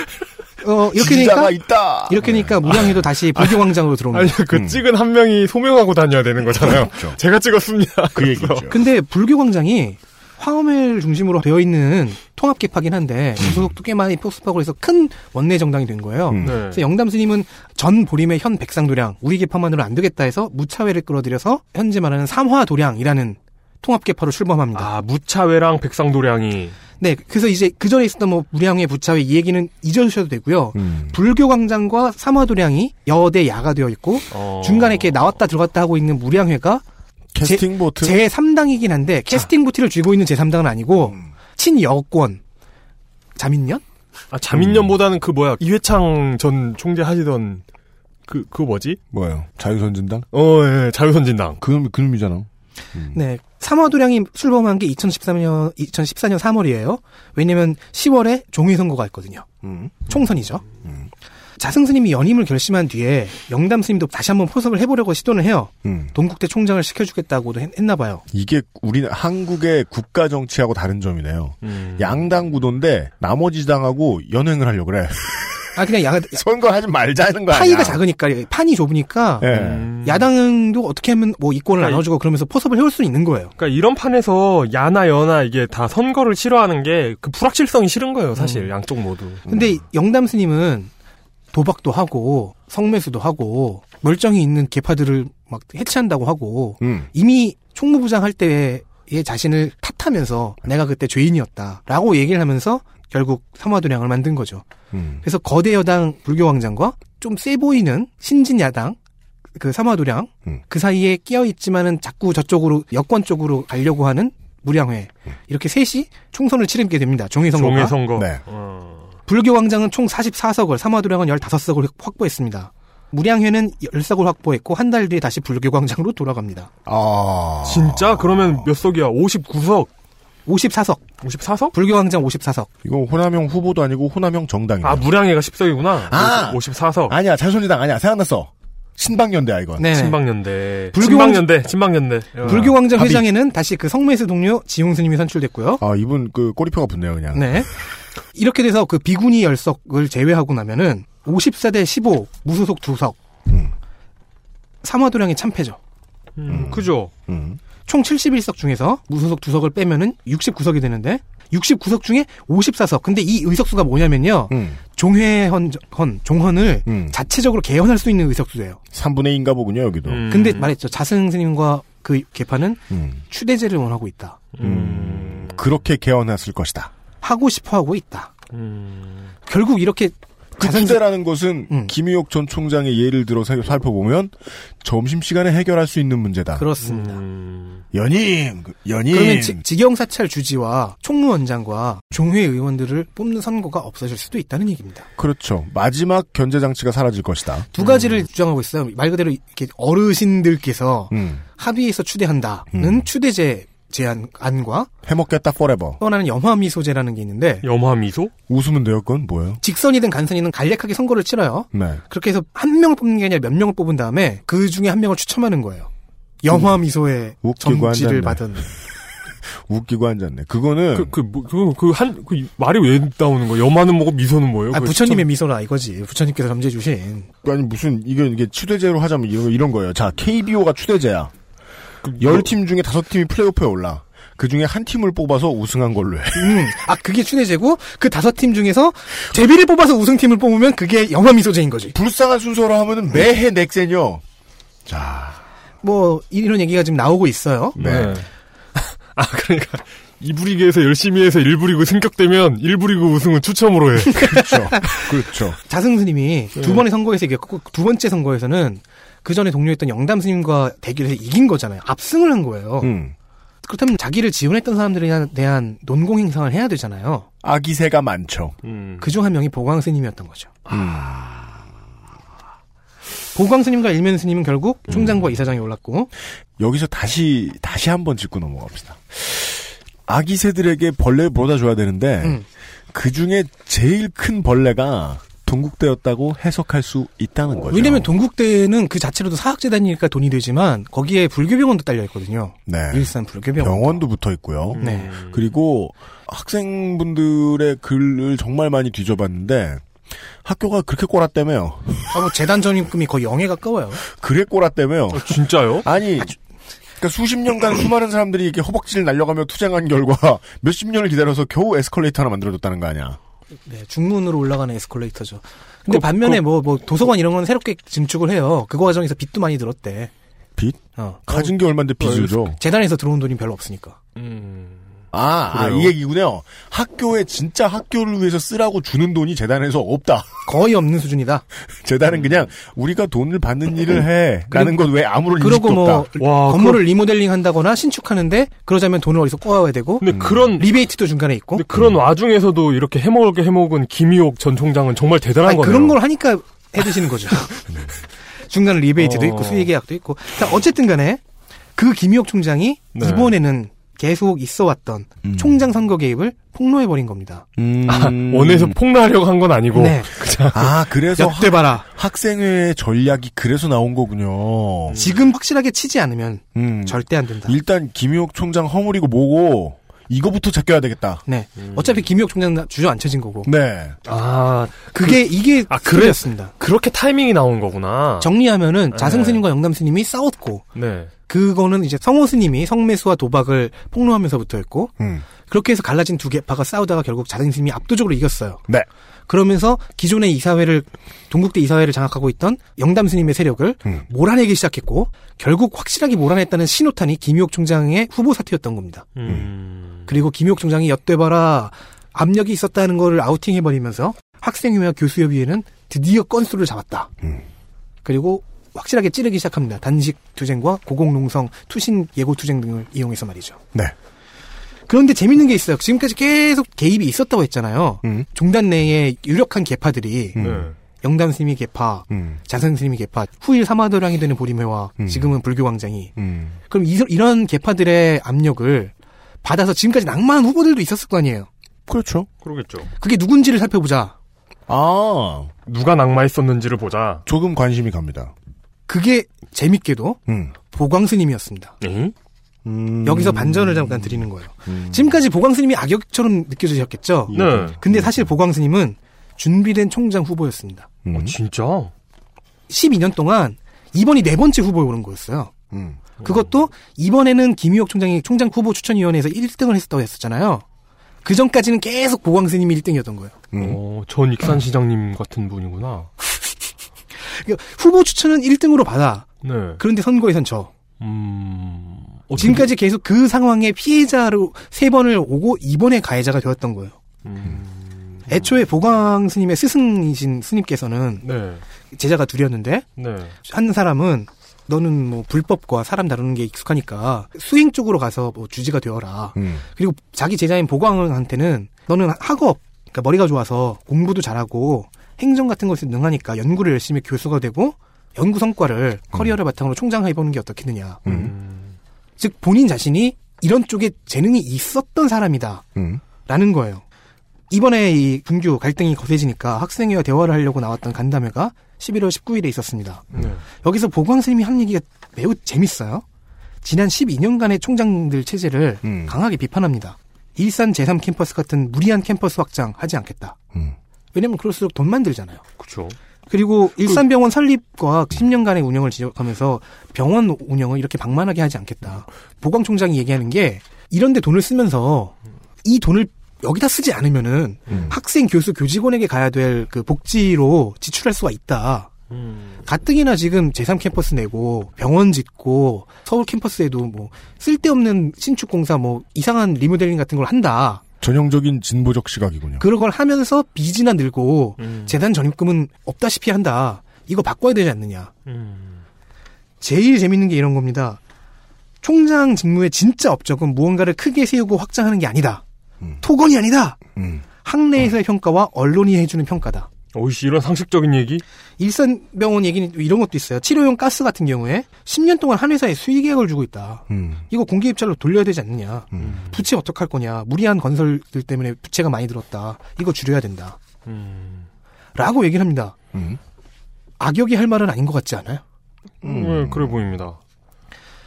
Speaker 7: 어 이렇게
Speaker 2: 지지자가
Speaker 7: 되니까
Speaker 2: 있다. 네.
Speaker 7: 이렇게 되니까 무량회도 다시 불교광장으로
Speaker 3: 아니,
Speaker 7: 들어옵니다.
Speaker 3: 그
Speaker 2: 음.
Speaker 3: 찍은 한 명이 소명하고 다녀야 되는 거잖아요.
Speaker 2: 그렇죠.
Speaker 3: 제가 찍었습니다.
Speaker 7: 그렇죠.
Speaker 2: 그 얘기죠.
Speaker 7: 근데 불교광장이 화엄회를 중심으로 되어 있는 통합계파긴 한데 이 소속도 꽤 많이 포스파고 해서 큰 원내 정당이 된 거예요.
Speaker 2: 음.
Speaker 3: 네.
Speaker 7: 그래서 영담 스님은 전 보림의 현 백상도량 우리 계파만으로 안 되겠다 해서 무차회를 끌어들여서 현재 말하는 삼화도량이라는 통합계파로 출범합니다.
Speaker 3: 아, 무차회랑 백상도량이.
Speaker 7: 네, 그래서 이제 그 전에 있었던 뭐 무량회 부차회 이 얘기는 잊어주셔도 되고요.
Speaker 2: 음.
Speaker 7: 불교광장과 삼화도량이 여대 야가 되어 있고
Speaker 3: 어.
Speaker 7: 중간에 이렇게 나왔다 들어갔다 하고 있는 무량회가
Speaker 2: 그 캐스팅 보트.
Speaker 7: 제 3당이긴 한데 캐스팅 부티를 쥐고 있는 제 3당은 아니고 친여권 자민련
Speaker 3: 아, 자민련보다는 그 뭐야. 이회창 전 총재 하시던 그, 그 뭐지?
Speaker 2: 뭐예요? 자유선진당?
Speaker 3: 어, 예, 자유선진당.
Speaker 2: 그놈, 그놈이잖아.
Speaker 7: 네, 삼화도량이 출범한 게 2013년 2014년 3월이에요. 왜냐면 10월에 종회 선거가 있거든요.
Speaker 2: 음.
Speaker 7: 총선이죠. 자승 스님이 연임을 결심한 뒤에 영담 스님도 다시 한번 포섭을 해보려고 시도는 해요.
Speaker 2: 음.
Speaker 7: 동국대 총장을 시켜주겠다고도 했, 나 봐요.
Speaker 2: 이게 우리 한국의 국가 정치하고 다른 점이네요. 양당 구도인데 나머지 당하고 연행을 하려고 그래.
Speaker 7: 아 그냥 야,
Speaker 2: 선거하지 말자는 거야.
Speaker 7: 파이가 작으니까 판이 좁으니까 음.
Speaker 2: 예.
Speaker 3: 음.
Speaker 7: 야당도 어떻게 하면 뭐 이권을
Speaker 3: 그러니까
Speaker 7: 나눠주고 그러면서 포섭을 해올 수 있는 거예요.
Speaker 3: 그러니까 이런 판에서 야나 여나 이게 다 선거를 싫어하는 게 그 불확실성이 싫은 거예요, 사실. 양쪽 모두.
Speaker 7: 근데 영담 스님은 도박도 하고 성매수도 하고 멀쩡히 있는 계파들을 막 해체한다고 하고
Speaker 2: 음.
Speaker 7: 이미 총무부장 할 때에 자신을 탓하면서 내가 그때 죄인이었다라고 얘기를 하면서 결국 삼화도량을 만든 거죠.
Speaker 2: 음.
Speaker 7: 그래서 거대 여당 불교왕장과 좀 세 보이는 신진 야당 그 삼화도량
Speaker 2: 음.
Speaker 7: 그 사이에 끼어 있지만은 자꾸 저쪽으로 여권 쪽으로 가려고 하는 무량회
Speaker 2: 음.
Speaker 7: 이렇게 셋이 총선을 치르게 됩니다. 종회 선거가
Speaker 3: 종의 선거.
Speaker 2: 네.
Speaker 3: 어.
Speaker 7: 불교왕장은 총 44석을 삼화도량은 15석을 확보했습니다. 무량회는 10석을 확보했고 한 달 뒤에 다시 불교광장으로 돌아갑니다.
Speaker 2: 아.
Speaker 3: 진짜? 그러면 몇 석이야? 59석?
Speaker 7: 54석
Speaker 3: 54석?
Speaker 7: 불교광장 54석
Speaker 2: 이거 호남형 후보도 아니고 뭐. 호남형 정당이야.
Speaker 3: 아, 무량회가 10석이구나.
Speaker 2: 아!
Speaker 3: 54석.
Speaker 2: 아니야, 자유선진당 아니야. 생각났어. 신방연대야 이건.
Speaker 7: 네.
Speaker 3: 친박연대.
Speaker 7: 불교-
Speaker 3: 친박연대. 친박연대. 어.
Speaker 7: 불교광장
Speaker 2: 합의.
Speaker 7: 회장에는 다시 그 성매수 동료 지용 스님이 선출됐고요.
Speaker 2: 아, 이분 그 꼬리표가 붙네요, 그냥.
Speaker 7: 네. 이렇게 돼서 그 비구니 열석을 제외하고 나면은 54대 15 무소속 두석
Speaker 2: 음.
Speaker 7: 삼화도량이 참패죠.
Speaker 3: 음, 그죠.
Speaker 2: 음.
Speaker 7: 총 71석 중에서 무소속 두석을 빼면은 69석이 되는데 69석 중에 54석. 근데 이 의석수가 뭐냐면요.
Speaker 2: 음.
Speaker 7: 종회헌 헌, 종헌을
Speaker 2: 음.
Speaker 7: 자체적으로 개헌할 수 있는 의석수예요.
Speaker 2: 3분의 2인가 보군요, 여기도.
Speaker 3: 음.
Speaker 7: 근데 말했죠. 자승 스님과 그 개판은
Speaker 2: 음.
Speaker 7: 추대제를 원하고 있다.
Speaker 2: 음. 그렇게 개헌했을 것이다.
Speaker 7: 하고 싶어 하고 있다.
Speaker 3: 음.
Speaker 7: 결국 이렇게
Speaker 2: 그
Speaker 7: 자승-
Speaker 2: 추대라는 것은
Speaker 7: 음.
Speaker 2: 김희옥 전 총장의 예를 들어 살- 살펴보면 점심시간에 해결할 수 있는 문제다.
Speaker 7: 그렇습니다.
Speaker 3: 음.
Speaker 2: 연임! 그- 연임!
Speaker 7: 그러면 지, 직영사찰 주지와 총무원장과 종회 의원들을 뽑는 선거가 없어질 수도 있다는 얘기입니다.
Speaker 2: 그렇죠. 마지막 견제장치가 사라질 것이다.
Speaker 7: 두 가지를 주장하고 있어요. 말 그대로 이렇게 어르신들께서
Speaker 2: 음.
Speaker 7: 합의해서 추대한다는
Speaker 2: 음.
Speaker 7: 추대제 제안 안과
Speaker 2: 해먹겠다, forever.
Speaker 7: 떠나는 염화미 소재라는 게 있는데
Speaker 3: 염화 미소?
Speaker 2: 웃으면 돼요, 그건 뭐예요?
Speaker 7: 직선이든 간선이든 간략하게 선거를 치러요.
Speaker 2: 네.
Speaker 7: 그렇게 해서 한 명을 뽑는 게 아니라 몇 명을 뽑은 다음에 그 중에 한 명을 추첨하는 거예요. 염화미소의
Speaker 2: 음. 웃기고
Speaker 7: 점지를
Speaker 2: 앉았네.
Speaker 7: 받은
Speaker 2: 웃기고 앉았네. 그거는
Speaker 3: 그, 그, 뭐, 그, 그, 한, 그, 말이 왜 나오는 거야? 염화는 뭐고 미소는 뭐예요?
Speaker 7: 아,
Speaker 3: 그
Speaker 7: 부처님의 미소라 이거지. 부처님께서 점지해 주신
Speaker 2: 그, 아니 무슨 이게 이게 추대제로 하자면 이런 이런 거예요. 자 KBO가 추대제야.
Speaker 3: 그 뭐-
Speaker 2: 열 팀 중에 다섯 팀이 플레이오프에 올라. 그 중에 한 팀을 뽑아서 우승한 걸로 해.
Speaker 7: 음, 아 그게 추대제고 그 다섯 팀 중에서 제비를 뽑아서 우승팀을 뽑으면 그게 영화 미소제인 거지.
Speaker 2: 불쌍한 순서로 하면은 매해 넥센요. 자,
Speaker 7: 뭐 이런 얘기가 지금 나오고 있어요.
Speaker 2: 네.
Speaker 3: 아, 그러니까. 이부리그에서 열심히 해서 일부리그 승격되면 일부리그 우승은 추첨으로 해.
Speaker 2: 그렇죠. 그렇죠.
Speaker 7: 자승스님이 두 번의 선거에서 이겼고 두 번째 선거에서는 그 전에 동료했던 영담스님과 대결해서 이긴 거잖아요. 압승을 한 거예요.
Speaker 2: 음.
Speaker 7: 그렇다면 자기를 지원했던 사람들에 대한 논공 행상을 해야 되잖아요.
Speaker 2: 아기새가 많죠.
Speaker 3: 음.
Speaker 7: 그 중 한 명이 보광스님이었던 거죠. 보광스님과 일면스님은 결국 총장과 이사장이 올랐고
Speaker 2: 여기서 다시 다시 한번 짚고 넘어갑시다. 아기새들에게 벌레를 물어다 줘야 되는데
Speaker 7: 음.
Speaker 2: 그 중에 제일 큰 벌레가 동국대였다고 해석할 수 있다는 거죠.
Speaker 7: 왜냐면 동국대는 그 자체로도 사학재단이니까 돈이 되지만 거기에 불교병원도 딸려 있거든요.
Speaker 2: 네.
Speaker 7: 일산 불교병원.
Speaker 2: 병원도 붙어 있고요.
Speaker 7: 네.
Speaker 2: 그리고 학생분들의 글을 정말 많이 뒤져봤는데 학교가 그렇게 꼬라때매요.
Speaker 7: 아, 뭐 재단 전입금이 거의 영에 가까워요.
Speaker 2: 그래 꼬라때매요.
Speaker 3: 어, 진짜요?
Speaker 2: 아니 그러니까 수십 년간 수많은 사람들이 이렇게 허벅지를 날려가며 투쟁한 결과 몇십 년을 기다려서 겨우 에스컬레이터 하나 만들어줬다는 거 아니야.
Speaker 7: 네, 중문으로 올라가는 에스컬레이터죠. 근데
Speaker 3: 그,
Speaker 7: 반면에
Speaker 3: 그-
Speaker 7: 뭐, 뭐 도서관 이런 건 새롭게 증축을 해요. 그 과정에서 빚도 많이 들었대.
Speaker 2: 빚?
Speaker 7: 어.
Speaker 2: 가진 게 얼만데 빚을 줘.
Speaker 7: 재단에서 들어온 돈이 별로 없으니까.
Speaker 3: 음.
Speaker 2: 아, 아,
Speaker 3: 그래요?
Speaker 2: 이 얘기군요. 학교에 진짜 학교를 위해서 쓰라고 주는 돈이 재단에서 없다.
Speaker 7: 거의 없는 수준이다.
Speaker 2: 어, 재단은 그냥 우리가 돈을 받는 일을 해. 라는 것 외에 아무런 인식도
Speaker 7: 그러고 뭐
Speaker 2: 없다.
Speaker 3: 와,
Speaker 7: 건물을 리모델링 한다거나 신축하는데 그러자면 돈을 어디서 꼬아와야 되고
Speaker 3: 근데 그런
Speaker 7: 리베이트도 중간에 있고
Speaker 3: 근데 그런 와중에서도 이렇게 해먹을 게 해먹은 김희옥 전 총장은 정말 대단한
Speaker 7: 아니,
Speaker 3: 거네요.
Speaker 7: 그런 걸 하니까 해드시는 거죠. 네. 중간에 리베이트도
Speaker 3: 어.
Speaker 7: 있고 수익 계약도 있고. 자, 어쨌든 간에 그 김희옥 총장이
Speaker 3: 네.
Speaker 7: 이번에는 계속 있어 왔던
Speaker 2: 음.
Speaker 7: 총장 선거 개입을 폭로해 버린 겁니다.
Speaker 2: 음.
Speaker 3: 아, 원에서 폭로하려고 한 건 아니고.
Speaker 7: 네.
Speaker 2: 아, 그래서
Speaker 7: 역대 봐라.
Speaker 2: 학생회의 전략이 그래서 나온 거군요.
Speaker 7: 지금 확실하게 치지 않으면
Speaker 2: 음.
Speaker 7: 절대 안 된다.
Speaker 2: 일단 김희옥 총장 허물이고 뭐고 이거부터 제껴야 되겠다.
Speaker 7: 네. 어차피 김희옥 총장 주저앉혀진 거고.
Speaker 2: 네.
Speaker 3: 아,
Speaker 7: 그게 이게
Speaker 3: 아,
Speaker 7: 스토리였습니다.
Speaker 3: 그렇게 타이밍이 나온 거구나.
Speaker 7: 정리하면은
Speaker 3: 네.
Speaker 7: 자승스님과 영남스님이 싸웠고
Speaker 3: 네.
Speaker 7: 그거는 이제 성호스님이 성매수와 도박을 폭로하면서부터였고
Speaker 2: 음.
Speaker 7: 그렇게 해서 갈라진 두 개파가 싸우다가 결국 자승스님이 압도적으로 이겼어요.
Speaker 2: 네.
Speaker 7: 그러면서 기존의 이사회를 동국대 이사회를 장악하고 있던 영담스님의 세력을
Speaker 2: 음.
Speaker 7: 몰아내기 시작했고 결국 확실하게 몰아냈다는 신호탄이 김효옥 총장의 후보 사태였던 겁니다.
Speaker 3: 음.
Speaker 7: 그리고 김효옥 총장이 엿돼봐라 압력이 있었다는 거를 아우팅해버리면서 학생회와 교수협의회는 드디어 건수를 잡았다.
Speaker 2: 음.
Speaker 7: 그리고 확실하게 찌르기 시작합니다. 단식 투쟁과 고공농성, 투신 예고 투쟁 등을 이용해서 말이죠.
Speaker 2: 네.
Speaker 7: 그런데 재밌는 게 있어요. 지금까지 계속 개입이 있었다고 했잖아요.
Speaker 2: 음.
Speaker 7: 종단 내에 유력한 개파들이
Speaker 2: 음.
Speaker 3: 네.
Speaker 7: 영담 스님이 개파,
Speaker 2: 음.
Speaker 7: 자승 스님이 개파, 후일 사마도량이 되는 보림회와
Speaker 2: 음.
Speaker 7: 지금은 불교광장이
Speaker 2: 음.
Speaker 7: 그럼 이, 이런 개파들의 압력을 받아서 지금까지 낭만한 후보들도 있었을 거 아니에요.
Speaker 2: 그렇죠.
Speaker 3: 그러겠죠.
Speaker 7: 그게 누군지를 살펴보자.
Speaker 2: 아,
Speaker 3: 누가 낙마했었는지를 보자.
Speaker 2: 조금 관심이 갑니다.
Speaker 7: 그게 재밌게도
Speaker 2: 음.
Speaker 7: 보광스님이었습니다.
Speaker 3: 응?
Speaker 2: 음.
Speaker 7: 여기서 반전을 잠깐 드리는 거예요.
Speaker 2: 음.
Speaker 7: 지금까지 보광스님이 악역처럼 느껴지셨겠죠?
Speaker 3: 네.
Speaker 7: 근데 사실 보광스님은 준비된 총장 후보였습니다.
Speaker 2: 음.
Speaker 3: 어, 진짜?
Speaker 7: 12년 동안 이번이 네 번째 후보에 오른 거였어요.
Speaker 2: 음.
Speaker 7: 그것도 이번에는 김희옥 총장이 총장 후보 추천위원회에서 1등을 했었다고 했었잖아요. 그 전까지는 계속 보광 스님이 1등이었던 거예요.
Speaker 2: 음.
Speaker 3: 어, 전 익산 시장님 같은 분이구나.
Speaker 7: 그러니까 후보 추천은 1등으로 받아.
Speaker 3: 네.
Speaker 7: 그런데 선거에선 져.
Speaker 3: 음. 어떻게-
Speaker 7: 지금까지 계속 그 상황의 피해자로 세 번을 오고 이번에 가해자가 되었던 거예요.
Speaker 3: 음.
Speaker 7: 애초에 보광 스님의 스승이신 스님께서는
Speaker 3: 네.
Speaker 7: 제자가 둘이었는데
Speaker 3: 네.
Speaker 7: 한 사람은 너는 뭐 불법과 사람 다루는 게 익숙하니까 수행 쪽으로 가서 뭐 주지가 되어라.
Speaker 2: 음.
Speaker 7: 그리고 자기 제자인 보광한테는 너는 학업, 그러니까 머리가 좋아서 공부도 잘하고 행정 같은 것에 능하니까 연구를 열심히 교수가 되고 연구 성과를 커리어를 바탕으로 총장해보는 게 어떻겠느냐.
Speaker 2: 음.
Speaker 7: 즉 본인 자신이 이런 쪽에 재능이 있었던 사람이다라는
Speaker 2: 음.
Speaker 7: 거예요. 이번에 이 분규 갈등이 거세지니까 학생회와 대화를 하려고 나왔던 간담회가 11월 19일에 있었습니다.
Speaker 3: 네.
Speaker 7: 여기서 보광 스님이 한 얘기가 매우 재밌어요. 지난 12년간의 총장들 체제를
Speaker 2: 음.
Speaker 7: 강하게 비판합니다. 일산 제3 캠퍼스 같은 무리한 캠퍼스 확장 하지 않겠다.
Speaker 2: 음.
Speaker 7: 왜냐면 그럴수록 돈만 들잖아요.
Speaker 3: 그쵸.
Speaker 7: 그리고 일산병원 설립과 10년간의 운영을 지적하면서 병원 운영을 이렇게 방만하게 하지 않겠다. 보광 총장이 얘기하는 게 이런데 돈을 쓰면서 이 돈을 여기다 쓰지 않으면은 학생, 교수, 교직원에게 가야 될 그 복지로 지출할 수가 있다.
Speaker 3: 음.
Speaker 7: 가뜩이나 지금 제3캠퍼스 내고 병원 짓고 서울 캠퍼스에도 뭐 쓸데없는 신축 공사 뭐 이상한 리모델링 같은 걸 한다.
Speaker 2: 전형적인 진보적 시각이군요.
Speaker 7: 그런 걸 하면서 빚이나 늘고
Speaker 3: 음.
Speaker 7: 재단 전입금은 없다시피 한다. 이거 바꿔야 되지 않느냐.
Speaker 3: 음.
Speaker 7: 제일 재밌는 게 이런 겁니다. 총장 직무의 진짜 업적은 무언가를 크게 세우고 확장하는 게 아니다.
Speaker 2: 음.
Speaker 7: 토건이 아니다.
Speaker 2: 음.
Speaker 7: 학내에서의 평가와 언론이 해주는 평가다.
Speaker 3: 어이씨, 이런 상식적인 얘기?
Speaker 7: 일산병원 얘기는 이런 것도 있어요. 치료용 가스 같은 경우에 10년 동안 한 회사에 수익 계약을 주고 있다.
Speaker 2: 음.
Speaker 7: 이거 공개 입찰로 돌려야 되지 않느냐.
Speaker 2: 음.
Speaker 7: 부채 어떡할 거냐. 무리한 건설들 때문에 부채가 많이 들었다. 이거 줄여야 된다.
Speaker 3: 음.
Speaker 7: 라고 얘기를 합니다.
Speaker 2: 음.
Speaker 7: 악역이 할 말은 아닌 것 같지 않아요?
Speaker 3: 네, 그래 보입니다.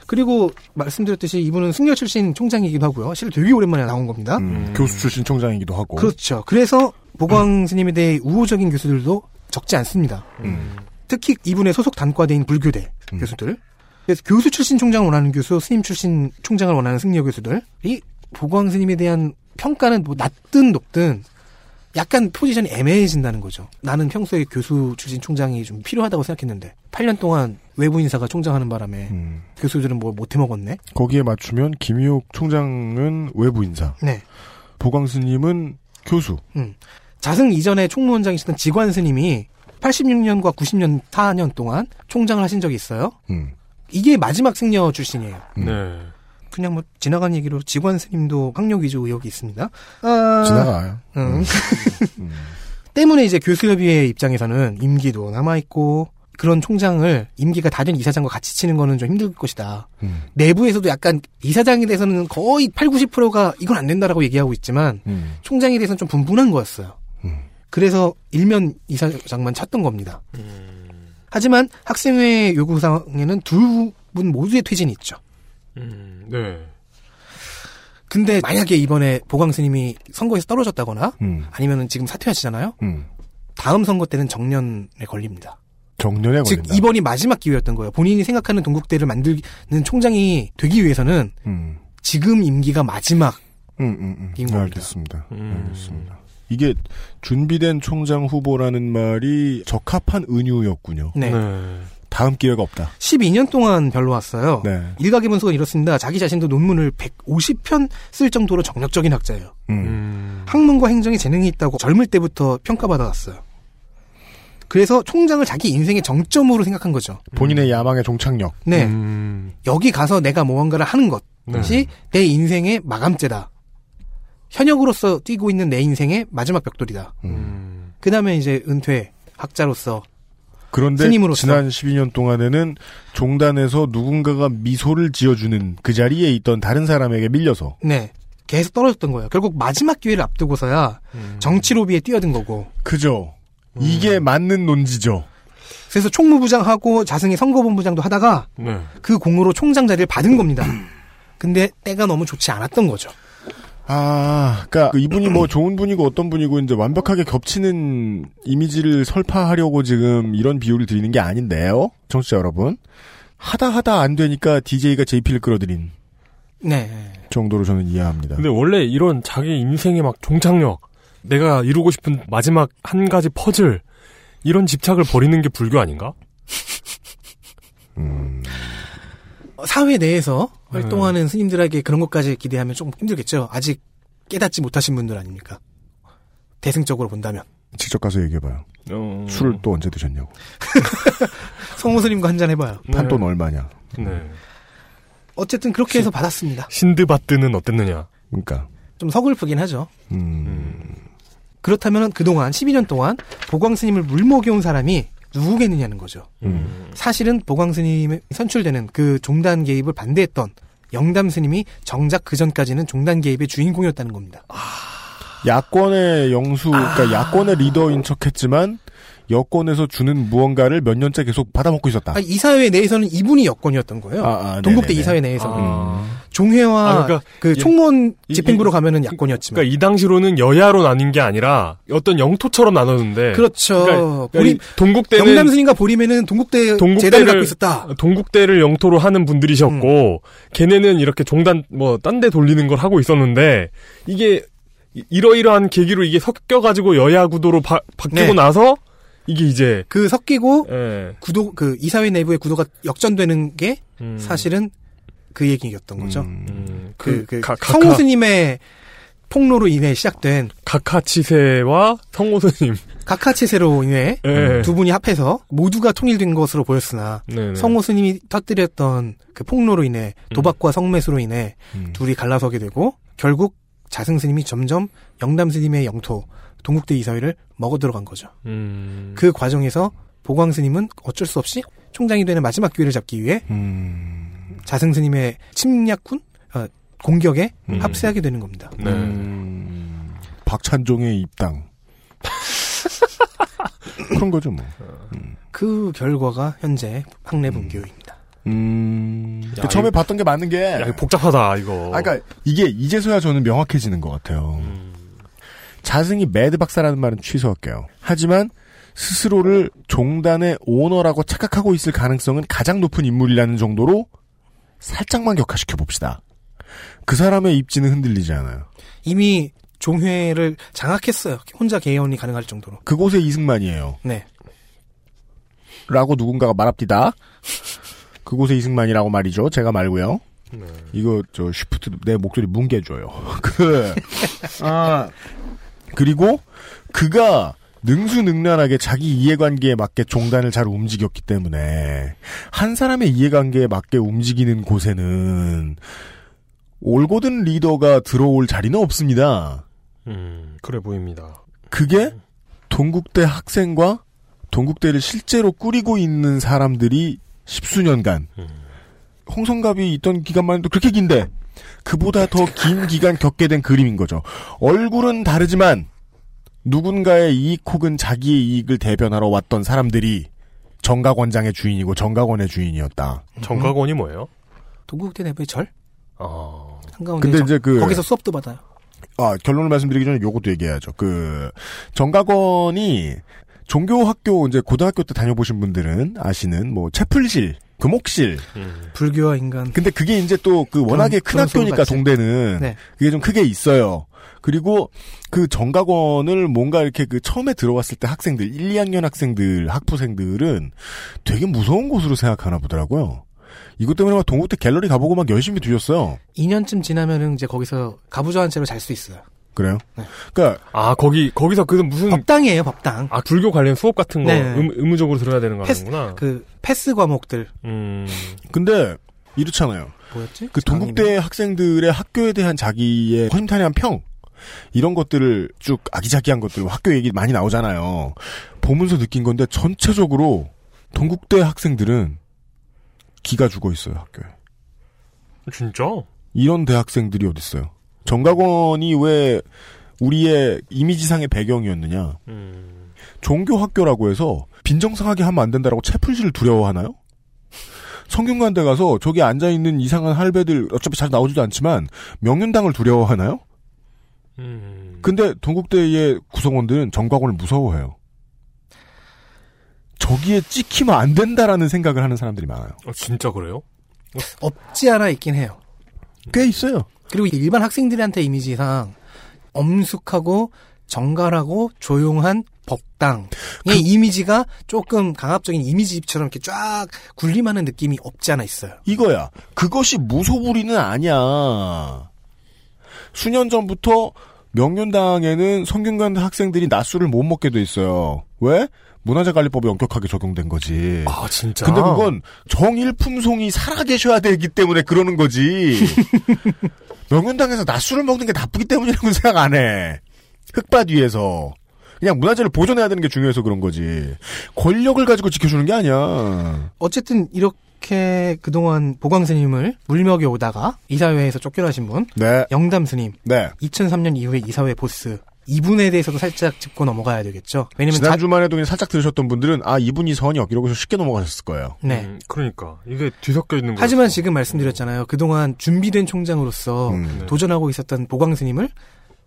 Speaker 7: 그리고 말씀드렸듯이 이분은 승려 출신 총장이기도 하고요. 실 되게 오랜만에 나온 겁니다.
Speaker 2: 음.
Speaker 3: 음.
Speaker 2: 교수 출신 총장이기도 하고.
Speaker 7: 그렇죠. 그래서 보광 스님에 대해 우호적인 교수들도 적지 않습니다.
Speaker 2: 음.
Speaker 7: 특히 이분의 소속 단과대인 불교대 교수들. 그래서 교수 출신 총장을 원하는 교수, 스님 출신 총장을 원하는 승려 교수들이 보광 스님에 대한 평가는 뭐 낮든 높든 약간 포지션이 애매해진다는 거죠. 나는 평소에 교수 출신 총장이 좀 필요하다고 생각했는데 8년 동안 외부 인사가 총장하는 바람에
Speaker 2: 음.
Speaker 7: 교수들은 뭘 못해 먹었네.
Speaker 2: 거기에 맞추면 김희옥 총장은 외부 인사,
Speaker 7: 네.
Speaker 2: 보광스님은 교수.
Speaker 7: 자승 이전에 총무원장이셨던 지관 스님이 86년과 90년 4년 동안 총장을 하신 적이 있어요.
Speaker 2: 음.
Speaker 7: 이게 마지막 승려 출신이에요.
Speaker 2: 음.
Speaker 3: 네.
Speaker 7: 그냥 뭐 지나간 얘기로 지관 스님도 학력 위주 의혹이 있습니다. 아,
Speaker 2: 지나가요.
Speaker 7: 음.
Speaker 2: 음.
Speaker 7: 때문에 이제 교수협의회 입장에서는 임기도 남아 있고 그런 총장을 임기가 다른 이사장과 같이 치는 거는 좀 힘들 것이다.
Speaker 2: 음.
Speaker 7: 내부에서도 약간 이사장에 대해서는 거의 8, 90%가 이건 안 된다라고 얘기하고 있지만
Speaker 2: 음.
Speaker 7: 총장에 대해서는 좀 분분한 거였어요.
Speaker 2: 음.
Speaker 7: 그래서 일면 이사장만 찾던 겁니다.
Speaker 2: 음.
Speaker 7: 하지만 학생회 요구사항에는 두 분 모두의 퇴진이 있죠.
Speaker 3: 음. 네.
Speaker 7: 근데 만약에 이번에 보광스님이 선거에서 떨어졌다거나
Speaker 2: 음.
Speaker 7: 아니면 지금 사퇴하시잖아요.
Speaker 2: 음.
Speaker 7: 다음 선거 때는 정년에 걸립니다.
Speaker 2: 정년에
Speaker 7: 즉
Speaker 2: 걸린다.
Speaker 7: 이번이 마지막 기회였던 거예요. 본인이 생각하는 동국대를 만드는 총장이 되기 위해서는
Speaker 2: 음.
Speaker 7: 지금 임기가 마지막.
Speaker 2: 음, 음, 음.
Speaker 7: 인
Speaker 2: 네,
Speaker 7: 겁니다.
Speaker 2: 알겠습니다. 네,
Speaker 3: 음.
Speaker 2: 알겠습니다. 이게 준비된 총장 후보라는 말이 적합한 은유였군요.
Speaker 7: 네.
Speaker 3: 네.
Speaker 2: 다음 기회가 없다.
Speaker 7: 12년 동안 별로 왔어요.
Speaker 2: 네.
Speaker 7: 일각의 분석은 이렇습니다. 자기 자신도 논문을 150편 쓸 정도로 정력적인 학자예요.
Speaker 2: 음.
Speaker 3: 음.
Speaker 7: 학문과 행정에 재능이 있다고 젊을 때부터 평가받아왔어요. 그래서 총장을 자기 인생의 정점으로 생각한 거죠.
Speaker 2: 본인의 야망의 종착역.
Speaker 7: 네.
Speaker 3: 음.
Speaker 7: 여기 가서 내가 무언가를 하는 것이
Speaker 3: 네.
Speaker 7: 내 인생의 마감재다. 현역으로서 뛰고 있는 내 인생의 마지막 벽돌이다.
Speaker 3: 음.
Speaker 7: 그 다음에 이제 은퇴, 학자로서.
Speaker 2: 그런데
Speaker 7: 스님으로서.
Speaker 2: 지난 12년 동안에는 종단에서 누군가가 미소를 지어주는 그 자리에 있던 다른 사람에게 밀려서
Speaker 7: 네. 계속 떨어졌던 거예요. 결국 마지막 기회를 앞두고서야
Speaker 3: 음.
Speaker 7: 정치 로비에 뛰어든 거고.
Speaker 2: 그죠. 음. 이게 맞는 논지죠.
Speaker 7: 그래서 총무부장하고 자승의 선거본부장도 하다가
Speaker 3: 네.
Speaker 7: 그 공으로 총장 자리를 받은 겁니다. 근데 때가 너무 좋지 않았던 거죠.
Speaker 2: 아, 그러니까 그 이분이 뭐 좋은 분이고 어떤 분이고 이제 완벽하게 겹치는 이미지를 설파하려고 지금 이런 비유를 드리는 게 아닌데요, 청취자 여러분. 하다 하다 안 되니까 DJ가 JP를 끌어들인.
Speaker 7: 네. 네.
Speaker 2: 정도로 저는 이해합니다.
Speaker 3: 근데 원래 이런 자기 인생의 막 종착역, 내가 이루고 싶은 마지막 한 가지 퍼즐, 이런 집착을 버리는 게 불교 아닌가?
Speaker 2: 음,
Speaker 7: 어, 사회 내에서 활동하는 스님들에게 그런 것까지 기대하면 조금 힘들겠죠. 아직 깨닫지 못하신 분들 아닙니까? 대승적으로 본다면.
Speaker 2: 직접 가서 얘기해봐요.
Speaker 3: 어.
Speaker 2: 술을 또 언제 드셨냐고.
Speaker 7: 성호 스님과 한잔 해봐요.
Speaker 2: 판돈 얼마냐.
Speaker 3: 네.
Speaker 7: 어쨌든 그렇게 해서 받았습니다.
Speaker 3: 신드바트는 어땠느냐?
Speaker 2: 그러니까.
Speaker 7: 좀 서글프긴 하죠.
Speaker 2: 음,
Speaker 7: 그렇다면 그동안 12년 동안 보광 스님을 물먹여온 사람이 누구겠느냐는 거죠.
Speaker 2: 음.
Speaker 7: 사실은 보광 스님이 선출되는 그 종단 개입을 반대했던 영담 스님이 정작 그 전까지는 종단 개입의 주인공이었다는 겁니다.
Speaker 2: 아. 야권의 영수,
Speaker 3: 아.
Speaker 2: 그러니까 야권의 리더인 척했지만 여권에서 주는 무언가를 몇 년째 계속 받아먹고 있었다.
Speaker 7: 아, 이사회 내에서는 이분이 여권이었던 거예요.
Speaker 2: 아, 아,
Speaker 7: 동국대
Speaker 2: 네네네.
Speaker 7: 이사회 내에서 는
Speaker 3: 아.
Speaker 7: 종회와
Speaker 3: 아, 그러니까
Speaker 7: 그
Speaker 3: 예,
Speaker 7: 총무원
Speaker 3: 이-
Speaker 7: 집행부로
Speaker 3: 이-
Speaker 7: 가면은
Speaker 3: 그러니까
Speaker 7: 야권이었지만
Speaker 3: 이 당시로는 여야로 나뉜 게 아니라 어떤 영토처럼 나눴는데.
Speaker 7: 그렇죠.
Speaker 3: 그러니까
Speaker 7: 보리
Speaker 3: 이 동국대는
Speaker 7: 영담 스님과 보림에는 동국대 재단을
Speaker 3: 동국대를-
Speaker 7: 갖고 있었다.
Speaker 3: 동국대를 영토로 하는 분들이셨고
Speaker 7: 음.
Speaker 3: 걔네는 이렇게 종단 뭐 딴 데 돌리는 걸 하고 있었는데 이게 이- 이러이러한 계기로 이게 섞여 가지고 여야 구도로 바, 바뀌고
Speaker 7: 네.
Speaker 3: 나서 이게 이제
Speaker 7: 그 섞이고
Speaker 3: 예,
Speaker 7: 구도 그 이사회 내부의 구도가 역전되는 게
Speaker 3: 음,
Speaker 7: 사실은 그 얘기였던 거죠.
Speaker 2: 음,
Speaker 3: 음,
Speaker 7: 그,
Speaker 3: 그,
Speaker 7: 그,
Speaker 3: 가-
Speaker 7: 성우 스님의 폭로로 인해 시작된
Speaker 3: 각하치세와 성호스님
Speaker 7: 각하체세로 인해
Speaker 3: 예.
Speaker 7: 음, 두 분이 합해서 모두가 통일된 것으로 보였으나
Speaker 3: 네네. 음.
Speaker 7: 성호 스님이 터뜨렸던 그 폭로로 인해 도박과 성매수로 인해
Speaker 2: 음.
Speaker 7: 둘이 갈라서게 되고 결국 자승 스님이 점점 영담 스님의 영토 동국대 이사회를 먹어 들어간 거죠.
Speaker 3: 음,
Speaker 7: 그 과정에서 보광 스님은 어쩔 수 없이 총장이 되는 마지막 기회를 잡기 위해
Speaker 2: 음,
Speaker 7: 자승 스님의 침략군 어, 공격에
Speaker 3: 음.
Speaker 7: 합세하게 되는 겁니다.
Speaker 3: 네.
Speaker 2: 음, 박찬종의 입당. 그런 거죠, 뭐.
Speaker 7: 그 결과가 현재 학내 분교입니다.
Speaker 2: 음,
Speaker 3: 야,
Speaker 2: 그 처음에
Speaker 3: 이거-
Speaker 2: 봤던 게 많은 게.
Speaker 3: 야, 이거 복잡하다 이거
Speaker 2: 아, 그러니까 이게 이제서야 저는 명확해지는 것 같아요. 자승이 매드 박사라는 말은 취소할게요. 하지만 스스로를 종단의 오너라고 착각하고 있을 가능성은 가장 높은 인물이라는 정도로 살짝만 격하시켜 봅시다. 그 사람의 입지는 흔들리지 않아요.
Speaker 7: 이미 종회를 장악했어요. 혼자 개원이 가능할 정도로.
Speaker 2: 그곳의 이승만이에요.
Speaker 7: 네.
Speaker 2: 라고 누군가가 말합디다. 그곳의 이승만이라고 말이죠. 제가 말고요. 이거 저 쉬프트 내 목소리 뭉개줘요. 그 아. 그리고 그가 능수능란하게 자기 이해관계에 맞게 종단을 잘 움직였기 때문에 한 사람의 이해관계에 맞게 움직이는 곳에는 올고든 리더가 들어올 자리는 없습니다.
Speaker 3: 음, 그래 보입니다
Speaker 2: 그게 동국대 학생과 동국대를 실제로 꾸리고 있는 사람들이 십수년간 홍성갑이 있던 기간만 해도 그렇게 긴데 그보다 더 긴 기간 겪게 된 그림인 거죠. 얼굴은 다르지만 누군가의 이익 혹은 자기의 이익을 대변하러 왔던 사람들이 정각원장의 주인이고 정각원의 주인이었다.
Speaker 7: 어, 음.
Speaker 3: 정각원이 뭐예요?
Speaker 7: 동국대 내부의 절?
Speaker 3: 아,
Speaker 7: 한가운데
Speaker 2: 근데
Speaker 7: 절.
Speaker 2: 이제 그-
Speaker 7: 네, 거기서 수업도 받아요.
Speaker 2: 아, 결론을 말씀드리기 전에 요것도 얘기해야죠. 그, 정각원이 종교학교, 이제 고등학교 때 다녀보신 분들은 아시는 뭐, 채플실, 금옥실.
Speaker 3: 음,
Speaker 7: 불교와 인간.
Speaker 2: 근데 그게 이제 또 그 워낙에 큰
Speaker 7: 그런 소름
Speaker 2: 학교니까
Speaker 7: 같지.
Speaker 2: 동대는.
Speaker 7: 네.
Speaker 2: 그게 좀 크게 있어요. 그리고 그 정각원을 뭔가 이렇게 그 처음에 들어왔을 때 학생들, 1, 2학년 학생들, 학부생들은 되게 무서운 곳으로 생각하나 보더라고요. 이것 때문에 막 동국대 갤러리 가보고 막 열심히 뒤졌어요.
Speaker 7: 2년쯤 지나면은 이제 거기서 가부좌한 채로 잘 수 있어요.
Speaker 2: 그래요?
Speaker 7: 네.
Speaker 2: 그러니까
Speaker 3: 아 거기 거기서 그
Speaker 2: 음.
Speaker 3: 무슨
Speaker 7: 법당이에요, 법당.
Speaker 3: 아 불교 관련 수업 같은 거
Speaker 7: 네.
Speaker 3: 의- 의무적으로 들어야 되는 거
Speaker 7: 패스-
Speaker 3: 하는구나.
Speaker 7: 그 패스 과목들
Speaker 3: 음,
Speaker 2: 근데 이렇잖아요.
Speaker 7: 뭐였지?
Speaker 2: 그 동국대 학생들의 학교에 대한 자기의 허심탄회한 평 이런 것들을 쭉 아기자기한 것들 뭐 학교 얘기 많이 나오잖아요. 보면서 느낀 건데 전체적으로 동국대 학생들은 기가 죽어 있어요 학교에.
Speaker 3: 진짜?
Speaker 2: 이런 대학생들이 어디 있어요? 정각원이 왜 우리의 이미지상의 배경이었느냐?
Speaker 3: 음,
Speaker 2: 종교 학교라고 해서 빈정상하게 하면 안 된다라고 채플실을 두려워하나요? 성균관대 가서 저기 앉아 있는 이상한 할배들 어차피 잘 나오지도 않지만 명륜당을 두려워하나요?
Speaker 3: 음.
Speaker 7: 그
Speaker 2: 근데 동국대의 구성원들은 정광훈을 무서워해요. 저기에 찍히면 안 된다라는 생각을 하는 사람들이 많아요.
Speaker 3: 어, 진짜 그래요?
Speaker 7: 없지 않아 있긴 해요.
Speaker 2: 꽤 있어요.
Speaker 7: 그리고 일반 학생들한테 이미지상 엄숙하고 정갈하고 조용한 법당의
Speaker 2: 그
Speaker 7: 이미지가 조금 강압적인 이미지처럼 이렇게 쫙 군림하는 느낌이 없지 않아 있어요.
Speaker 2: 이거야. 그것이 무소불위는 아니야. 수년 전부터 명륜당에는 성균관 학생들이 낮술을 못 먹게 돼 있어요. 왜? 문화재관리법이 엄격하게 적용된 거지.
Speaker 7: 네.
Speaker 3: 아 진짜.
Speaker 2: 근데 그건 정일품송이 살아계셔야 되기 때문에 그러는 거지. 명륜당에서 낮술을 먹는 게 나쁘기 때문이라고 생각 안 해. 흙밭 위에서. 그냥 문화재를 보존해야 되는 게 중요해서 그런 거지. 권력을 가지고 지켜주는 게 아니야.
Speaker 7: 어쨌든 이렇게 그동안 보광 스님을 물먹여 오다가 이사회에서 쫓겨나신 분
Speaker 2: 네,
Speaker 7: 영담 스님
Speaker 2: 네.
Speaker 7: 2003년 이후에 이사회 보스 이분에 대해서도 살짝 짚고 넘어가야 되겠죠. 왜냐면 자,
Speaker 2: 지난주만 해도 그냥 살짝 들으셨던 분들은 아 이분이 선역 이러고서 쉽게 넘어가셨을 거예요.
Speaker 7: 네.
Speaker 3: 음, 그러니까 이게 뒤섞여 있는 거.
Speaker 7: 하지만 지금 말씀드렸잖아요. 그동안 준비된 총장으로서
Speaker 2: 그렇죠. 음.
Speaker 3: 네.
Speaker 7: 도전하고 있었던 보광 스님을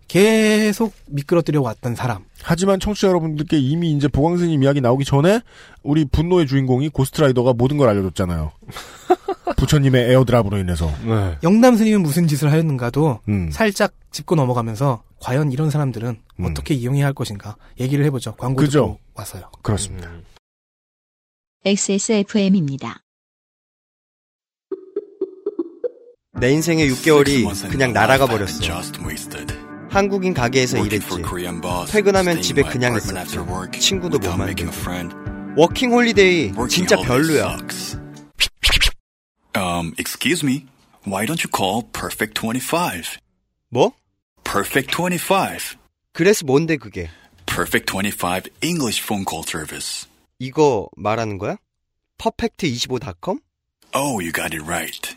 Speaker 7: 계속 미끄러뜨려 왔던 사람.
Speaker 2: 하지만 청취자 여러분들께 이미 이제 보광스님 이야기 나오기 전에 우리 분노의 주인공이 고스트라이더가 모든 걸 알려줬잖아요. 부처님의 에어드랍으로 인해서.
Speaker 3: 네.
Speaker 7: 영남 스님은 무슨 짓을 하였는가도
Speaker 2: 음.
Speaker 7: 살짝 짚고 넘어가면서 과연 이런 사람들은
Speaker 2: 음.
Speaker 7: 어떻게 이용해야 할 것인가 얘기를 해보죠. 광고
Speaker 2: 그죠.
Speaker 7: 듣고 왔어요.
Speaker 2: 그렇습니다.
Speaker 3: 음.
Speaker 1: XSFM입니다.
Speaker 4: 내 인생의 6개월이 그냥 날아가 버렸어. 한국인 가게에서 일했지. 퇴근하면 집에 그냥 있었지. 친구도 못 만들고. 워킹 홀리데이 진짜 별로야.
Speaker 5: Um, excuse me. Why don't you call Perfect 25?
Speaker 4: 뭐?
Speaker 5: Perfect 25.
Speaker 4: 그래서 뭔데 그게?
Speaker 5: Perfect 25 English phone call service.
Speaker 4: 이거 말하는 거야? 퍼펙트25.com?
Speaker 5: Oh, you got it right.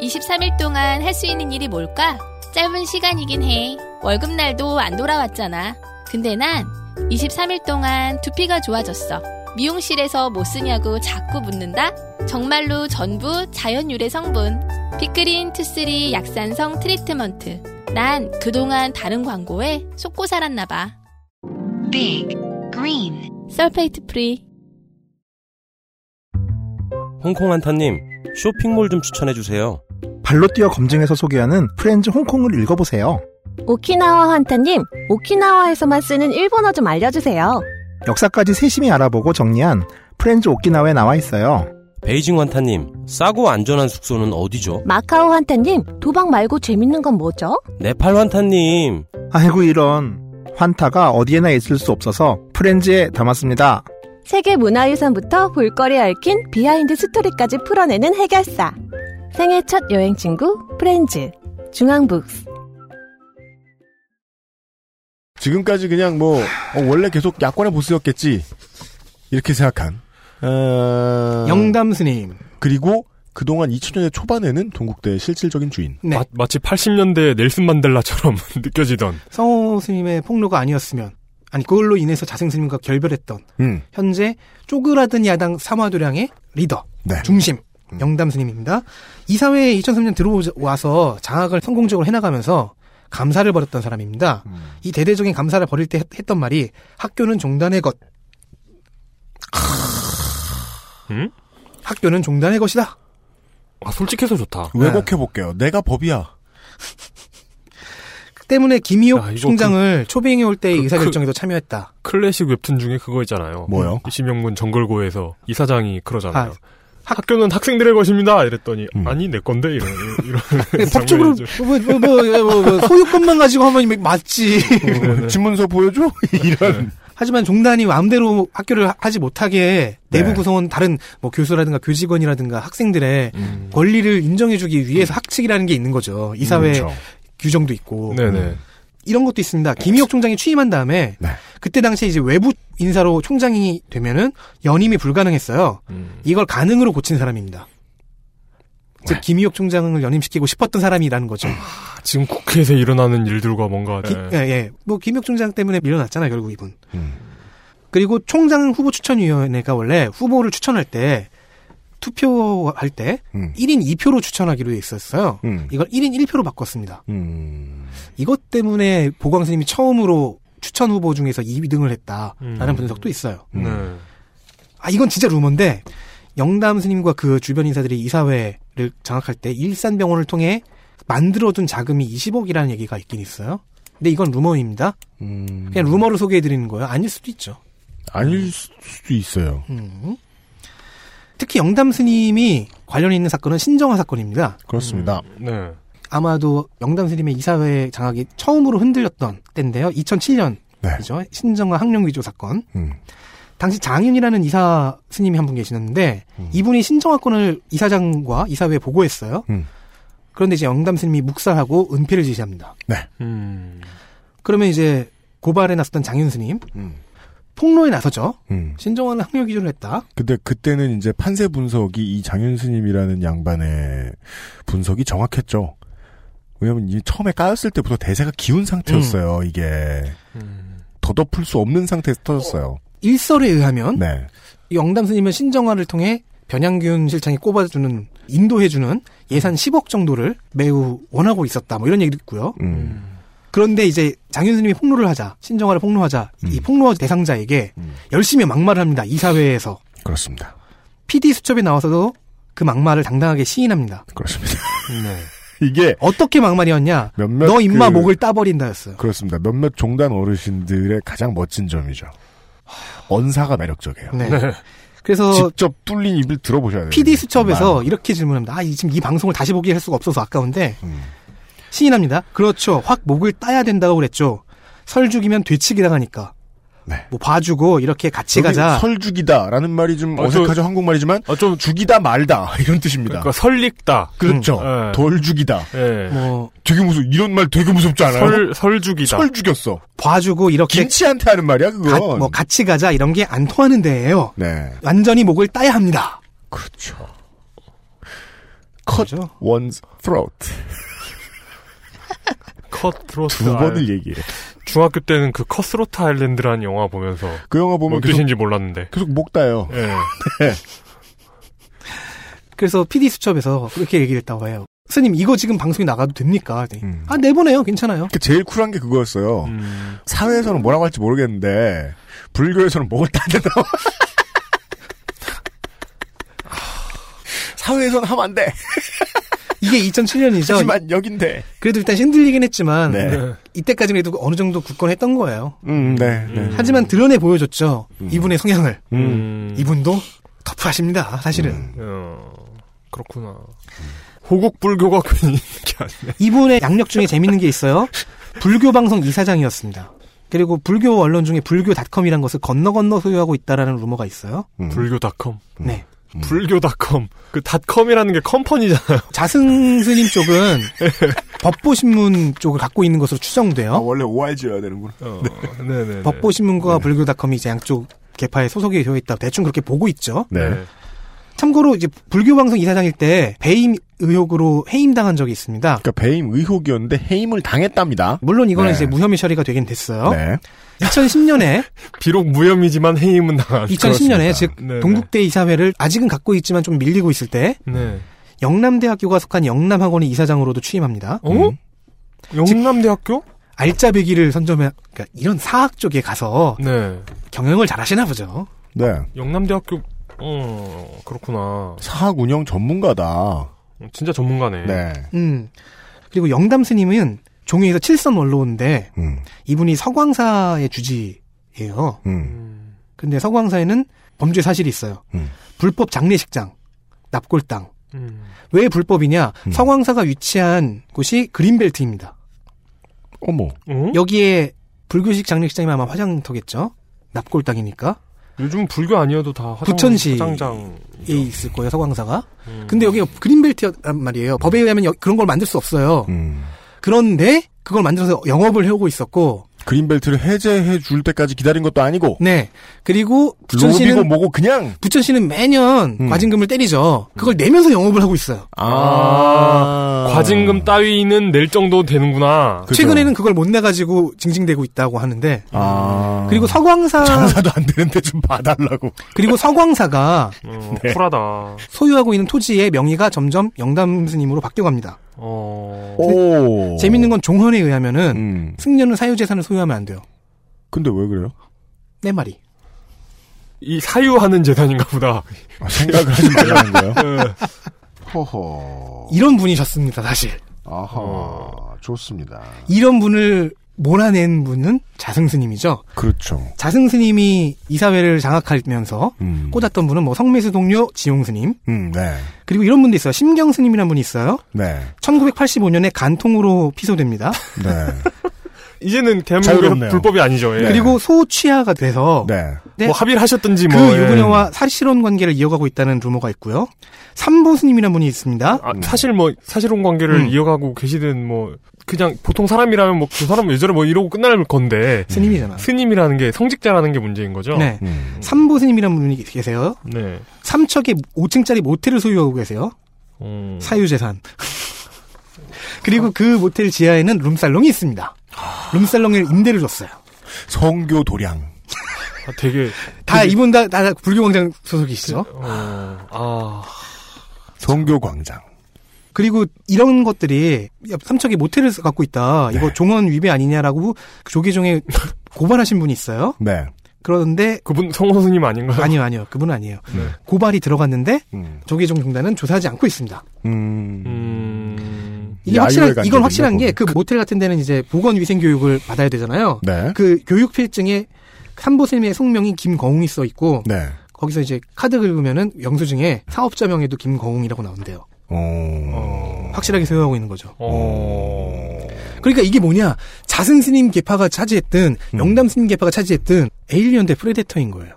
Speaker 8: 23일 동안 할 수 있는 일이 뭘까? 짧은 시간이긴 해. 월급날도 안 돌아왔잖아. 근데 난 23일 동안 두피가 좋아졌어. 미용실에서 뭐 쓰냐고 자꾸 묻는다? 정말로 전부 자연유래 성분. 피크린 투쓰리 약산성 트리트먼트. 난 그동안 다른 광고에 속고 살았나봐.
Speaker 9: Big Green
Speaker 8: 설페이트 프리.
Speaker 10: 홍콩 한타님, 쇼핑몰 좀 추천해주세요.
Speaker 11: 발로 뛰어 검증해서 소개하는 프렌즈 홍콩을 읽어보세요.
Speaker 12: 오키나와 환타님, 오키나와에서만 쓰는 일본어 좀 알려주세요.
Speaker 11: 역사까지 세심히 알아보고 정리한 프렌즈 오키나와에 나와 있어요.
Speaker 10: 베이징 환타님, 싸고 안전한 숙소는 어디죠?
Speaker 12: 마카오 환타님, 도박 말고 재밌는 건 뭐죠?
Speaker 10: 네팔 환타님,
Speaker 11: 아이고 이런 환타가 어디에나 있을 수 없어서 프렌즈에 담았습니다.
Speaker 12: 세계 문화유산부터 볼거리 얽힌 비하인드 스토리까지 풀어내는 해결사. 생애 첫 여행 친구 프렌즈 중앙북스.
Speaker 2: 지금까지 그냥 뭐 어, 원래 계속 야권의 보스였겠지 이렇게 생각한. 어,
Speaker 7: 영담 스님.
Speaker 2: 그리고 그동안 2000년대 초반에는 동국대의 실질적인 주인.
Speaker 7: 네.
Speaker 3: 마, 마치 80년대 넬슨 만델라처럼 느껴지던.
Speaker 7: 성호 스님의 폭로가 아니었으면 아니 그걸로 인해서 자생 스님과 결별했던
Speaker 2: 음,
Speaker 7: 현재 쪼그라든 야당 삼화도량의 리더
Speaker 2: 네.
Speaker 7: 중심 영담 스님입니다. 이사회에 2003년 들어와서 장악을 성공적으로 해나가면서 감사를 벌였던 사람입니다. 이 대대적인 감사를 벌일 때 했- 했던 말이 학교는 종단의 것.
Speaker 3: 음?
Speaker 7: 학교는 종단의 것이다.
Speaker 3: 아 솔직해서
Speaker 7: 네.
Speaker 3: 좋다.
Speaker 2: 왜곡해 볼게요. 내가 법이야.
Speaker 7: 때문에 김희옥
Speaker 3: 야, 이거
Speaker 7: 총장을 초빙해 올 때의
Speaker 3: 그-
Speaker 7: 의사결정에도 참여했다.
Speaker 3: 클래식 웹툰 중에 그거 있잖아요.
Speaker 2: 뭐요?
Speaker 3: 이심영문 정글고에서 이사장이 그러잖아요.
Speaker 7: 아,
Speaker 3: 학교는 학생들의 것입니다. 이랬더니
Speaker 2: 음.
Speaker 3: 아니 내 건데 이런 이런.
Speaker 7: 법적으로
Speaker 3: 그 장면이죠.
Speaker 7: 뭐, 뭐, 뭐, 뭐, 뭐, 소유권만 가지고 하면 맞지. 네.
Speaker 2: 집문서 보여줘. 이런.
Speaker 7: 하지만 종단이 마음대로 학교를 하- 하지 못하게 내부
Speaker 2: 네.
Speaker 7: 구성원 다른 뭐 교수라든가 교직원이라든가 학생들의
Speaker 3: 음.
Speaker 7: 권리를 인정해주기 위해서 학칙이라는 게 있는 거죠. 이사회
Speaker 2: 그렇죠.
Speaker 7: 규정도 있고
Speaker 3: 음, 네네. 네.
Speaker 7: 이런 것도 있습니다. 김희옥 총장이 취임한 다음에
Speaker 2: 네.
Speaker 7: 그때 당시에 이제 외부 인사로 총장이 되면은 연임이 불가능했어요.
Speaker 3: 음.
Speaker 7: 이걸 가능으로 고친 사람입니다. 즉 김희옥 총장을 연임시키고 싶었던 사람이라는 거죠.
Speaker 3: 아, 지금 국회에서 일어나는 일들과 뭔가.
Speaker 7: 기-
Speaker 3: 네.
Speaker 7: 예, 예. 뭐 김혁 총장 때문에 밀려났잖아요, 결국 이분.
Speaker 2: 음.
Speaker 7: 그리고 총장 후보 추천위원회가 원래 후보를 추천할 때 투표할 때
Speaker 2: 음.
Speaker 7: 1인 2표로 추천하기로 돼 있었어요.
Speaker 2: 음.
Speaker 7: 이걸 1인 1표로 바꿨습니다.
Speaker 2: 음.
Speaker 7: 이것 때문에 보광스님이 처음으로 추천 후보 중에서 2등을 했다라는
Speaker 3: 음.
Speaker 7: 분석도 있어요.
Speaker 3: 네.
Speaker 7: 아 이건 진짜 루머인데 영담 스님과 그 주변 인사들이 이사회를 장악할 때 일산병원을 통해 만들어둔 자금이 20억이라는 얘기가 있긴 있어요. 근데 이건 루머입니다. 그냥 루머로 소개해드리는 거예요. 아닐 수도 있죠.
Speaker 2: 아닐 수도 있어요.
Speaker 7: 음. 특히 영담 스님이 관련 있는 사건은 신정화 사건입니다.
Speaker 2: 그렇습니다.
Speaker 3: 네.
Speaker 7: 아마도 영담 스님의 이사회 장악이 처음으로 흔들렸던 때인데요. 2007년이죠. 신정화 학령 위조 사건.
Speaker 2: 네. 음.
Speaker 7: 당시 장윤이라는 이사 스님이 한 분 계시는데 이분이 신정화권을 이사장과 이사회에 보고했어요.
Speaker 2: 음.
Speaker 7: 그런데 이제 영담 스님이 묵살하고 은폐를 지시합니다.
Speaker 2: 네.
Speaker 7: 그러면 이제 고발에 나섰던 장윤 스님
Speaker 2: 음.
Speaker 7: 폭로에 나서죠.
Speaker 2: 음.
Speaker 7: 신정화는 학력 기준을 했다.
Speaker 2: 근데 그때는 이제 판세 분석이 이 장윤스님이라는 양반의 분석이 정확했죠. 왜냐면 이 처음에 까였을 때부터 대세가 기운 상태였어요.
Speaker 7: 음.
Speaker 2: 이게 더덮을 수 없는 상태에서 터졌어요.
Speaker 7: 일설에 의하면
Speaker 2: 네.
Speaker 7: 이 영담 스님은 신정화를 통해 변양균 실장이 꼽아주는 인도해주는 예산 10억 정도를 매우 원하고 있었다. 뭐 이런 얘기도 있고요.
Speaker 2: 음.
Speaker 7: 그런데 이제 장윤 스님이 폭로를 하자, 신정화를 폭로하자
Speaker 2: 음.
Speaker 7: 이 폭로 대상자에게 열심히 막말을 합니다. 이사회에서
Speaker 2: 그렇습니다.
Speaker 7: PD 수첩에 나와서도 그 막말을 당당하게 시인합니다.
Speaker 2: 그렇습니다.
Speaker 7: 네.
Speaker 2: 이게
Speaker 7: 어떻게 막말이었냐?
Speaker 2: 몇몇
Speaker 7: 너 임마
Speaker 2: 그-
Speaker 7: 목을 따버린다였어요.
Speaker 2: 그렇습니다. 몇몇 종단 어르신들의 가장 멋진 점이죠. 언사가 매력적이에요.
Speaker 7: 네. 그래서
Speaker 2: 직접 뚫린 입을 들어보셔야 돼요.
Speaker 7: PD 수첩에서
Speaker 2: 정말.
Speaker 7: 이렇게 질문합니다. 아, 이- 지금 이 방송을 다시 보게 할 수가 없어서 아까운데
Speaker 2: 음.
Speaker 7: 시인합니다. 그렇죠. 확 목을 따야 된다고 그랬죠. 설 죽이면 되치기 당하니까. 뭐 봐주고 이렇게 같이
Speaker 2: 네. 여기
Speaker 7: 가자.
Speaker 2: 설죽이다라는 말이 좀
Speaker 7: 어,
Speaker 2: 어색하죠
Speaker 7: 저-
Speaker 2: 한국말이지만
Speaker 3: 아, 좀
Speaker 2: 죽이다 말다 이런 뜻입니다.
Speaker 3: 그러니까 설릭다.
Speaker 2: 그렇죠.
Speaker 3: 음. 예.
Speaker 2: 덜 죽이다.
Speaker 3: 예.
Speaker 7: 뭐
Speaker 2: 되게 무서 이런 말 되게 무섭지 않아요?
Speaker 3: 설- 설죽이다.
Speaker 2: 설 죽였어.
Speaker 7: 봐주고 이렇게
Speaker 2: 김치한테 하는 말이야 그건.
Speaker 7: 가- 뭐 같이 가자 이런 게 안 통하는 데예요.
Speaker 2: 네.
Speaker 7: 완전히 목을 따야 합니다.
Speaker 2: 그렇죠. 컷 one's throat.
Speaker 3: 컷트로트
Speaker 2: 두 번을
Speaker 3: 예.
Speaker 2: 얘기해.
Speaker 3: 중학교 때는 그 컷스로트 아일랜드라는 영화 보면서
Speaker 2: 그 영화 보면
Speaker 3: 뭔
Speaker 2: 계속-
Speaker 3: 뜻인지 몰랐는데
Speaker 2: 계속 목 따요.
Speaker 3: 예.
Speaker 2: 네.
Speaker 7: 그래서 PD 수첩에서 그렇게 얘기를 했다고 해요. 스님 이거 지금 방송에 나가도 됩니까? 그랬더니
Speaker 2: 음.
Speaker 7: 아 내보내요. 괜찮아요.
Speaker 2: 그 제일 쿨한 게 그거였어요.
Speaker 3: 음.
Speaker 2: 사회에서는 뭐라고 할지 모르겠는데 불교에서는 목을 따는다. 사회에서는 하면 안 돼.
Speaker 7: 이게 2007년이죠.
Speaker 2: 하지만 여긴데.
Speaker 7: 그래도 일단 힘들긴 했지만
Speaker 2: 네.
Speaker 7: 이때까지는 그래도 어느 정도 굳건했던 거예요.
Speaker 2: 음, 네. 네.
Speaker 7: 하지만 드러내 보여줬죠.
Speaker 2: 음.
Speaker 7: 이분의 성향을.
Speaker 2: 음.
Speaker 7: 이분도 터프하십니다. 사실은.
Speaker 3: 어, 그렇구나. 호국 불교가 괜히 이게 아니네.
Speaker 7: 이분의 양력 중에 재밌는 게 있어요. 불교 방송 이사장이었습니다. 그리고 불교 언론 중에 불교닷컴이란 것을 건너 건너 소유하고 있다라는 루머가 있어요.
Speaker 3: 불교닷컴.
Speaker 7: 네.
Speaker 3: 불교닷컴. 그 닷컴이라는 게 컴퍼니잖아요.
Speaker 7: 자승 스님 쪽은 법보신문 쪽을 갖고 있는 것으로 추정돼요.
Speaker 2: 아, 원래 ORG여야 되는구나.
Speaker 7: 어,
Speaker 3: 네. 네
Speaker 7: 법보신문과 불교닷컴이 이제 양쪽 계파에 소속이 되어 있다. 대충 그렇게 보고 있죠.
Speaker 2: 네.
Speaker 7: 참고로 이제 불교 방송 이사장일 때 배임 의혹으로 해임당한 적이 있습니다.
Speaker 2: 그러니까 배임 의혹이었는데 해임을 당했답니다.
Speaker 7: 물론 이거는
Speaker 2: 네.
Speaker 7: 이제 무혐의 처리가 되긴 됐어요.
Speaker 2: 네.
Speaker 7: 2010년에
Speaker 3: 비록 무혐의지만 해임은 당한.
Speaker 7: 2010년에 즉
Speaker 3: 아, 네네.
Speaker 7: 동국대 이사회를 아직은 갖고 있지만 좀 밀리고 있을 때
Speaker 3: 네.
Speaker 7: 영남대학교가 속한 영남학원의 이사장으로도 취임합니다.
Speaker 3: 어? 영남대학교?
Speaker 7: 알짜배기를 선점해 그러니까 이런 사학 쪽에 가서
Speaker 3: 네.
Speaker 7: 경영을 잘하시나 보죠.
Speaker 2: 네.
Speaker 3: 영남대학교. 어 그렇구나.
Speaker 2: 사학 운영 전문가다.
Speaker 3: 진짜 전문가네.
Speaker 2: 네.
Speaker 7: 음. 그리고 영담 스님은 종회에서 칠선 원로인데
Speaker 2: 음.
Speaker 7: 이분이 서광사의 주지예요.
Speaker 2: 음.
Speaker 7: 근데 서광사에는 범죄 사실이 있어요.
Speaker 2: 음.
Speaker 7: 불법 장례식장, 납골당.
Speaker 3: 음.
Speaker 7: 왜 불법이냐? 서광사가 위치한 곳이 그린벨트입니다.
Speaker 2: 어머.
Speaker 7: 여기에 불교식 장례식장이 아마 화장터겠죠? 납골당이니까.
Speaker 3: 요즘 불교 아니어도 다 화장,
Speaker 7: 부천시
Speaker 3: 화장장.
Speaker 7: 에 있을 거예요, 서광사가.
Speaker 2: 음.
Speaker 7: 근데 여기가 그린벨트란 말이에요. 법에 의하면 여- 그런 걸 만들 수 없어요.
Speaker 2: 음.
Speaker 7: 그런데 그걸 만들어서 영업을 해오고 있었고,
Speaker 2: 그린벨트를 해제해 줄 때까지 기다린 것도 아니고.
Speaker 7: 네. 그리고
Speaker 2: 로비고
Speaker 7: 부천시는
Speaker 2: 뭐고 음. 그냥.
Speaker 7: 부천시는 매년 과징금을 때리죠. 그걸 내면서 영업을 하고 있어요.
Speaker 3: 아, 과징금 따위는 낼 정도 되는구나.
Speaker 7: 최근에는 그걸 못 내가지고 징징대고 있다고 하는데
Speaker 2: 아.
Speaker 7: 그리고 서광사
Speaker 2: 장사도 안 되는데 좀 봐달라고.
Speaker 7: 그리고 서광사가
Speaker 2: 음.
Speaker 3: 어,
Speaker 7: 네.
Speaker 3: 쿨하다.
Speaker 7: 소유하고 있는 토지의 명의가 점점 영담 스님으로 바뀌어갑니다.
Speaker 3: 어.
Speaker 2: 오.
Speaker 7: 재밌는 건 종헌에 의하면은
Speaker 2: 음.
Speaker 7: 승려는 사유재산을 소유하면 안 돼요.
Speaker 2: 근데 왜 그래요?
Speaker 7: 내 말이.
Speaker 3: 이 사유하는 재단인가 보다.
Speaker 2: 아, 생각을 하지 말라는 거예요?
Speaker 3: 네.
Speaker 13: 허허.
Speaker 7: 이런 분이셨습니다, 사실.
Speaker 13: 아하.
Speaker 2: 어.
Speaker 13: 좋습니다.
Speaker 7: 이런 분을 몰아낸 분은 자승스님이죠.
Speaker 2: 그렇죠.
Speaker 7: 자승스님이 이사회를 장악하면서
Speaker 2: 음.
Speaker 7: 꽂았던 분은 뭐 성매수 동료 지용스님.
Speaker 2: 음, 네.
Speaker 7: 그리고 이런 분도 있어요. 심경스님이라는 분이 있어요.
Speaker 2: 네.
Speaker 7: 1985년에 간통으로 피소됩니다.
Speaker 2: 네.
Speaker 3: 이제는 대한민국에서
Speaker 7: 자유롭네요.
Speaker 3: 불법이 아니죠. 예.
Speaker 7: 그리고 소취하가 돼서
Speaker 2: 네.
Speaker 3: 뭐 합의를 하셨든지
Speaker 7: 그
Speaker 3: 뭐, 예.
Speaker 7: 유부녀와 사실혼 관계를 이어가고 있다는 루머가 있고요. 삼보스님이라는 분이 있습니다.
Speaker 3: 아, 사실 뭐 사실혼 관계를
Speaker 7: 음.
Speaker 3: 이어가고 계시든 뭐 그냥 보통 사람이라면 뭐 그 사람은 예전에 뭐 이러고 끝날 건데
Speaker 7: 스님이잖아.
Speaker 3: 스님이라는 게 성직자라는 게 문제인 거죠.
Speaker 7: 네.
Speaker 2: 음.
Speaker 7: 삼보스님이라는 분이 계세요.
Speaker 3: 네.
Speaker 7: 삼척에 5층짜리 모텔을 소유하고 계세요.
Speaker 3: 어,
Speaker 7: 사유재산. 그리고 그 모텔 지하에는 룸살롱이 있습니다. 룸살롱에 임대를 줬어요.
Speaker 2: 성교 도량.
Speaker 3: 아, 되게
Speaker 7: 다 이분 다, 다 불교광장 소속이시죠.
Speaker 3: 어, 아
Speaker 2: 성교광장.
Speaker 7: 그리고 이런 것들이 야, 삼척에 모텔을 갖고 있다.
Speaker 3: 네.
Speaker 7: 이거 종원 위배 아니냐라고 그 조계종에 고발하신 분이 있어요.
Speaker 2: 네.
Speaker 7: 그런데
Speaker 3: 그분 성호 스님 아닌가요?
Speaker 7: 아니요, 아니요. 그분은 아니에요.
Speaker 3: 네.
Speaker 7: 고발이 들어갔는데
Speaker 2: 음.
Speaker 7: 조계종 종단은 조사하지 않고 있습니다.
Speaker 2: 음.
Speaker 7: 이게 확실한 이건 확실한 게 그 모텔 같은 데는 이제 보건 위생 교육을 받아야 되잖아요.
Speaker 2: 네.
Speaker 7: 그 교육 필증에 삼보쌤의 성명이 김거웅이 써 있고
Speaker 2: 네.
Speaker 7: 거기서 이제 카드 긁으면은 영수증에 사업자명에도 김거웅이라고 나온대요. 확실하게 소유하고 있는 거죠. 그러니까 이게 뭐냐 자승 스님 계파가 차지했든
Speaker 2: 음.
Speaker 7: 영담 스님 계파가 차지했든 에일리언 대 프레데터인 거예요.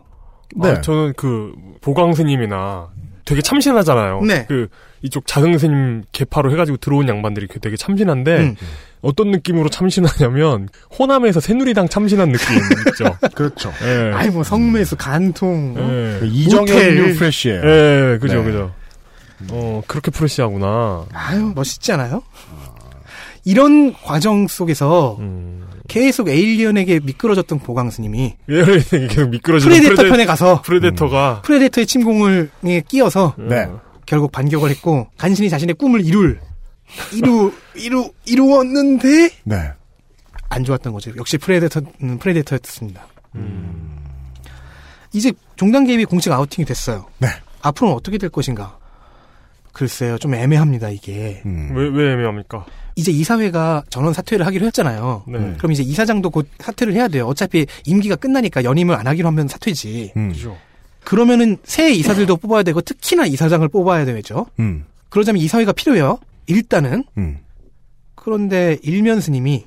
Speaker 7: 네.
Speaker 3: 아, 저는 그 보강 스님이나 되게 참신하잖아요.
Speaker 7: 네.
Speaker 3: 그 이쪽 자흥 스님 개파로 해가지고 들어온 양반들이 그 되게 참신한데
Speaker 7: 음.
Speaker 3: 어떤 느낌으로 참신하냐면 호남에서 새누리당 참신한 느낌 있죠. 네.
Speaker 2: 그렇죠.
Speaker 7: 아이 뭐 성매수 간통
Speaker 3: 예.
Speaker 7: 어?
Speaker 2: 이정현
Speaker 7: 호텔.
Speaker 2: 뉴 프레쉬예요.
Speaker 3: 예, 그죠,
Speaker 2: 네.
Speaker 3: 그죠. 어, 그렇게 프레시하구나.
Speaker 7: 아유 멋있지 않아요? 이런 과정 속에서 계속 에일리언에게 미끄러졌던 보강스님이
Speaker 3: 예를 들면 계속 미끄러지는
Speaker 7: 그렇죠. 프레데터
Speaker 3: 프레데-
Speaker 7: 편에 가서
Speaker 3: 프레데터가
Speaker 7: 프레데터의 침공을 에 끼어서
Speaker 3: 네.
Speaker 7: 결국 반격을 했고 간신히 자신의 꿈을 이룰 이루 이루 이루었는데
Speaker 2: 네.
Speaker 7: 안 좋았던 거죠. 역시 프레데터는 프레데터였습니다. 음. 이제 종단 개입이 공식 아우팅이 됐어요.
Speaker 2: 네.
Speaker 7: 앞으로는 어떻게 될 것인가? 글쎄요, 좀 애매합니다 이게.
Speaker 3: 왜, 왜 애매합니까?
Speaker 7: 이제 이사회가 전원 사퇴를 하기로 했잖아요.
Speaker 3: 네.
Speaker 7: 그럼 이제 이사장도 곧 사퇴를 해야 돼요. 어차피 임기가 끝나니까 연임을 안 하기로 하면 사퇴지.
Speaker 2: 음.
Speaker 3: 그죠.
Speaker 7: 그러면은 새 이사들도 뽑아야 되고 특히나 이사장을 뽑아야 되겠죠.
Speaker 2: 음.
Speaker 7: 그러자면 이사회가 필요해요. 일단은.
Speaker 2: 음.
Speaker 7: 그런데 일면 스님이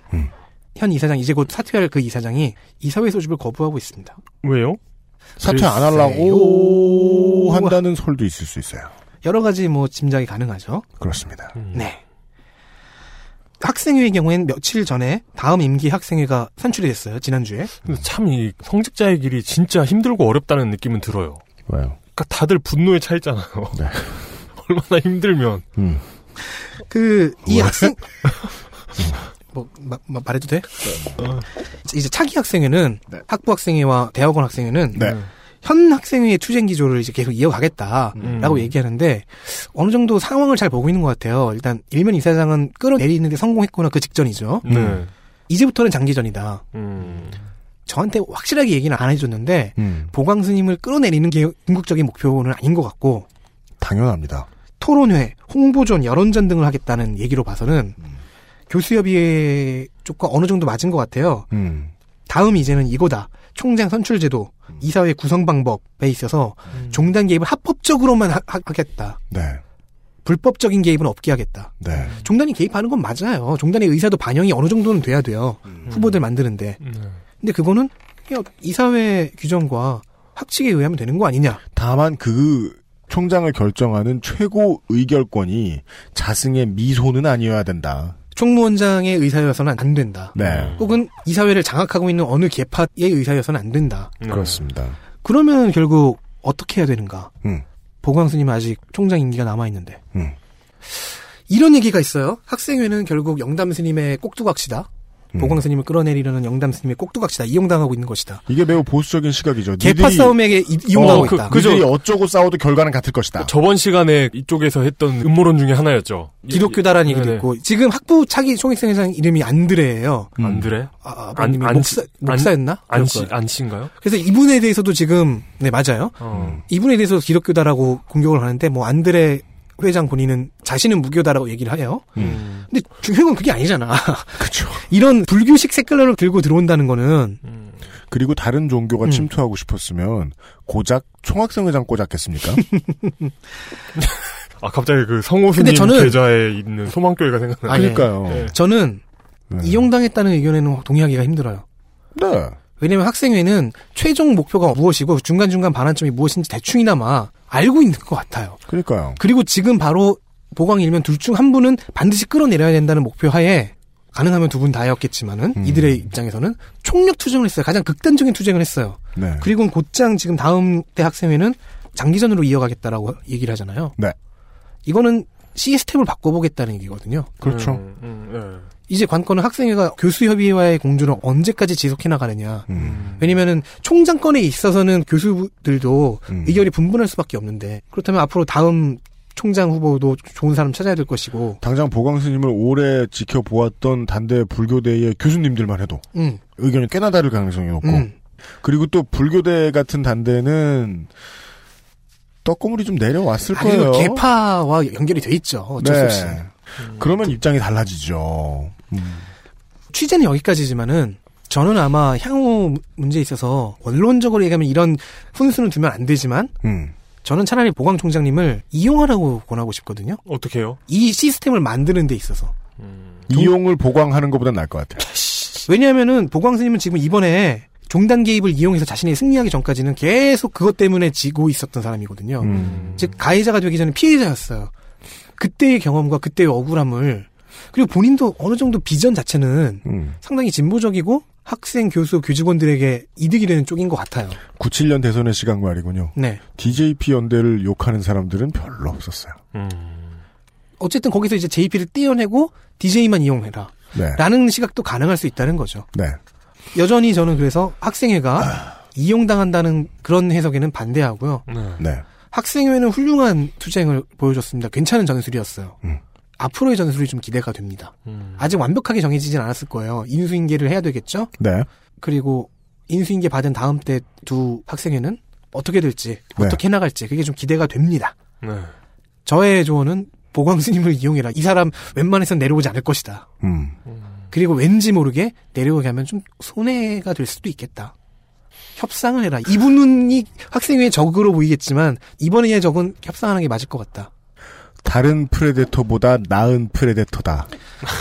Speaker 7: 현 이사장 이제 곧 사퇴할 그 이사장이 이사회 소집을 거부하고 있습니다.
Speaker 3: 왜요?
Speaker 2: 사퇴 안 하려고 한다는 설도 있을 수 있어요.
Speaker 7: 여러 가지 뭐 짐작이 가능하죠.
Speaker 2: 그렇습니다.
Speaker 7: 네. 학생회의 경우에는 며칠 전에 다음 임기 학생회가 산출이 됐어요. 지난주에.
Speaker 3: 근데 참 이 성직자의 길이 진짜 힘들고 어렵다는 느낌은 들어요.
Speaker 2: 왜요?
Speaker 3: 그러니까 다들 분노에 차 있잖아요. 얼마나 힘들면.
Speaker 2: 음.
Speaker 7: 그 이 학생 뭐 마- 마- 말해도 돼?
Speaker 3: 네.
Speaker 7: 어. 이제 차기 학생회는 학부 학생회와 대학원 학생회는
Speaker 2: 네.
Speaker 3: 네.
Speaker 7: 현 학생회의 투쟁 기조를 이제 계속 이어가겠다라고
Speaker 3: 음.
Speaker 7: 얘기하는데 어느 정도 상황을 잘 보고 있는 것 같아요. 일단 일면 이사장은 끌어내리는데 성공했구나 그 직전이죠.
Speaker 3: 네.
Speaker 7: 이제부터는 장기전이다.
Speaker 3: 음.
Speaker 7: 저한테 확실하게 얘기는 안 해줬는데
Speaker 2: 음.
Speaker 7: 보강 스님을 끌어내리는 게 궁극적인 목표는 아닌 것 같고
Speaker 2: 당연합니다.
Speaker 7: 토론회, 홍보전, 여론전 등을 하겠다는 얘기로 봐서는 교수협의회 쪽과 어느 정도 맞은 것 같아요.
Speaker 2: 음.
Speaker 7: 다음 이제는 이거다. 총장 선출제도, 이사회 구성 방법에 있어서 종단 개입을 합법적으로만 하, 하- 하겠다.
Speaker 2: 네.
Speaker 7: 불법적인 개입은 없게 하겠다.
Speaker 2: 네.
Speaker 7: 종단이 개입하는 건 맞아요. 종단의 의사도 반영이 어느 정도는 돼야 돼요. 후보들 만드는데.
Speaker 3: 네.
Speaker 7: 근데 그거는 그냥 이사회 규정과 학칙에 의하면 되는 거 아니냐.
Speaker 2: 다만 그 총장을 결정하는 최고 의결권이 자승의 미소는 아니어야 된다.
Speaker 7: 총무원장의 의사여서는 안 된다.
Speaker 2: 네.
Speaker 7: 혹은 이사회를 장악하고 있는 어느 계파의 의사여서는 안 된다.
Speaker 2: 그렇습니다.
Speaker 7: 그러면 결국 어떻게 해야 되는가?
Speaker 2: 음.
Speaker 7: 보광스님 아직 총장 임기가 남아 있는데.
Speaker 2: 음.
Speaker 7: 이런 얘기가 있어요. 학생회는 결국 영담 스님의 꼭두각시다.
Speaker 2: 음.
Speaker 7: 보광 스님을 끌어내리려는 영담 스님의 꼭두각시다. 이용당하고 있는 것이다.
Speaker 2: 이게 매우 보수적인 시각이죠.
Speaker 7: 개파
Speaker 2: 니들이-
Speaker 7: 싸움에게 이- 이용당하고
Speaker 2: 어, 그-
Speaker 7: 있다.
Speaker 2: 그들이 어쩌고 싸워도 결과는 같을 것이다.
Speaker 3: 저번 시간에 이쪽에서 했던 음모론 중에 하나였죠.
Speaker 7: 기독교다라는
Speaker 2: 예,
Speaker 7: 얘기도
Speaker 3: 네네.
Speaker 7: 있고 지금 학부 차기 총익생 회장 이름이 안드레예요.
Speaker 3: 안드레?
Speaker 7: 아, 아버님이 목사, 목사였나? 그럴
Speaker 3: 안씨,
Speaker 7: 거예요.
Speaker 3: 안씨인가요?
Speaker 7: 그래서 이분에 대해서도 지금 네 맞아요.
Speaker 3: 어.
Speaker 7: 이분에 대해서 기독교다라고 공격을 하는데 뭐 안드레 회장 본인은 자신은 무교다라고 얘기를 해요.
Speaker 2: 음.
Speaker 7: 근데 중요한 건 음. 그게 아니잖아.
Speaker 2: 그렇죠.
Speaker 7: 이런 불교식 색깔을 들고 들어온다는 거는
Speaker 2: 그리고 다른
Speaker 7: 음.
Speaker 2: 종교가 침투하고 싶었으면 고작 총학생 회장 꽂았겠습니까?
Speaker 7: 네.
Speaker 3: 아, 갑자기 그 성호수님
Speaker 7: 근데 저는-
Speaker 3: 계좌에 있는 소망교회가 생각나요.
Speaker 7: 아니, 그러니까. 네. 저는 이용당했다는 의견에는 동의하기가 힘들어요.
Speaker 2: 네.
Speaker 7: 왜냐면 학생회는 최종 목표가 무엇이고 중간중간 반환점이 무엇인지 대충이나마 알고 있는 것 같아요.
Speaker 2: 그러니까요.
Speaker 7: 그리고 지금 바로 보강 일면 둘 중 한 분은 반드시 끌어내려야 된다는 목표 하에 가능하면 두 분 다였겠지만은 이들의 입장에서는 총력 투쟁을 했어요. 가장 극단적인 투쟁을 했어요.
Speaker 2: 네.
Speaker 7: 그리고 곧장 지금 다음 대 학생회는 장기전으로 이어가겠다라고 얘기를 하잖아요.
Speaker 2: 네.
Speaker 7: 이거는 시스템을 바꿔보겠다는 얘기거든요.
Speaker 2: 그렇죠.
Speaker 3: 음, 네.
Speaker 7: 이제 관건은 학생회가 교수협의회와의 공조를 언제까지 지속해 나가느냐.
Speaker 2: 음.
Speaker 7: 왜냐면은 총장권에 있어서는 교수들도
Speaker 2: 음.
Speaker 7: 의견이 분분할 수밖에 없는데 그렇다면 앞으로 다음 총장 후보도 좋은 사람 찾아야 될 것이고.
Speaker 2: 당장 보광 스님을 오래 지켜보았던 단대 불교대의 교수님들만 해도
Speaker 7: 음.
Speaker 2: 의견이 꽤나 다를 가능성이 높고
Speaker 7: 음.
Speaker 2: 그리고 또 불교대 같은 단대는 떡고물이 좀 내려왔을
Speaker 7: 아니,
Speaker 2: 거예요.
Speaker 7: 이거 개파와 연결이 돼 있죠. 어쩔 수
Speaker 2: 네.
Speaker 7: 없이.
Speaker 2: 그러면 입장이 달라지죠. 음.
Speaker 7: 취재는 여기까지지만은 저는 아마 향후 문제에 있어서 원론적으로 얘기하면 이런 훈수는 두면 안 되지만
Speaker 2: 음.
Speaker 7: 저는 차라리 보강 총장님을 이용하라고 권하고 싶거든요.
Speaker 3: 어떻게 해요?
Speaker 7: 이 시스템을 만드는 데 있어서.
Speaker 2: 이용을 보강하는 것보단 나을 것 같아요.
Speaker 7: 왜냐하면은 보광 스님은 지금 이번에 종단 개입을 이용해서 자신이 승리하기 전까지는 계속 그것 때문에 지고 있었던 사람이거든요.
Speaker 2: 음.
Speaker 7: 즉 가해자가 되기 전에 피해자였어요. 그때의 경험과 그때의 억울함을 그리고 본인도 어느 정도 비전 자체는
Speaker 2: 음.
Speaker 7: 상당히 진보적이고 학생, 교수, 교직원들에게 이득이 되는 쪽인 것 같아요.
Speaker 2: 97년 대선의 시각 말이군요.
Speaker 7: 네.
Speaker 2: DJP 연대를 욕하는 사람들은 별로 없었어요.
Speaker 7: 어쨌든 거기서 이제 JP를 떼어내고 DJ만 이용해라.
Speaker 2: 네.
Speaker 7: 라는 시각도 가능할 수 있다는 거죠.
Speaker 2: 네.
Speaker 7: 여전히 저는 그래서 학생회가 이용당한다는 그런 해석에는 반대하고요.
Speaker 2: 아. 네.
Speaker 7: 학생회는 훌륭한 투쟁을 보여줬습니다. 괜찮은 전술이었어요.
Speaker 2: 음.
Speaker 7: 앞으로의 전술이 좀 기대가 됩니다. 아직 완벽하게 정해지진 않았을 거예요. 인수인계를 해야 되겠죠?
Speaker 2: 네.
Speaker 7: 그리고 인수인계 받은 다음 때 두 학생회는 어떻게 될지,
Speaker 2: 네.
Speaker 7: 어떻게 해나갈지, 그게 좀 기대가 됩니다.
Speaker 3: 네.
Speaker 7: 저의 조언은 보광 스님을 이용해라. 이 사람 웬만해선 내려오지 않을 것이다.
Speaker 2: 음.
Speaker 7: 그리고 왠지 모르게 내려오게 하면 좀 손해가 될 수도 있겠다. 협상을 해라. 이분이 학생회의 적으로 보이겠지만 이번에 적은 협상하는 게 맞을 것 같다.
Speaker 2: 다른 프레데터보다 나은 프레데터다.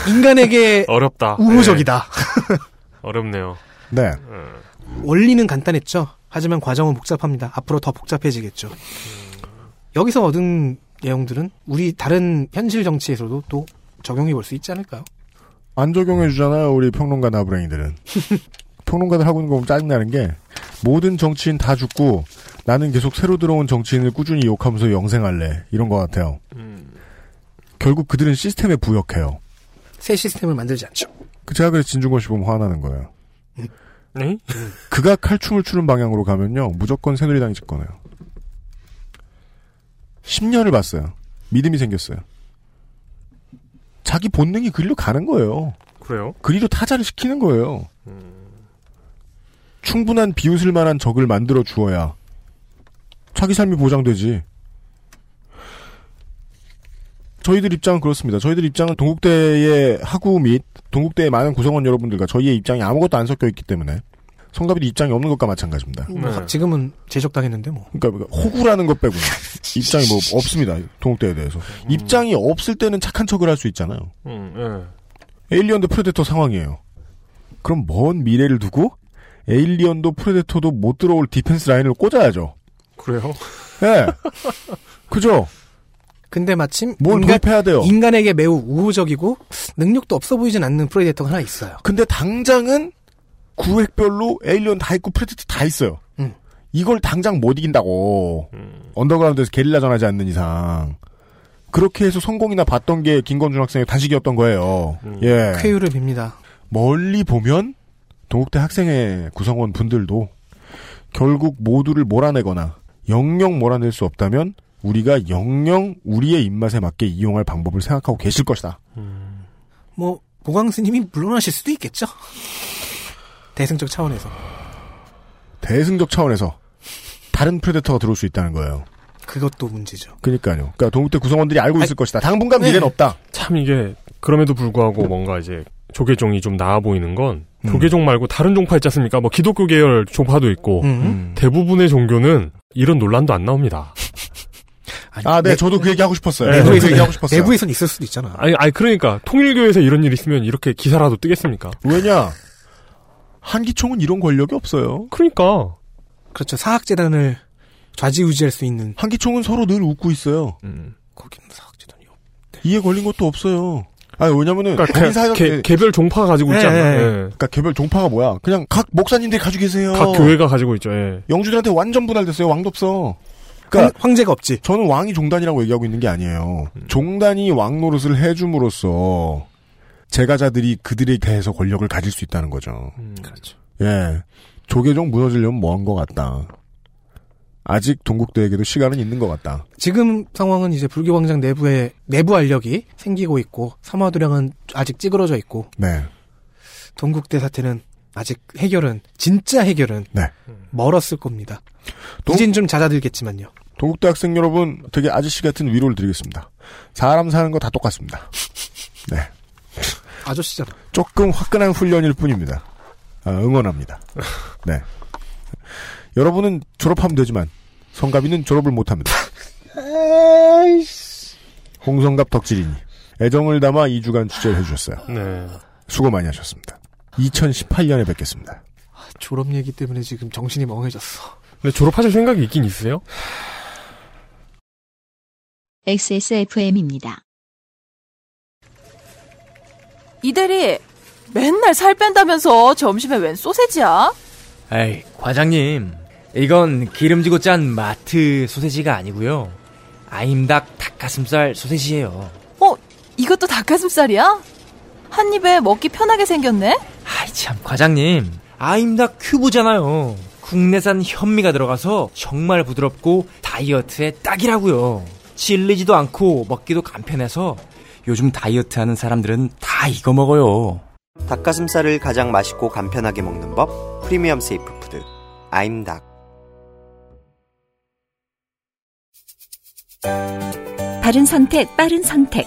Speaker 7: 인간에게
Speaker 3: 어렵다.
Speaker 7: 우호적이다.
Speaker 3: 네. 어렵네요.
Speaker 2: 네.
Speaker 7: 원리는 간단했죠. 하지만 과정은 복잡합니다. 앞으로 더 복잡해지겠죠. 여기서 얻은 내용들은 우리 다른 현실 정치에서도 또 적용해 볼 수 있지 않을까요?
Speaker 2: 안 적용해 주잖아요, 우리 평론가 나부랭이들은. 평론가들 하고 있는 거 보면 짜증나는 게 모든 정치인 다 죽고 나는 계속 새로 들어온 정치인을 꾸준히 욕하면서 영생할래. 이런 것 같아요.
Speaker 3: 음.
Speaker 2: 결국 그들은 시스템에 부역해요.
Speaker 7: 새 시스템을 만들지 않죠.
Speaker 2: 그 제가 그래서 진중권 씨 보면 화나는 거예요.
Speaker 3: 네?
Speaker 2: 그가 칼춤을 추는 방향으로 가면요. 무조건 새누리당이 집권해요. 10년을 봤어요. 믿음이 생겼어요. 자기 본능이 그리로 가는 거예요.
Speaker 3: 그래요?
Speaker 2: 그리로 타자를 시키는 거예요. 충분한 비웃을 만한 적을 만들어 주어야 자기 삶이 보장되지. 저희들 입장은 그렇습니다. 저희들 입장은 동국대의 학우 및 동국대의 많은 구성원 여러분들과 저희의 입장이 아무것도 안 섞여 있기 때문에 성가비도 입장이 없는 것과 마찬가지입니다.
Speaker 7: 뭐 지금은 제적당했는데 뭐.
Speaker 2: 그러니까 호구라는 것 빼고는 입장이 뭐 없습니다. 동국대에 대해서 입장이 없을 때는 착한 척을 할 수 있잖아요.
Speaker 3: 음,
Speaker 2: 에일리언도 프레데터 상황이에요. 그럼 먼 미래를 두고 에일리언도 프레데터도 못 들어올 디펜스 라인을 꽂아야죠.
Speaker 3: 그래요?
Speaker 2: 예. 그죠?
Speaker 7: 근데 마침
Speaker 2: 뭘 도입해야 돼요?
Speaker 7: 인간에게 매우 우호적이고 능력도 없어 보이진 않는 프레데터가 하나 있어요.
Speaker 2: 근데 당장은 구획별로 에일리언 다 있고 프레데터 다 있어요.
Speaker 7: 음.
Speaker 2: 이걸 당장 못 이긴다고. 언더그라운드에서 게릴라 전하지 않는 이상. 그렇게 해서 성공이나 봤던 게 김건준 학생의 단식이었던 거예요. 예.
Speaker 7: 쾌유를 빕니다.
Speaker 2: 멀리 보면 동국대 학생회 구성원 분들도 결국 모두를 몰아내거나 영영 몰아낼 수 없다면 우리가 영영 우리의 입맛에 맞게 이용할 방법을 생각하고 계실 것이다.
Speaker 7: 뭐 보광 스님이 물러나실 수도 있겠죠. 대승적 차원에서
Speaker 2: 대승적 차원에서 다른 프레데터가 들어올 수 있다는 거예요.
Speaker 7: 그것도 문제죠.
Speaker 2: 그러니까요. 그러니까 동국대 구성원들이 알고
Speaker 3: 아,
Speaker 2: 있을 것이다. 당분간
Speaker 3: 네.
Speaker 2: 미래는 없다.
Speaker 3: 참 이게 그럼에도 불구하고 뭔가 이제 조계종이 좀 나아 보이는 건
Speaker 14: 음.
Speaker 3: 조계종 말고 다른 종파 있지 않습니까? 뭐 기독교 계열 종파도 있고
Speaker 7: 음.
Speaker 3: 대부분의 종교는 이런 논란도 안 나옵니다.
Speaker 2: 아, 네, 저도 그 얘기 하고 싶었어요.
Speaker 3: 네,
Speaker 2: 저도
Speaker 3: 내부에서-
Speaker 2: 그 얘기 하고 싶었어요.
Speaker 3: 내부에선
Speaker 7: 있을 수도 있잖아.
Speaker 3: 아니, 아니 그러니까 통일교에서 이런 일 있으면 이렇게 기사라도 뜨겠습니까?
Speaker 2: 왜냐 한기총은 이런 권력이 없어요.
Speaker 3: 그러니까
Speaker 7: 그렇죠. 사학재단을 좌지우지할 수 있는
Speaker 2: 한기총은 서로 늘 웃고 있어요.
Speaker 14: 음.
Speaker 2: 이에 걸린 것도 없어요. 아 왜냐면은
Speaker 3: 그러니까
Speaker 2: 거기
Speaker 3: 개-
Speaker 2: 사역-
Speaker 3: 개- 개별 종파가 가지고 있지
Speaker 2: 예,
Speaker 3: 않나?
Speaker 2: 예.
Speaker 3: 예.
Speaker 2: 그러니까 개별 종파가 뭐야? 그냥 각 목사님들이 가지고 계세요.
Speaker 3: 각 교회가 가지고 있죠. 예.
Speaker 2: 영주들한테 완전 분할됐어요. 왕도 없어. 그러니까
Speaker 7: 황제가 없지.
Speaker 2: 저는 왕이 종단이라고 얘기하고 있는 게 아니에요.
Speaker 3: 음.
Speaker 2: 종단이 왕 노릇을 해줌으로써 제가자들이 그들에 대해서 권력을 가질 수 있다는 거죠.
Speaker 3: 음.
Speaker 7: 그렇죠.
Speaker 2: 예. 조계종 무너지려면 먼 것 같다. 아직 동국대에게도 시간은 있는 것 같다.
Speaker 7: 지금 상황은 이제 불교광장 내부에 내부 알력이 생기고 있고 삼화도량은 아직 찌그러져 있고
Speaker 2: 네.
Speaker 7: 동국대 사태는 아직 해결은 진짜 해결은
Speaker 2: 네.
Speaker 7: 멀었을 겁니다. 이젠 좀 잦아들겠지만요.
Speaker 2: 동국대 학생 여러분, 되게 아저씨 같은 위로를 드리겠습니다. 사람 사는 거 다 똑같습니다. 네.
Speaker 7: 아저씨잖아.
Speaker 2: 조금 화끈한 훈련일 뿐입니다. 아, 응원합니다. 네. 여러분은 졸업하면 되지만, 성갑이는 졸업을 못합니다. 홍성갑 덕질이니, 애정을 담아 2주간 취재를 해주셨어요.
Speaker 3: 네.
Speaker 2: 수고 많이 하셨습니다. 2018년에 뵙겠습니다.
Speaker 7: 졸업 얘기 때문에 지금 정신이 멍해졌어.
Speaker 3: 근데 졸업하실 생각이 있긴 있으세요?
Speaker 1: XSFM입니다.
Speaker 15: 이 대리 맨날 살 뺀다면서 점심에 웬 소세지야?
Speaker 14: 에이, 과장님. 이건 기름지고 짠 마트 소세지가 아니고요. 아임닭 닭가슴살 소세지예요.
Speaker 15: 어 이것도 닭가슴살이야? 한 입에 먹기 편하게 생겼네.
Speaker 14: 아이 참, 과장님. 아임닭 큐브잖아요. 국내산 현미가 들어가서 정말 부드럽고 다이어트에 딱이라고요. 질리지도 않고 먹기도 간편해서 요즘 다이어트하는 사람들은 다 이거 먹어요.
Speaker 4: 닭가슴살을 가장 맛있고 간편하게 먹는 법 프리미엄 세이프 푸드 아임닭
Speaker 16: 바른 선택, 빠른 선택.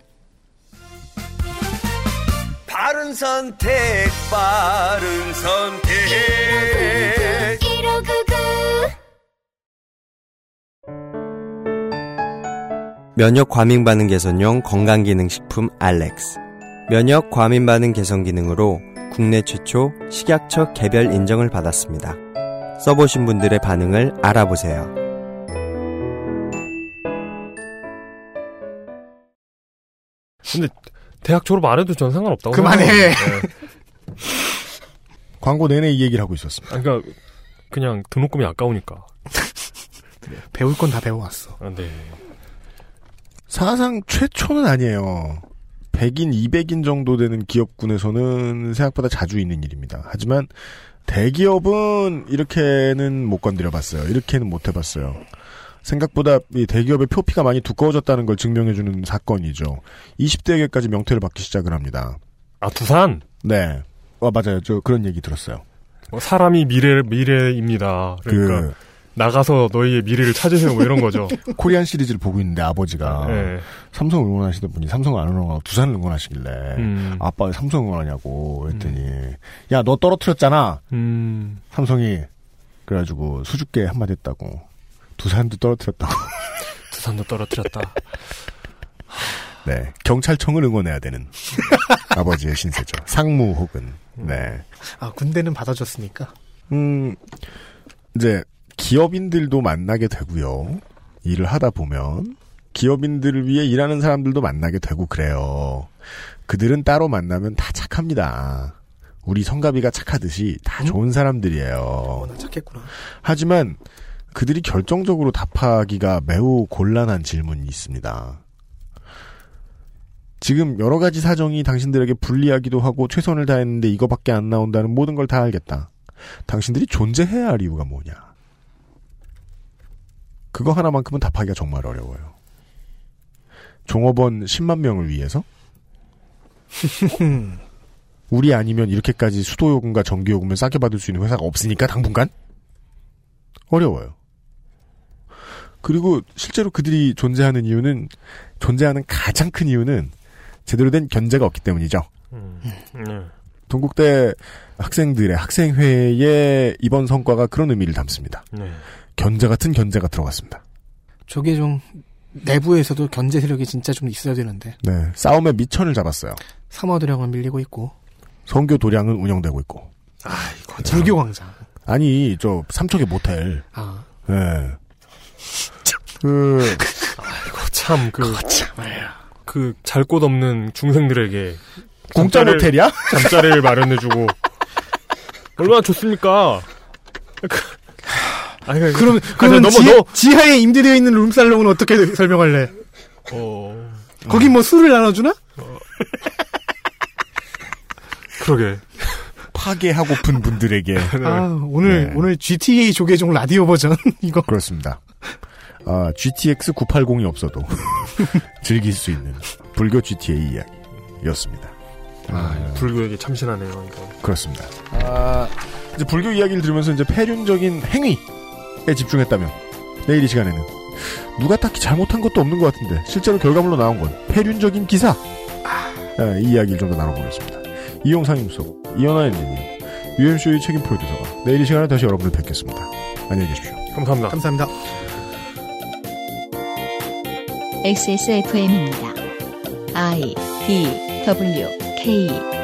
Speaker 17: 바른 선택, 바른 선택. 1599.
Speaker 4: 면역 과민 반응 개선용 건강 기능 식품 알렉스. 면역 과민 반응 개선 기능으로 국내 최초 식약처 개별 인정을 받았습니다. 써보신 분들의 반응을 알아보세요.
Speaker 3: 근데 대학 졸업 안 해도 전 상관없다고.
Speaker 2: 그만해.
Speaker 3: 생각해요. 네.
Speaker 2: 광고 내내 이 얘기를 하고 있었습니다.
Speaker 3: 아, 그러니까 그냥 등록금이 아까우니까.
Speaker 7: 배울 건 다 배워왔어.
Speaker 3: 아, 네.
Speaker 2: 사상 최초는 아니에요. 100인, 200인 정도 되는 기업군에서는 생각보다 자주 있는 일입니다. 하지만 대기업은 이렇게는 못 건드려봤어요. 이렇게는 못 해봤어요. 생각보다 이 대기업의 표피가 많이 두꺼워졌다는 걸 증명해주는 사건이죠. 20대에게까지 명퇴를 받기 시작을 합니다.
Speaker 3: 아 두산?
Speaker 2: 네. 아 맞아요. 저 그런 얘기 들었어요.
Speaker 3: 뭐 사람이 미래 미래입니다. 그러니까
Speaker 2: 그-
Speaker 3: 나가서 너희의 미래를 찾으세요. 뭐 이런 거죠.
Speaker 2: 코리안 시리즈를 보고 있는데 아버지가
Speaker 3: 네.
Speaker 2: 삼성 응원하시던 분이 삼성 안 응원하고 두산을 응원하시길래
Speaker 3: 음.
Speaker 2: 아빠 왜 삼성 응원하냐고 했더니 야 너 떨어뜨렸잖아
Speaker 3: 음.
Speaker 2: 삼성이 그래가지고 수줍게 한마디 했다고 두산도 떨어뜨렸다고
Speaker 3: 두산도 떨어뜨렸다.
Speaker 2: 네 경찰청을 응원해야 되는 아버지의 신세죠 상무 혹은 네
Speaker 7: 아 군대는 받아줬으니까.
Speaker 2: 음, 이제 기업인들도 만나게 되고요. 일을 하다 보면 기업인들을 위해 일하는 사람들도 만나게 되고 그래요. 그들은 따로 만나면 다 착합니다. 우리 성가비가 착하듯이 다 좋은
Speaker 7: 어,
Speaker 2: 사람들이에요.
Speaker 7: 착했구나.
Speaker 2: 하지만 그들이 결정적으로 답하기가 매우 곤란한 질문이 있습니다. 지금 여러 가지 사정이 당신들에게 불리하기도 하고 최선을 다했는데 이거밖에 안 나온다는 모든 걸 다 알겠다. 당신들이 존재해야 할 이유가 뭐냐? 그거 하나만큼은 답하기가 정말 어려워요. 종업원 10만 명을 위해서 우리 아니면 이렇게까지 수도요금과 전기요금을 싸게 받을 수 있는 회사가 없으니까 당분간 어려워요. 그리고 실제로 그들이 존재하는 이유는 존재하는 가장 큰 이유는 제대로 된 견제가 없기 때문이죠.
Speaker 3: 네.
Speaker 2: 동국대 학생들의 학생회의 이번 성과가 그런 의미를 담습니다.
Speaker 3: 네.
Speaker 2: 견제 같은 견제가 들어갔습니다.
Speaker 7: 저게 좀 내부에서도 견제 세력이 진짜 좀 있어야 되는데
Speaker 2: 네, 싸움의 밑천을 잡았어요.
Speaker 7: 사마도량은 밀리고 있고
Speaker 2: 성교 도량은 운영되고 있고.
Speaker 7: 불교 광장.
Speaker 2: 아니 저 삼척의 모텔.
Speaker 7: 아.
Speaker 2: 예. 그
Speaker 3: 참, 그. 그, 잘 곳 없는 중생들에게.
Speaker 2: 공짜
Speaker 3: 잠자리를-
Speaker 2: 모텔이야?
Speaker 3: 잠자리를 마련해주고. 얼마나 좋습니까? 아니, 아니,
Speaker 7: 그럼
Speaker 3: 아니,
Speaker 7: 그러면
Speaker 3: 넘어,
Speaker 7: 지,
Speaker 3: 넘어.
Speaker 7: 지하에 임대되어 있는 룸살롱은 어떻게 설명할래?
Speaker 3: 어,
Speaker 7: 거기 뭐 술을 나눠주나?
Speaker 3: 그러게.
Speaker 2: 파괴하고픈 분들에게.
Speaker 3: 네.
Speaker 7: 아 오늘 오늘 GTA 조계종 라디오 버전 이거
Speaker 2: 그렇습니다. 아, GTX 980이 없어도 즐길 수 있는 불교 GTA 이야기였습니다. 아,
Speaker 3: 불교에게 참신하네요, 이거.
Speaker 2: 그렇습니다. 아, 이제 불교 이야기를 들으면서 이제 폐륜적인 행위에 집중했다면 내일 이 시간에는 누가 딱히 잘못한 것도 없는 것 같은데 실제로 결과물로 나온 건 폐륜적인 기사 아, 이 이야기를 좀 더 나눠보겠습니다. 이용상 임소, 이현아 엔지니어, UMC의 책임 프로듀서가 내일 이 시간에 다시 여러분을 뵙겠습니다. 안녕히 계십시오.
Speaker 3: 감사합니다.
Speaker 7: 감사합니다.
Speaker 1: XSFM입니다. I D W K